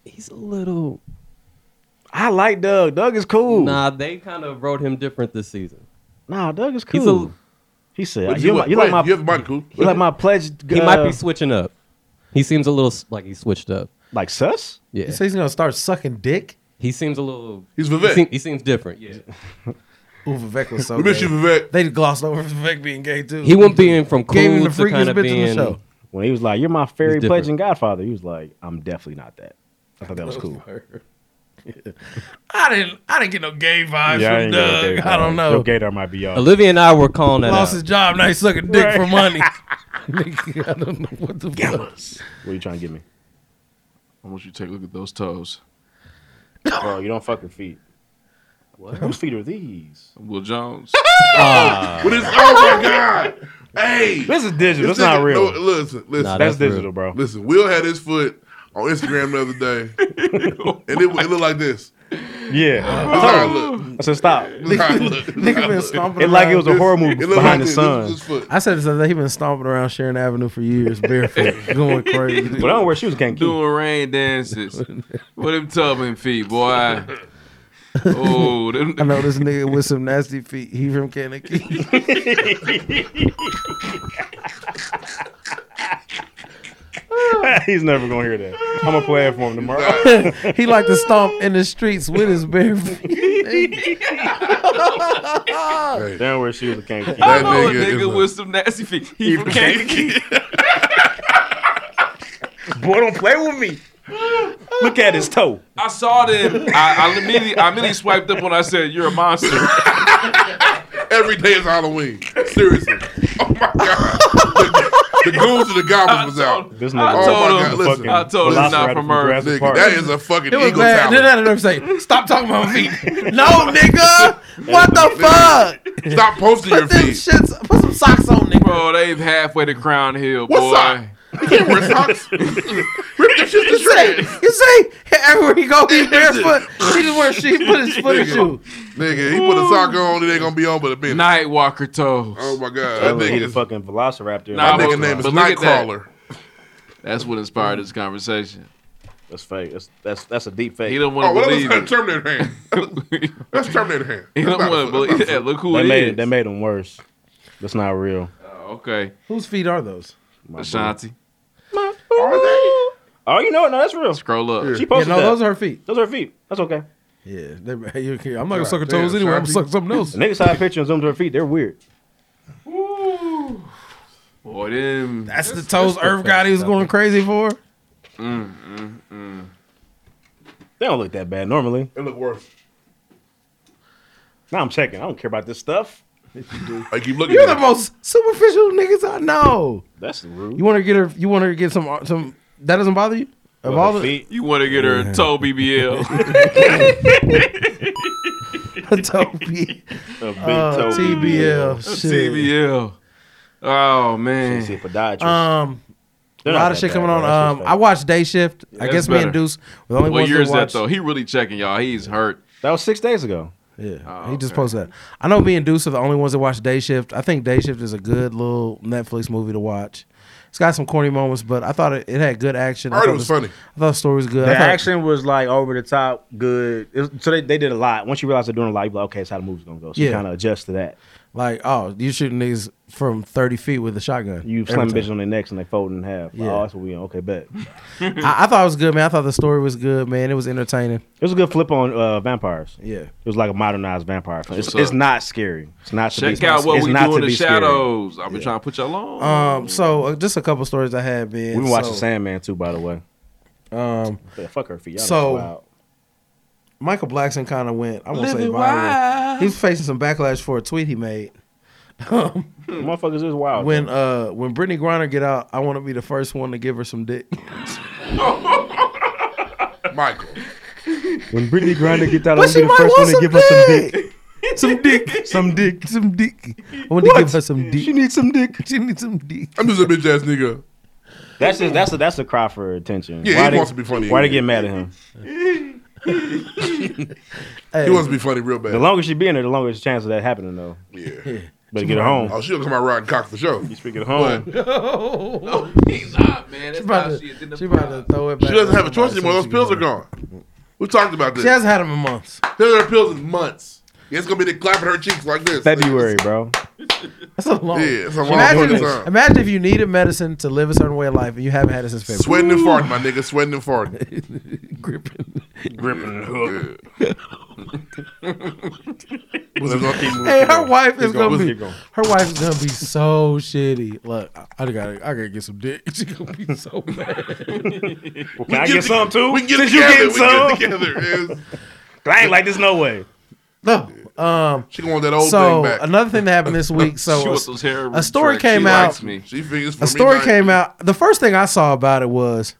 He's a little. I like Doug. Doug is cool. Nah, they kind of wrote him different this season. Nah, Doug is cool. He's a- he said, What "You, like- you like my You have Martin cool. you like my pledge." He might uh, be switching up. He seems a little s- like he switched up. like sus. Yeah. You say he's gonna start sucking dick? He seems a little. He's he, Vivek. seem- he seems different. Yeah. Ooh, Vivek was so. We miss gay. you, Vivek. They glossed over Vivek being gay too. He went being from Gave him cool the to freakiest kind of bitch in the being. show. When he was like, "You're my fairy He's different. pledge and Godfather," he was like, "I'm definitely not that." I thought that was [LAUGHS] cool. I didn't. I didn't get no gay vibes Yeah, I from ain't got no Doug. gay I don't vibes. know. Your gator might be off. Olivia and I were calling that Lost out. his job. Now he's sucking dick for Right. money. Nigga, I don't know what the fuck. What are you trying to get me? I want you to take a look at those toes. Bro, you don't fuck with feet. What? Whose feet are these? Will Jones. [LAUGHS] What is? Oh my god! Hey, This is digital. It's this not nigga- real. no, listen, listen. Nah, that's That's digital, real. bro. Listen, Will had his foot on Instagram the [LAUGHS] other day, and it, it looked like this. Yeah. This is how it looked. I said, stop. This is how it looked. This is how Nigga it been looked. stomping. It like it around. was a horror movie It looked behind like this. the This was sun. his foot. I said this other day. He been stomping around Sharon Avenue for years, barefoot, going crazy. [LAUGHS] But I don't wear shoes, can't keep. doing rain dances. What them tubbing feet, boy? Oh, [LAUGHS] them, I know this nigga with some nasty feet. He from Kentucky. [LAUGHS] He's never gonna hear that. I'm gonna play it for him [LAUGHS] tomorrow. [LAUGHS] he like to stomp in the streets with his bare feet. Down where she was a Kankakee. I know a nigga with some nasty feet. He, from Kankakee. Boy, don't play with me. Look at his toe. I saw them. I, I immediately, I immediately swiped up when I said, "You're a monster." Every day is Halloween. Seriously. Oh my god. The, the goons and the goblins was out. This I told him- I told him it's not from Earth. Nigga, that is a fucking It was eagle glad. Then talent. I [LAUGHS] didn't ever say, "Stop talking about my feet." no, nigga. What the fuck? Stop posting your feet. Shits, put some socks on, nigga. Bro, they've halfway to Crown Hill, What boy. sock? can't wear [LAUGHS] socks. Rip that shit to shreds. You say everywhere he go, he's barefoot. He just wears shoes. Put his foot in Nigga. shoe. Nigga, he put a sock on. It ain't gonna be on but a minute. Nightwalker toes. Oh my god, That that was nigga a is fucking velociraptor. Nah, That nigga name is but look at that. Nightcrawler. Oh, That's what inspired this conversation. That's fake. That's that's that's a deep fake. He don't Oh, want to well, believe that's it. Terminator hand. That's Terminator hand. [LAUGHS] He don't want to believe it. Look who they it made is. Oh, It, they made him worse. That's not real. Okay, Whose feet are those? Ashanti. Oh, you know what? No, that's real. Scroll up. She posted yeah, no, that. those are her feet. Those are her feet. That's okay. Yeah, they, you, you- I'm not gonna suck her toes anyway. I'm gonna suck something else. [LAUGHS] Niggas saw a picture and zoomed to her feet. They're weird. Boy, them. That's the toes Earth God he was going crazy for. Mm, mm, mm. They don't look that bad normally. It look worse. Now I'm checking. I don't care about this stuff. I keep looking. You're the most superficial niggas I know. That's rude. You want to get her? You want her to get some? uh, Some that doesn't bother you? Of all the feet? You want to get her a [LAUGHS] toe [LAUGHS] BBL? [LAUGHS] Toby, A big Uh, toe TBL, A shit. TBL. Oh man. See a podiatrist. um, a They're not lot of that shit bad, coming bro. on. That's Um, I watched Day Shift. I That's guess me better. and Deuce were the only what ones year that is that watched. though? He really checking y'all. He's hurt. That was six days ago. Yeah, Oh, he just posted that. I know me and Deuce are the only ones that watch Day Shift. I think Day Shift is a good little Netflix movie to watch. It's got some corny moments, but I thought it, it had good action. I Alright, thought it was the- funny. I thought the story was good. The I thought- action was like over the top, good. It was- so they, they did a lot. Once you realize they're doing a lot, you're like, okay, it's how the movie's gonna go. So you Yeah. kind of adjust to that. Like, oh, you shooting niggas from thirty feet with a shotgun. You Every slam time. bitches on their necks and they fold in half. Like, Yeah. Oh, that's what we on. Okay, bet. I, I thought it was good, man. I thought the story was good, man. It was entertaining. It was a good flip on uh, vampires. Yeah, it was like a modernized vampire film. That's It's, what's it's up. not scary. It's not. to Check be, out what it's we not do to in the be scary. shadows. I've been trying to put y'all on. Um, so uh, just a couple stories I had, man. We been watching So, Sandman too, by the way. Um, Yeah, fuck her for y'all. so- That's wild. Michael Blackson kind of went. I won't say Living viral. wild. He's facing some backlash for a tweet he made. Um, motherfuckers is wild. when uh when Brittany Griner get out, I want to be the first one to give her some [LAUGHS] dick. Michael. When Brittany Grinder gets out, But I'm she gonna be the might first want one to some give her some [LAUGHS] dick. some dick, some dick, some dick. I want to give her some dick. She needs some dick. [LAUGHS] She needs some dick. I'm just a bitch ass nigga. That's just, that's a that's a cry for attention. Yeah, why he they, wants to be funny Why they get again. mad at him? He wants to be funny real bad. The longer she be in there, the longer it's a chance of that happening though. Yeah. Better get her home. Oh, she'll come out riding cock for sure. You speaking of home. No, he's not, man. That's She about how to- she She about to throw it She back. doesn't have a on choice somebody anymore. so Those she pills are gone. We talked about can- this. She hasn't had them in months. They're her pills in months. Yeah, it's gonna be the clapping her cheeks like this. February, bro. That's a long. Yeah, it's a long imagine, fucking time. imagine if you needed medicine to live a certain way of life and you haven't had it since February. Sweating and farting, my nigga. Sweating and [LAUGHS] farting. Gripping. Gripping the hook. Hey, her wife is gonna be her wife is gonna be so shitty. Look, I, I gotta I gotta get some dick. [LAUGHS] She's gonna be so mad. Can I get, some too? We can get Since you together. getting We can some? get together. I ain't like this no way. No. Um, she want that old so thing back. another thing that [LAUGHS] happened this week. So She a, wants those hair a story tracks. came She out. likes me. She figures for a me story like- came out. The first thing I saw about it was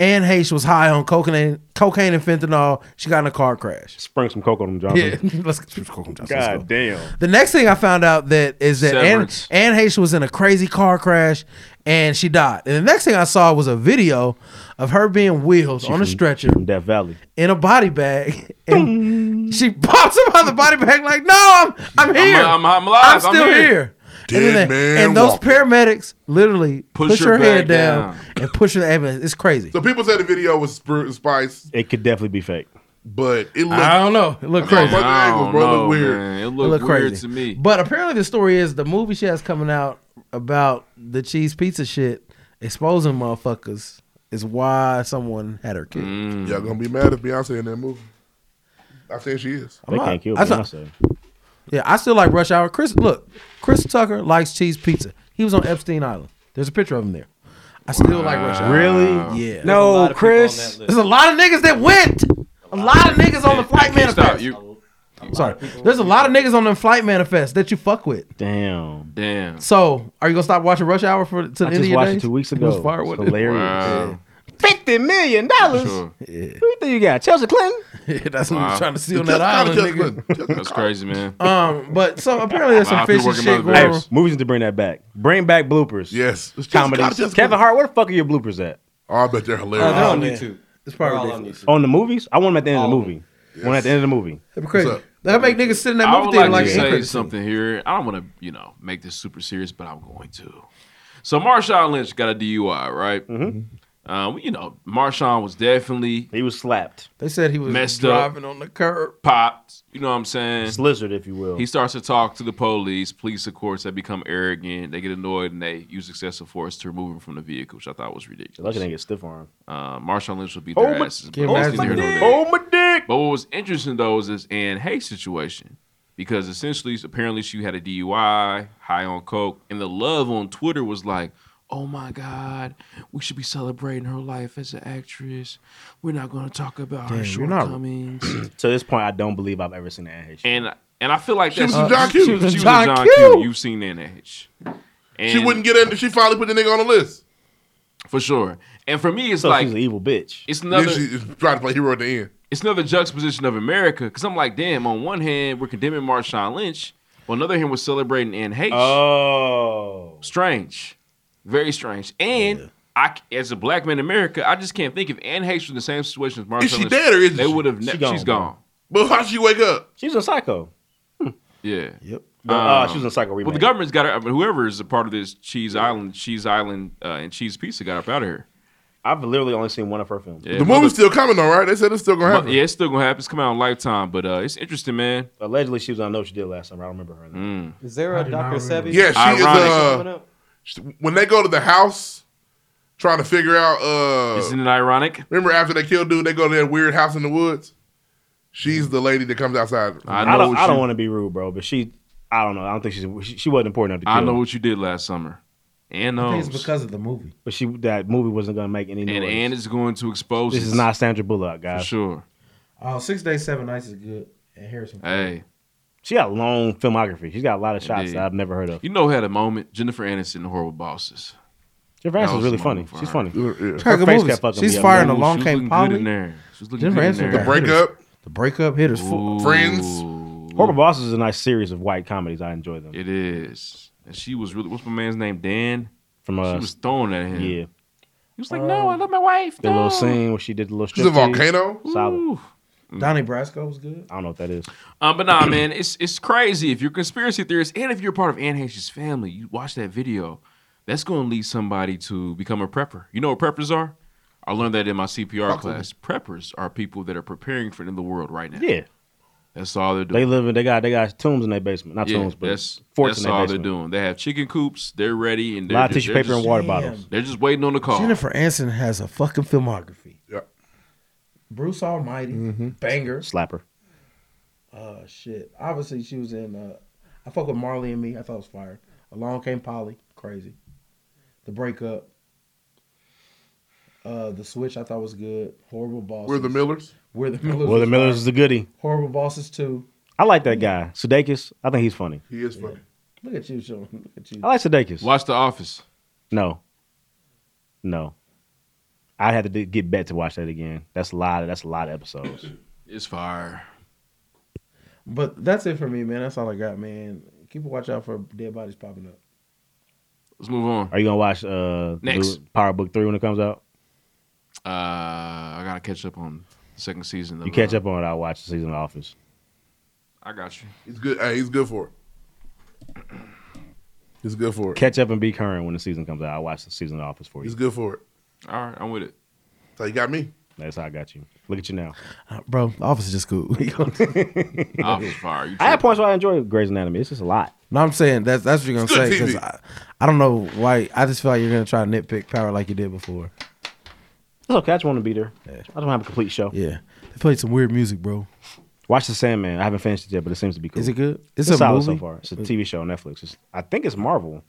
Anne Hayes was high on cocaine, cocaine and fentanyl. She got in a car crash. Spring some coke on them, Yeah, Jonathan. [LAUGHS] let's, let's go, Johnson, let's go. God damn. The next thing I found out that is that Anne, Severance. Anne Hayes was in a crazy car crash and she died. And the next thing I saw was a video of her being wheeled on a stretcher from Death Valley in a body bag. [LAUGHS] And she pops up out of the body bag like, "No, I'm I'm here. I'm- I'm alive. I'm I'm still here." here." Dead and, then- man and those walking. paramedics literally push, Push her, her head back down, and push her to the ambulance. It's [LAUGHS] crazy. So people said the video was Spirit and Spice, It could definitely be fake. but it looked. I don't know. It looked I crazy. don't know, bro. It looked weird. man. It It looked looked weird crazy to me. But apparently, the story is the movie she has coming out about the cheese pizza shit exposing motherfuckers is why someone had her kid. Y'all gonna be mad if Beyonce in that movie. I think she is. I'm not- I thought- Yeah, I still like Rush Hour. Chris, look, Chris Tucker likes cheese pizza. He was on Epstein Island. There's a picture of him there. I still like Rush Hour. Really? Yeah. No, Chris. There's a lot of niggas that went. A lot of niggas on the flight manifest. I'm sorry. There's a lot of niggas on the flight manifest that you fuck with. Damn. Damn. So, are you gonna stop watching Rush Hour for to the I end just of your watched it days? two weeks It was ago. fire, It's wasn't it? [LAUGHS] hilarious. Wow. Yeah. Fifty million dollars. Who you think you got? Chelsea Clinton? That's what Wow. I'm trying to [LAUGHS] steal on Just that kinda island, just nigga. That's crazy, man. Um, but so apparently there's some Wow, people fishy working shit both going on. ways. Movies need to bring that back. Bring back bloopers. Yes. Comedy. it's just- Kevin Hart, where the fuck are your bloopers at? Oh, I bet they're hilarious. Uh, they're on Oh, man. YouTube. It's probably They're all on ridiculous. On the movies? I want them at the end of the movie. One at the end of the movie. That'd be crazy. That make niggas sit in that I movie would theater like like to an say incredible. something here. I don't want to, you know, make this super serious, but I'm going to. So Marshawn Lynch got a DUI, right? Mm-hmm. Um, you know, Marshawn was definitely he was slapped. They said he was messed up. driving on the curb. popped. You know what I'm saying? Slizzard, if you will. He starts to talk to the police. Police, of course, they become arrogant. They get annoyed and they use excessive force to remove him from the vehicle, which I thought was ridiculous. Lucky they get stiff arm. Uh, Marshawn Lynch will beat Oh, their my- asses. Give him but that's asses neither beat. here nor there. Oh, my dick! But what was interesting though is this Anne Hayes situation because essentially, apparently, she had a DUI, high on coke, and the love on Twitter was like, "Oh my God, we should be celebrating her life as an actress. We're not going to talk about her shortcomings." to this point, I don't believe I've ever seen an Anne Hayes. And and I feel like She that's was in John Q. She was, in John John Q. Q. You've seen Anne Hayes. she wouldn't get in. She finally put the nigga on the list. For sure. And for me, it's So like she's an evil bitch. It's another. Then she is trying to play hero at the end. It's another juxtaposition of America because I'm like, damn. On one hand, we're condemning Marshawn Lynch. On another hand, we're celebrating Anne H. Oh, strange, very strange. And I, c- as a black man in America, I just can't think if Anne H. was in the same situation as Marshawn. Is she Lynch, dead or isn't they she? would have? Ne- She gone, she's bro. gone. But how'd she wake up? She's a psycho. Yeah. Yep. But, uh, she was in Psycho Well, remake. the government's got her. I mean, whoever is a part of this Cheese Island, Cheese Island, uh, and Cheese Pizza got up out of here. I've literally only seen one of her films. Yeah, the movie's still coming though, right? They said it's still gonna happen. Yeah, it's still gonna happen. It's coming out on Lifetime, but uh, it's interesting, man. Allegedly, she was on No She Did Last Summer. I don't remember her. Mm. Is there a Dr. Sebi? Yeah, she Ironic. is. Uh, she- when they go to the house, trying to figure out. uh Isn't it ironic? Remember after they kill dude, they go to that weird house in the woods. She's the lady that comes outside. I, don't, I don't want to be rude, bro, but she, I don't know. I don't think she's, she, she wasn't important enough to I kill. know what you did last summer. And I think knows. it's because of the movie. But she that movie wasn't going to make any and noise. Anne is going to expose this is us. not Sandra Bullock, for guys. sure. Oh, six days, seven nights is good. And Harrison. Hey, She got long filmography. She's got a lot of shots Indeed. that I've never heard of. you know, who had a moment. Jennifer Aniston, the horrible bosses. Jennifer That Aniston's was really the funny. moment for She's her. funny. She's got good movies. She's firing a long came looking good in Polly. there. She was looking Jennifer good in Aniston there. got The Breakup. hitters. The breakup hitters. Ooh. Horrible Bosses is a nice series of white comedies. I enjoy them. It is. And she was really. What's my man's name? Dan. From She uh, was throwing at him. Yeah. He was like, "No, I love my wife." The no." little scene where she did the little She's a striptease. volcano? Solid. Donnie Brasco was good. I don't know what that is. Um, but nah, man, it's it's crazy. If you're a conspiracy theorist and if you're part of Anne H's family, you watch that video. That's going to lead somebody to become a prepper. You know what preppers are? I learned that in my CPR Talk to me. class. Preppers are people that are preparing for the end of the world right now. Yeah. That's all they're doing. They live in. They got. They got tombs in their basement. Not yeah, tombs, but that's, forts that's in their all basement. they're doing. They have chicken coops. They're ready and A they're lot of just- tissue they're paper and just- water bottles. They're just waiting on the call. Jennifer Aniston has a fucking filmography. Yeah. Bruce Almighty, Mhm. banger. Slapper. Uh, shit. Obviously, she was in. Uh, I fuck with Marley and Me. I thought it was fire. Along Came Polly, crazy. The breakup. Uh, the switch I thought was good. Horrible bosses. We're the Millers. We're the Millers. Well, the was Millers fire. is a goodie. Horrible bosses too. I like that guy, Sudeikis. I think he's funny. He is funny. Look at you, Sean. Look at you. I like Sudeikis. Watch The Office. No. No. I had to do- get bet to watch that again. That's a lot. Of, that's a lot of episodes. It's fire. But that's it for me, man. That's all I got, man. Keep a watch out for dead bodies popping up. Let's move on. Are you gonna watch uh Next. the Power Book Three when it comes out? Uh, I gotta catch up on the second season. Of, You catch Uh-huh. uh, up on it. I will watch the season of Office. I got you. He's good. Hey, he's good for it. He's good for it. Catch up and be current when the season comes out. I will watch the season of Office for you. He's good for it. All right, I'm with it. So you got me. That's how I got you. Look at you now. Uh, Bro, the office is just cool. [LAUGHS] Office fire. You I had points where I enjoyed Grey's Anatomy. It's just a lot. No, I'm saying that's that's what you're It's gonna say. good 'cause TV. I, I don't know why. I just feel like you're gonna try to nitpick power like you did before. It's okay. I just want to be there. I just want to have a complete show. Yeah. They played some weird music, bro. Watch The Sandman. I haven't finished it yet, but it seems to be cool. Is it good? It's, It's a solid so movie? far. It's a TV show on Netflix. It's, I think it's Marvel.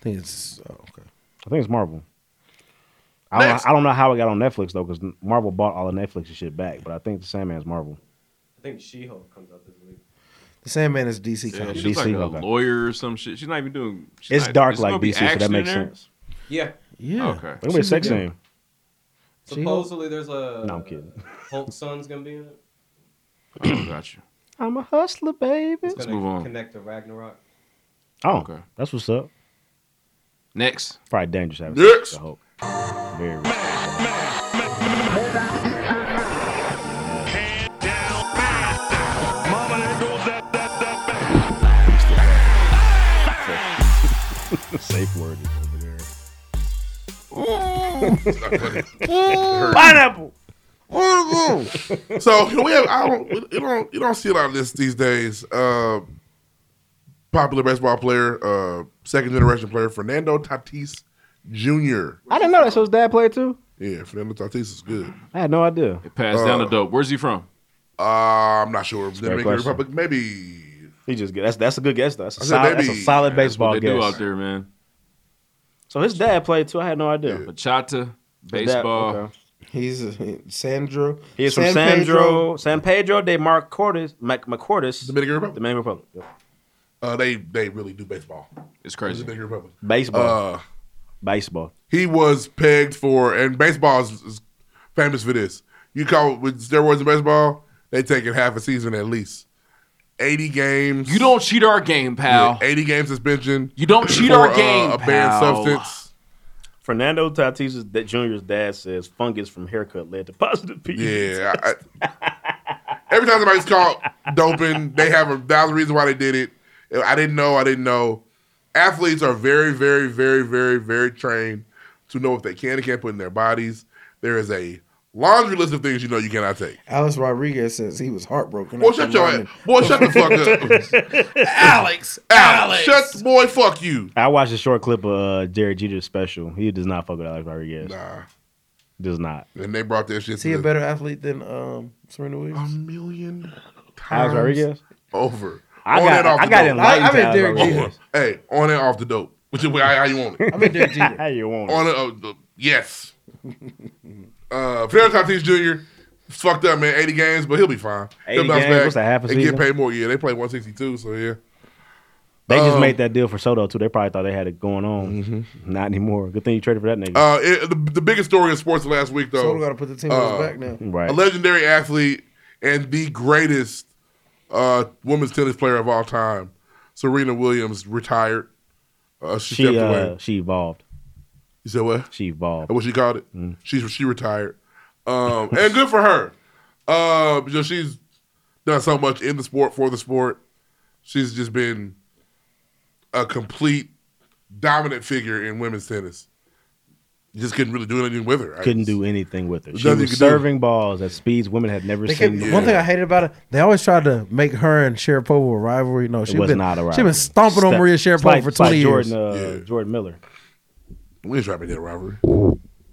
I think it's oh, okay. I think it's Marvel. I don't, Next. I don't know how it got on Netflix though, because Marvel bought all of Netflix's shit back. But I think The Sandman's Marvel. I think She-Hulk comes out this week. The Sandman is DC Yeah, comic. she's like a lawyer or some shit. She's not even doing. she's It's not- dark it's like gonna be DC, so that action in makes there? sense. Yeah. Yeah. Okay. It's gonna be a sex Yeah. scene. Supposedly there's a. No, I'm kidding. [LAUGHS] Hulk's son's gonna be in it. Oh, gotcha. I'm a hustler, baby. It's Let's gonna move on. Connect to Ragnarok. Oh, okay. That's what's up. Next. Probably dangerous. having Next. sex, I hope. Very. risky. [LAUGHS] Safe word over there. [LAUGHS] Pineapple. [LAUGHS] so you know, we have I don't we- you don't you don't see a lot of this these days. Uh, popular baseball player, uh, second generation player Fernando Tatis Jr. I didn't know that. So his dad played too. Yeah, Fernando Tatis is good. I had no idea. Pass down the dope. Where's he from? Uh, I'm not sure. a great Dominican question. Republic, maybe. He just get that's that's a good guess though. That's a I said solid, that's a maybe. solid That's what baseball they guess. do out there, man. So his dad played too. I had no idea. Bachata, His dad- baseball. okay. He's a, Sandro. He is from San Pedro, San Pedro de Marcortes, Mac, Macortes, Dominican Republic. Dominican Republic. Yep. Uh, they they really do baseball. It's The Dominican Republic. Baseball. Uh, baseball. He was pegged for, and baseball is, is famous for this. You call it with steroids in baseball, they take it half a season at least. 80 games. You don't cheat our game, pal. 80 game suspension. You don't cheat for, our uh, game, a banned pal. substance. Fernando Tatis that Junior's dad says fungus from haircut led to positive E. pee. Yeah. I, I- every time somebody's caught doping, they have a thousand reasons why they did it. I didn't know. I didn't know. Athletes are very, very, very, very, very trained to know what they can and can't put in their bodies. There is a laundry list of things you know you cannot take. Alex Rodriguez says he was heartbroken. Boy, after shut your learning- ass. Boy, shut the fuck [LAUGHS] up. Alex. Alex. Shut, boy, fuck you. I watched a short clip of uh, Jerry Jeter's special. He does not fuck with Alex Rodriguez. Nah. Does not. And they brought that shit Is he a better athlete than um, Serena Williams? A million Alex Rodriguez? Over. I got- I got enlightened I- I mean, to Alex Derek Rodriguez. Oh, Hey, on and off the dope. Which is how you want [LAUGHS] it. I mean, [LAUGHS] Derek Jeter. How you want it. on and off the- yes. Uh, Fernando Tatis Jr. fucked up, man. 80 games, but he'll be fine. 80 He'll bounce games? back What's that, half a and season? get paid more. Yeah, they play 162, so yeah. They just Um, Mm-hmm. made that deal for Soto too. They probably thought they had it going on. Not anymore. Good thing you traded for that nigga. Uh, it, the, the biggest story in sports last week, though. Soto gotta put the team on his back now. Right. A legendary athlete and the greatest uh, women's tennis player of all time, Serena Williams, retired. Uh, she, she stepped away. uh, she evolved. You said what? She Mm. evolved. That's what she called it. She's she retired, um, and good for her. Uh, because she's done so much in the sport for the sport. She's just been a complete dominant figure in women's tennis. You just couldn't really do anything with her. I- Couldn't do anything with her. There's She nothing you was could do. serving balls at speeds women had never They seen. kept, One thing I hated about it, they always tried to make her and Sharapova a rivalry. No, It she's was been, not a She's been rivalry. stomping on Step- Maria it's Sharapova like- for it's like 20 years. Jordan, uh, Jordan Miller. We didn't try to make that a rivalry.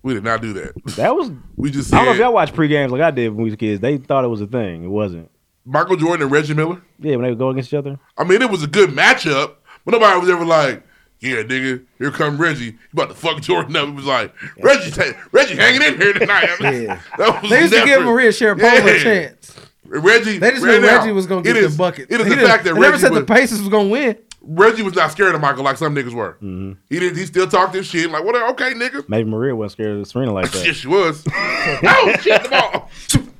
We did not do that. That was we just. I don't know if said- y'all watch pre-games like I did when we was kids. They thought it was a thing. It wasn't. Michael Jordan and Reggie Miller. Yeah, when they would go against each other. I mean, it was a good matchup, but nobody was ever like, "Yeah, nigga, here come Reggie, you about to fuck Jordan up." It was like Reggie, ta- Reggie hanging in here tonight. [LAUGHS] I mean, [LAUGHS] that was They used to never- give Maria Sharapova Yeah. a chance. Reggie, They just ran knew out. Reggie was gonna get It the is- bucket. It is the They didn't- fact that they Reggie never said the was, Pacers was gonna win. Reggie was not scared of Michael like some niggas were. Mm-hmm. He didn't. He still talked his shit. Like, what? Okay, nigga. [LAUGHS] Maybe Maria wasn't scared of [LAUGHS] Serena like Yes, that. she was. oh shit, the ball. [LAUGHS]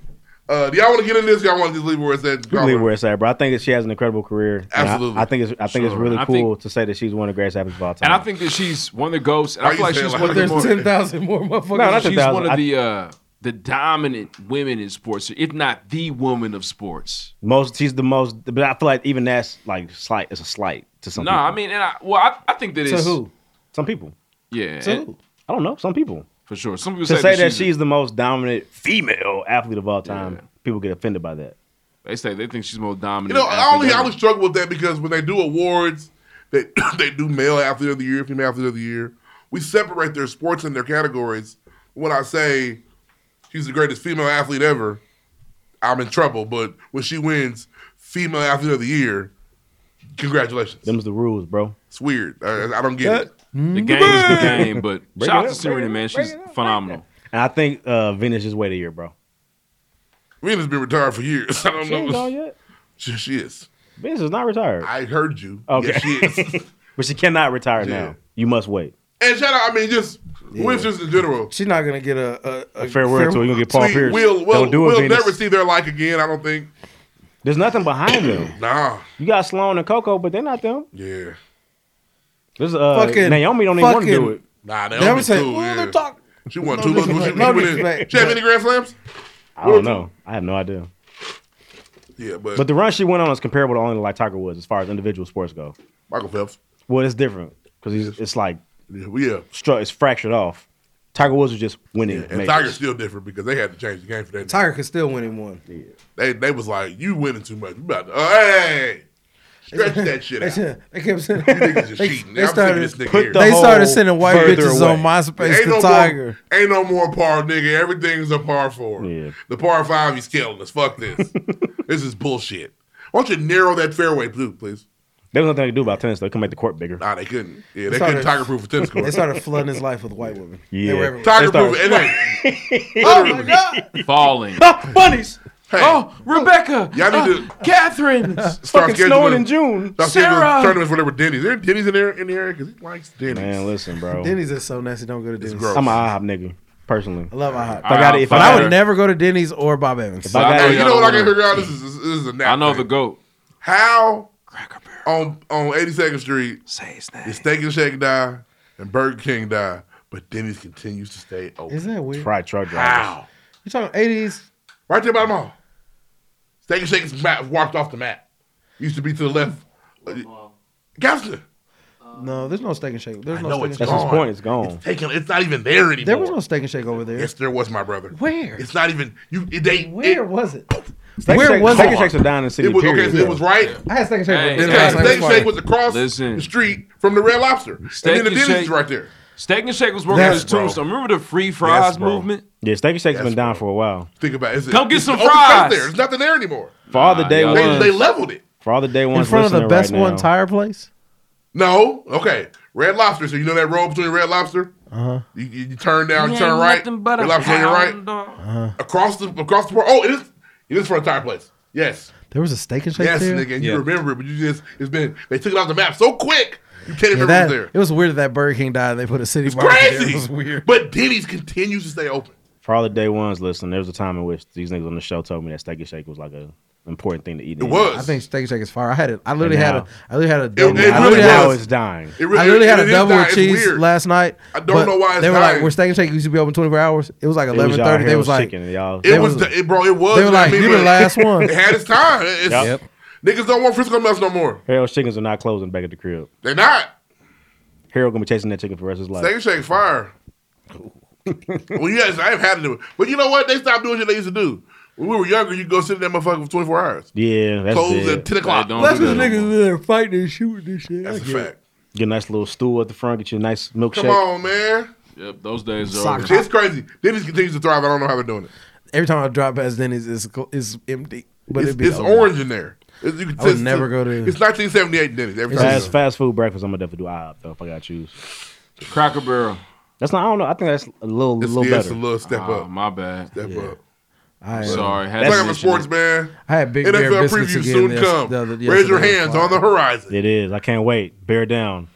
Uh, do y'all want to get in this? Y'all want to just leave it where it's at? You believe where it's at, bro. I think that she has an incredible career. And I- Absolutely. I, think it's I think it's Sure. really I cool to say that she's one of the greatest athletes of all time. And I think that she's one of the ghosts. And I Why feel you like saying she's like one of the that? [LAUGHS] more. There's 10,000 more motherfuckers. No, not she's 10,000. one I- of the uh, the dominant women in sports, if not the woman of sports. most she's the most, but I feel like even that's like slight. It's a slight to No, some. I mean, and I, well, I, I think that people. it's Some people. Yeah, To and- who? I don't know. Some people. for sure. Some To people say, say, that, she's, the most dominant female athlete of all time, people get offended by that. They say they think she's more You dominant. know, I only I athlete. only struggle with that because when they do awards, they [COUGHS] they do male athlete of the year, female athlete of the year. We separate their sports and their categories. When I say she's the greatest female athlete ever, I'm in trouble. But when she wins female athlete of the year, congratulations. Them's the rules, bro. It's weird. I, I don't get it. The game is the game, but shout out to Serena, man. She's phenomenal. And I think uh, Venus is way to year, bro. Rena's been retired for years. [LAUGHS] I don't She know. ain't gone yet. She, she is. Vince is not retired. I heard you. Okay. Yes, she [LAUGHS] is. but she cannot retire Yeah. now. You must wait. And shout out, I mean, just wins just in general. She's not gonna get a a, A farewell tour. You gonna get Paul See, Pierce. We'll, we'll, Don't do it, we'll Venus. never see their like again, I don't think. There's nothing behind them. nah. You got Sloan and Coco, but they're not them. Yeah. There's uh, Naomi don't even want to do it. Nah, They Naomi always say, cool, "Ooh, yeah. they're talk-" She won No two. She, she, disrespect. she, No went in- disrespect. she have any Grand Slams? I don't know. I have no idea. Yeah, but, But the run she went on is comparable to only like Tiger Woods as far as individual sports go. Michael Phelps. Well, it's different because it's like yeah, stru- it's fractured off. Tiger Woods was just winning. and majors. Tiger's still different because they had to change the game for that. Tiger could still win in one. They they was like, you winning too much. You about to, uh, hey, stretch that shit They out. said- they [LAUGHS] kept saying they, they I'm started- started, this nigga put here. the They started whole sending white further bitches away. on MySpace to no Tiger. More, ain't no more par, nigga. Everything's a par four. The par five, he's killing us. Fuck this. this is bullshit. Why don't you narrow that fairway, blue, please? There was nothing they could do about tennis. They could make the court bigger. Nah, they couldn't. Yeah, they couldn't tiger proof a tennis court. They started flooding his life with white women. They Yeah. were [LAUGHS] everywhere. Tiger proof They started- anything. oh my [LAUGHS] god. Falling. bunnies. Oh, Rebecca. Y'all need to. Catherine. Start Uh, scheduling- Start Sarah. scheduling tournaments whatever Denny's. There Denny's in there in the area because he likes Denny's. Man, listen, bro. Denny's is so nasty. Don't go to Denny's. I'm an IHOP nigga personally. I love IHOP. If I got it, if but I I got would it, never go to Denny's or Bob Evans. If I got Hey, it- you know what I can figure out? This is this is a nap. I know the goat. How on on 82nd Street say his name. The Steak and Shake die and Burger King die, but Denny's continues to stay open. Isn't that weird? Fried truck drivers. How? You talking 80s? Right there by the mall. Steak and Shake is map, wiped off the map. Used to be to the left. Gotcha. No, there's no steak and shake. There's I no know steak it's and That's shake. his gone. point, it's gone. It's taken- it's not even there anymore. There was no steak and shake over [LAUGHS] there. Yes, there was, my brother. Where? It's not even you. it- They Where was it? Steak Where Shack- was Steak it? Shacks are down in the city. It was period, okay. so It was right. I had steak and shake. Hey, It's hey, got- hey. steak and shake was across Listen. the street from the Red Lobster, Steak and then the and Denny's is Shake- right there. Steak and Shake was working Yes, his bro. tombstone. Remember the free fries Yes, bro. movement? Yeah, Steak and Shake's been down for a while. Think about it. It's- Come get it's some the open space fries. There, there's nothing there anymore. For all the day They, ones, they leveled it. For all the day ones, In front of the listening best right one now, tire place? No, okay. Red Lobster. So you know that road between Red Lobster. Uh-huh. You, you, you turn down, you You turn ain't right. nothing but a Red Lobster on your hound right. Across the across the park. Oh, it is. It is for a tire place. Yes. There was a steak and shake yes, there? nigga. And you remember it, but you just it's been they took it off the map so quick. You can't even Yeah, remember that- it was there. It was weird that that Burger King died. They put a city bar there. Crazy. It was weird. But Denny's continues to stay open. for all the day ones, listen, there was a time in which these niggas on the show told me that Steak and Shake was like a important thing to eat. in I think steak and shake is fire. I had it. I literally And had a. now- I literally had a. And Double, it I really literally had now a- it's dying. It re- I literally it- had it a is double dying. with It's cheese weird. last night. I don't know why it's They were like, dying. where steak and shake used to be open twenty four hours. It was like It was y'all eleven thirty. They was Harold's like, chicken, y'all. It They was, was- the- it, bro. It was. they you know were what like, I mean? "You the But [LAUGHS] last one." It had its time. It's- Yep. Niggas don't want Frisco nuts no more. Harold's chickens are not closing back at the crib. They not. Harold gonna be chasing that chicken for the rest of his life. Steak and Shake fire. well, yes, I've had to do it, but you know what? They stopped doing what they used to do. When we were younger, you go sit in that motherfucker for twenty four hours. Yeah, that's Closed dead. at ten o'clock. That's what niggas in there fighting and shooting and shit. That's I a get it. fact. Get a nice little stool at the front. Get you a nice milkshake. Come on, man. Yep, those days are over. It's crazy. Denny's continues to thrive. I don't know how they're doing it. Every time I drive past Denny's, it's cl- it's empty, but it's it'd be it's open. orange in there. It's- you can I would taste- never go to- It's nineteen seventy eight Denny's. Every time. Fast, fast food breakfast. I'm gonna definitely do IHOP though if I gotta choose. Cracker Barrel. That's not. I don't know. I think that's a little, It's- little yeah, better. it's a little step Ah, up. my bad. Step up. I, I'm sorry. Had That's to like I'm a mention sports it. man. I had Big NFL Bear biscuits preview again soon yes- come. the other- Raise your yesterday was hands fire. on the horizon. It is. I can't wait. Bear down.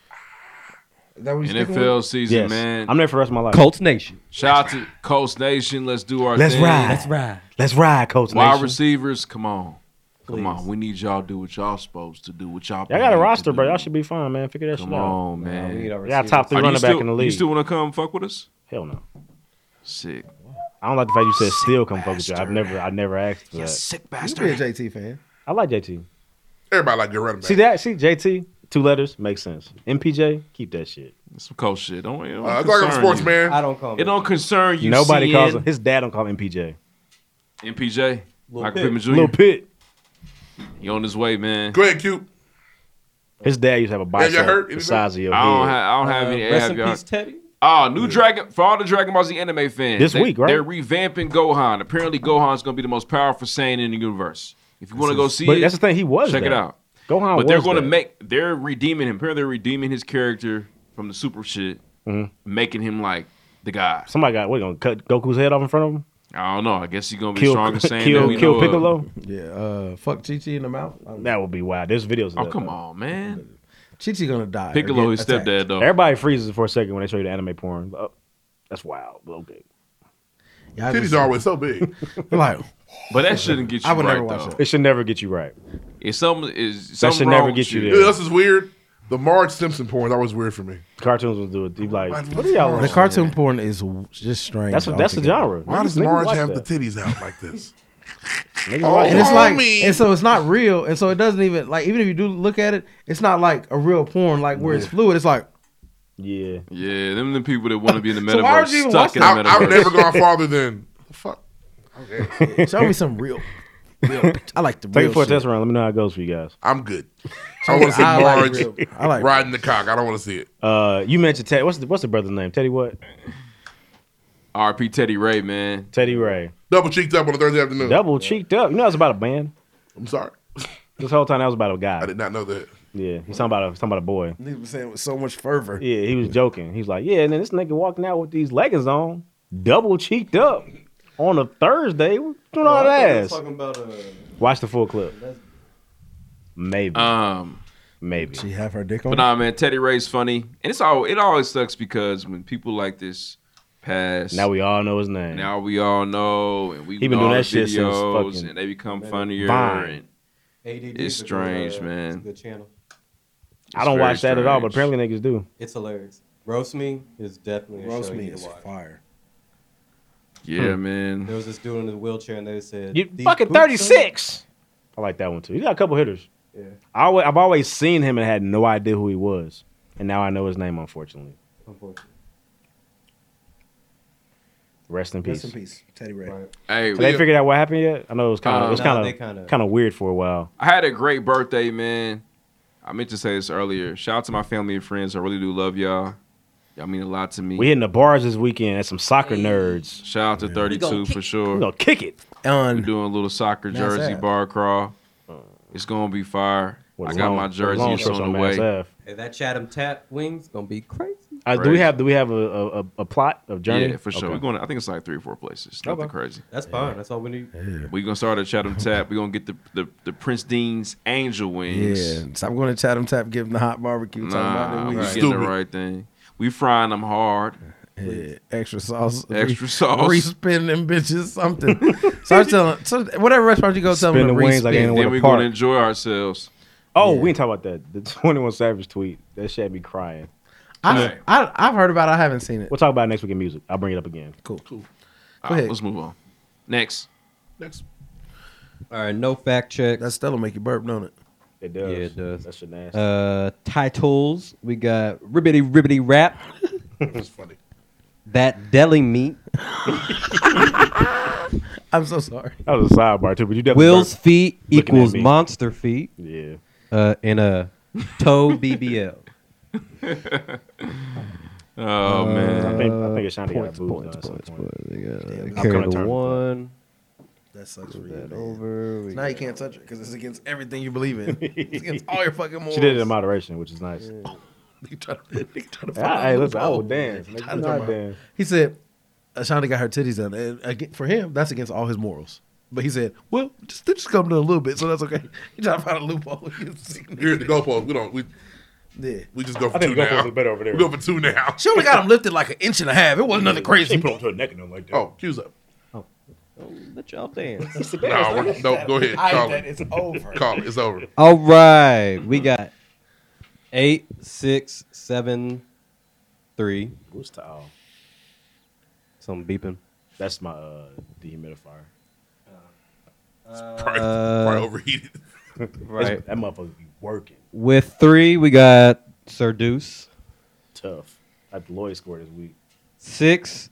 That was NFL season, Yes. man. I'm there for the rest of my life. Colts Nation. Shout out to Colts Nation. Let's do our Let's thing. ride. Let's ride. Let's ride, Colts Wide Nation. receivers, come on. Please. Come on. We need y'all to do what y'all supposed to do. What y'all Y'all got a paid roster, to bro. do. Y'all should be fine, man. Figure that Come shit out. on, man. Oh, Y'all top three Are you running back still- in the league. You still want to come fuck with us? Hell no. Sick. I don't like the fact you said still come focus. you. I've never, I never asked for You that. sick You bastard. be a JT fan. I like JT. Everybody like good running back. See that? See JT. Two letters makes sense. MPJ, keep that shit. Some coach shit. Don't. It don't Uh, I feel like I'm a concern sports you. man. I don't call It don't concern you. Nobody CN. calls him. His dad don't call him MPJ. MPJ. Michael Pitt. Pittman Jr. Lil Pitt. You on his way, man. Go ahead, Q. His dad used to have a y'all bicep hurt the anything? size of your I don't head. ha- I don't have Uh, any- rest have in y'all- peace, Teddy. Ah, new Dragon for all the Dragon Ball Z anime fans. This they- week, right? They're revamping Gohan. Apparently, Gohan's gonna be the most powerful Saiyan in the universe. If you want to go see but it, that's the thing. He was check it that. out. Gohan but they're was going to that. make they're redeeming him. Apparently, they're redeeming his character from the super shit, Mhm. making him like the guy. Somebody got. We're gonna cut Goku's head off in front of him. I don't know. I guess he's gonna be Kill- stronger Saiyan. kill- than we kill know of. Piccolo? Yeah, uh, fuck Chi Chi in the mouth. That would be wild. There's videos. Of Oh that, come though. on, man. Chi Chi gonna die. or Piccolo, get his attacked. stepdad though. Everybody freezes for a second when they show you the anime porn. Oh, that's wild. But okay. Yeah, I Titties just- are always so [LAUGHS] big. like, But that shouldn't get you I would right never watch though. It should never get you right. If something is That something should never wrong get with you You there. know, this is weird. The Marge Simpson porn is always weird for me. Cartoons will do it. They be like, Why- what are y'all? what's The watching? cartoon porn is w- just strange. That's a- that's a altogether. genre. Why does Niggas Marge like have that. the titties out [LAUGHS] like this? Niggas Oh, like and it's that. like, Homie. and so it's not real, and so it doesn't even like even if you do look at it, it's not like a real porn like where it's fluid. It's like Yeah. Yeah, them the people that want to be in the [LAUGHS] metaverse So why would you even stuck watch in the that? metaverse. I- I've never gone farther than fuck. Okay. show me some real. [LAUGHS] real bitch. I like the Take real. it for a Shit. test round. Let me know how it goes for you guys. I'm good. I want to see I like Marge real- I like riding the cock. I don't want to see it. Uh, you mentioned Teddy. What's the what's the brother's name? Teddy what? RP Teddy Ray, man. Teddy Ray. Double cheeked up on a Thursday Mm. afternoon. Double cheeked up. You know that's about a band. I'm sorry. This whole time that was about a guy. I did not know that. Yeah, he's talking about a he's talking about a boy. He was saying it with so much fervor. Yeah, he was joking. He's like, yeah, and then this nigga walking out with these leggings on, double cheeked up, on a Thursday. What you doing all that ass? uh, Watch the full clip. Maybe. Um, maybe she have her dick on. But nah, man, Teddy Ray's funny, and it's all it always sucks because when people like this pass, Now we all know his name. now we all know, and we He been know doing the that shit since videos, fucking and they become funnier. Vine. And ADD it's is a good, strange, uh, man. it's a good channel. I don't It's very watch that at all, but strange. apparently niggas do. It's hilarious. Roast Me is definitely a Roast show Me you need is to watch. fire. Yeah, Hmm. man. There was this dude in the wheelchair, and they said, You "These fucking boots on?" thirty six. I like that one too. He got a couple hitters. Yeah. I always, I've always seen him and had no idea who he was, and now I know his name. Unfortunately, Unfortunately. rest in peace. Rest in peace, Teddy Ray. Hey, Have they we- figured out what happened yet? I know it was kind of Uh, it was no, they kind kinda- of kind of weird for a while. I had a great birthday, man. I meant to say this earlier. Shout out to my family and friends. I really do love y'all. Y'all mean a lot to me. We hitting the bars this weekend at some soccer nerds. Shout out to 32 for sure. We gonna kick it. We're doing a little soccer Mass jersey Ave. bar crawl. It's gonna be fire. Uh. With I got long- my with long jersey. It's shorts on on the Mass way. Ave. Hey, that Chatham Tap wings gonna be crazy. Uh, do we Crazy. have do we have a a, a, a plot of journey? Yeah, for sure. Okay. We're going. To, I think it's like three or four places. Nothing Okay. crazy. That's fine. That's all we need. We're gonna start at Chatham Tap. We're gonna get the, the the Prince Dean's Angel Wings. Yeah, so I'm going to Chatham Tap, give him the hot barbecue. talking Nah, about we that we getting the right thing. We frying them hard. Yeah, extra sauce, Extra sauce. respin them bitches, something. so I'm telling, so whatever restaurant you go, tell them Spin to the wings like respin. ain't no Then the we're park. gonna enjoy ourselves. Oh, we ain't talking about that. The [LAUGHS] Twenty One Savage tweet that shit had me crying. I, I, I've heard about. it. I haven't seen it. We'll talk about it next week in music. I'll bring it up again. Cool. All Go right, ahead. let's move on. Next. Next. All right, no fact check. That Stella make you burp, don't it? It does. Yeah, it does. That shit nasty. Uh, titles we got ribbity ribbity [LAUGHS] rap. It's funny. That deli meat. I'm so sorry. that was a sidebar too, but you definitely Will's burnt- feet looking at equals me. monster feet. Yeah. Uh, in a toe BBL. [LAUGHS] Oh Uh, Uh, man. Uh, I think I think it's Shanti got points, a boob points, done at some point. They I'm carry coming the to terms with one. That sucks for you. That man. over. We Now you can't touch it because it's against everything you believe in. it's against all your fucking morals. [LAUGHS] She did it in moderation, which is nice. [LAUGHS] You try to, you try to Hey, find hey, a listen, I will loophole. dance. Make You try me to not talk about- dance. He said, Ashonda got her titties done. And again, for him, that's against all his morals. But he said, well, just, they just come to a little bit, so that's okay. He tried to find a loophole. [LAUGHS] Here at the goalpost, we don't. We yeah. we just go for I think two the goalpost now. is better over there. We go for two now. She only got him lifted like an inch and a half. It wasn't nothing She crazy. put on to her neck and nothing like that. Oh, cues up. Let y'all [LAUGHS] dance. No, we- no, go ahead. I- Call that it. is over. Call it. It's over. All right, we got eight, six, seven, three. Who's to all? Some beeping. That's my uh, dehumidifier. Probably, Uh, probably overheated. Right. That motherfucker be working With three, we got Sir Deuce. tough. At the Lloyd score this week. Six,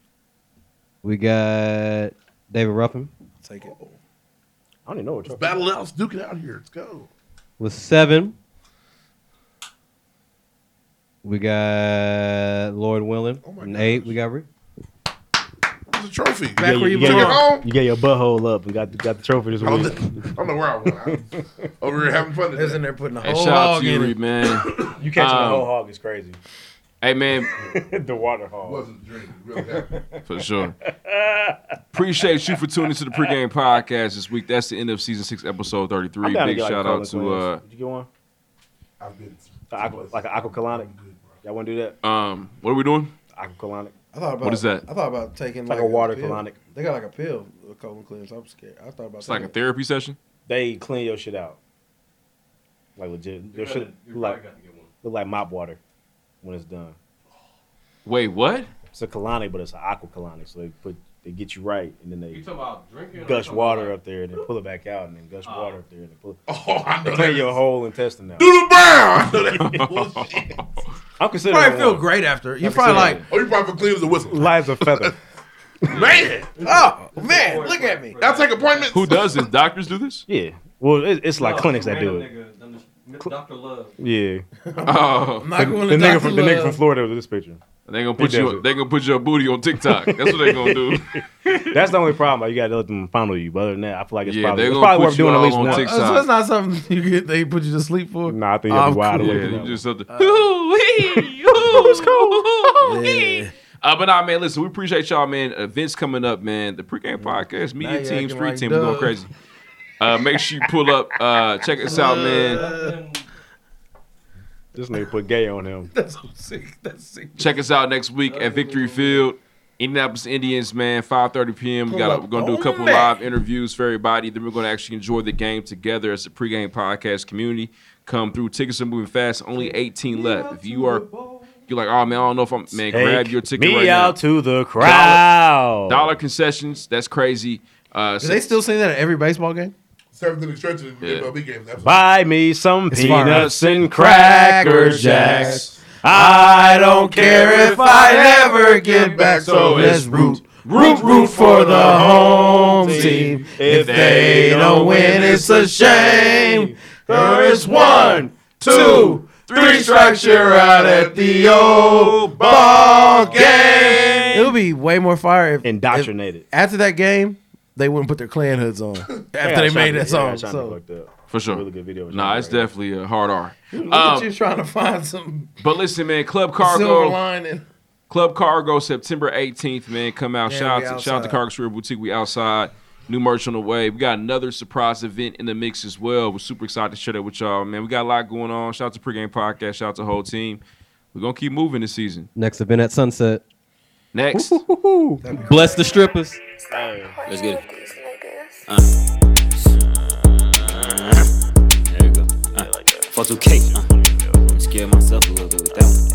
we got David Ruffin. Take it. I don't even know what Let's trophy. battle it out. Let's duke it out here. Let's go. With seven, we got got Lord willing. and eight, we got Rick. It's a trophy. You get, you, get your, you get your butthole up and got the, got the trophy this I week. don't, I don't know where I was. I'm over here having fun. Isn't there putting a Hey, shout out to you, Reed, man. [LAUGHS] You catching Um, the whole hog is crazy. [LAUGHS] Hey, man, the water hog. Wasn't drinking. Really happened. for sure. Appreciate you for tuning into the pregame podcast this week. That's the end of season six, episode I'm thirty-three. down to Big get, like, shout a Cola out to Queens. uh, Did you get one? I've been like an aqua colonic. Y'all want to do that? um, what are we doing? Aqua colonic. I thought about What is that? I thought about taking Like a water pill. colonic. They got like a pill, a colon cleanse. I'm scared. I thought about It's like a taking therapy session. They clean your shit out. Like legit. Your shit look like look like mop water when it's done. Wait, what? It's a colonic, but it's an aqua colonic. So they put they get you right, and then they You talking about drinking or you gush talking water about- up there, and then pull it back out, and then gush water up there, and then pull. [LAUGHS] Oh, I they know clean that. your whole intestine out. Do the brown. I'm considering. Probably feel one. great after. You I'm probably considering Oh, you probably clean as a whistle. Light as a feather. Man, oh man, look at me. I'll take appointments. Who [LAUGHS] does this? Doctors do this? [LAUGHS] Yeah. Well, it, it's Oh, like clinics that do it. Doctor Love. Yeah. [LAUGHS] Oh. the, the nigga from the nigga from Florida with this picture. They gonna He put does you. it. They gonna put your booty on TikTok. That's what they [LAUGHS] gonna do. That's the only problem. Like, you gotta let them fondle you. But other than that, I feel like it's Yeah, probably, they it's gonna probably put worth you doing at all least on once. TikTok. So it's not something [LAUGHS] you get. They put you to sleep for. Nah, I think you'll be wide Yeah, awake. you just have to. Uh, [LAUGHS] [LAUGHS] Yeah. Uh, but nah, man, listen, we appreciate y'all, man. Events coming up, man. The pregame podcast, Now media you team, acting street like team, we going Doug. crazy. Uh, make sure you pull up. Uh, check us out, Uh, man. This nigga put gay on him. That's sick. That's sick. Check us out next week at Victory Field, Indianapolis Indians, man. 5:30 p.m. We Pull got up we're gonna do a on Oh, couple that. live interviews for everybody. Then we're gonna actually enjoy the game together as a pregame podcast community. Come through. Tickets are moving fast. Only 18 left. If you are you're like, oh man, I don't know if I'm man. grab Take your ticket me right now. out to the crowd. Dollar concessions. That's crazy. Uh, Do they [LAUGHS] still sing that at every baseball game? Seventh inning stretch in Yeah. MLB games. That's Buy me some It's fire. peanuts and cracker jacks. I don't care if I ever get back. So it's root, root, root for the home team. If they don't win, it's a shame. There is one, two, three strikes you're out at the old ball game. It would be way more fire if Indoctrinated. if after that game they wouldn't put their clan hoods [LAUGHS] on after they made that song. So For sure. Really good video. Nah, it's definitely a hard R. look Um, at you trying to find some but listen, man, Club silver Cargo, lining. Club Cargo, September 18th, man, come out. Yeah, shout we out to shout out to outside. Cargo Career Boutique. We outside. New merch on the way. We got another surprise event in the mix as well. We're super excited to share that with y'all, man. We got a lot going on. Shout out to Pregame Podcast. Shout out to the whole team. We're gonna keep moving this season. Next event at sunset. Next. Bless the strippers. Let's get it. Uh. There you go. Uh. Fuck 2K. Uh. I'm scared myself a little bit with that one.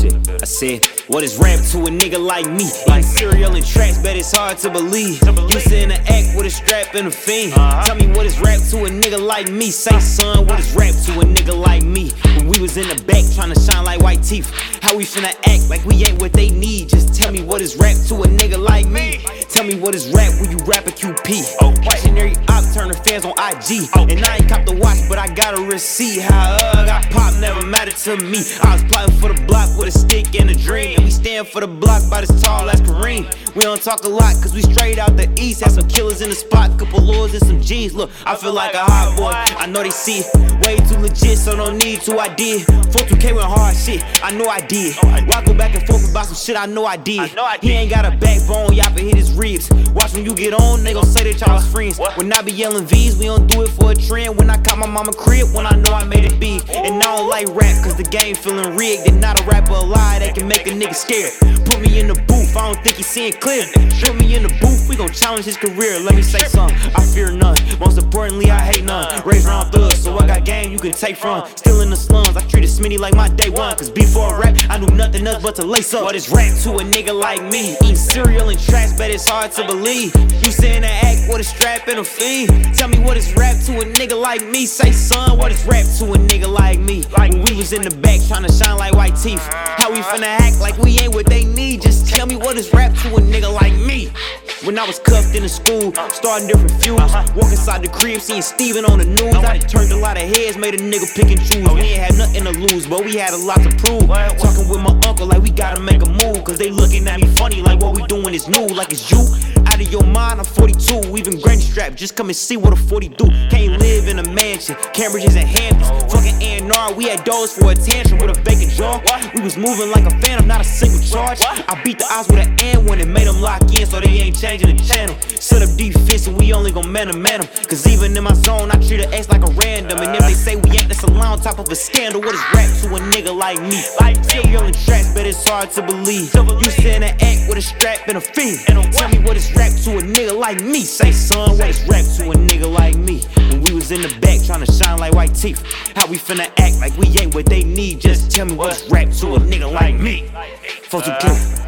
Shit. I said, what is rap to a nigga like me? Like cereal and tracks, bet it's hard to believe. Used to interact with a strap and a fiend. Tell me what is rap to a nigga like me. Say, son, what is rap to a nigga like me? When we was in the back trying to shine like white teeth. How we finna act like we ain't what they need? Just tell me what is rap to a nigga like me. Tell me what is rap when you rap a QP. Oh, Dictionary op turn her fans on IG. And I ain't cop the watch, but I got a receipt. How ugh, I pop never mattered to me. I was plotting for the block with a stick and a dream. And we stand for the block by this tall ass Kareem. We don't talk a lot, cause we straight out the east. Had some killers in the spot, couple lords and some G's. Look, I feel like a hot boy. I know they see it. way too legit, so don't need to. I did. 42K went hard shit. I know I did. Why go back and forth about some shit I know I did? He ain't got a backbone, y'all can hit his ribs. Watch when you get on, they gon' say that y'all was friends. When I be yelling V's, we don't do it for a trend. When I caught my mama crib, when I know I made it big. And I don't like rap, cause the game feeling rigged. And not a rapper alive that can make a nigga scared. Put me in the booth, I don't think he seeing clear. Put me in the booth, we gon' challenge his career. Let me say something, I fear none. Most importantly, I hate none. Raised round thugs, so I got game you can take from. Still in the slums, I treated Smitty like my day one. Cause before rap, I knew nothing else but to lace up. What is rap to a nigga like me? Eating cereal and trash, but it's hard to believe. You saying to act with a strap and a fee. Tell me what is rap to a nigga like me? Say, son, what is rap to a nigga like me? When we was in the back trying to shine like white teeth. How we finna act like we ain't what they need? Just tell me what is rap to a nigga like me? When I was cuffed in the school, starting different feuds. Walk inside the crib, seeing Steven on the news. I done turned a lot of heads, made a nigga pick and choose. We ain't had nothing to lose, but we had a lot to prove. Talking with my uncle like we gotta make a move. Cause they looking at me funny like what we doing is new. Like it's you out of your mind, I'm 42. Even granny strapped, just come and see what a 40 do. Can't live in a mansion, Cambridge is in Hamptons. Fucking A&R, we had doors for a tantrum with a vacant jaw. We was moving like a phantom, not a single charge. I beat the odds with an and when it made them lock in, so they ain't changing the channel. Set up defense and we only gon' man them, man them. Cause even in my zone, I treat an ex like a random. And if they say we ain't, that's a lie on top of a scandal. What is rap to a nigga like me? Like me on the tracks, but it's hard to believe. You send an act with a strap and a fiend. And don't tell me what is rap to a nigga like me. Say, son, what is rap to a nigga like me? When we was in the back tryna shine like white teeth. How we finna act like we ain't what they need? Just tell me what's rap to a nigga like me. Folks who kill.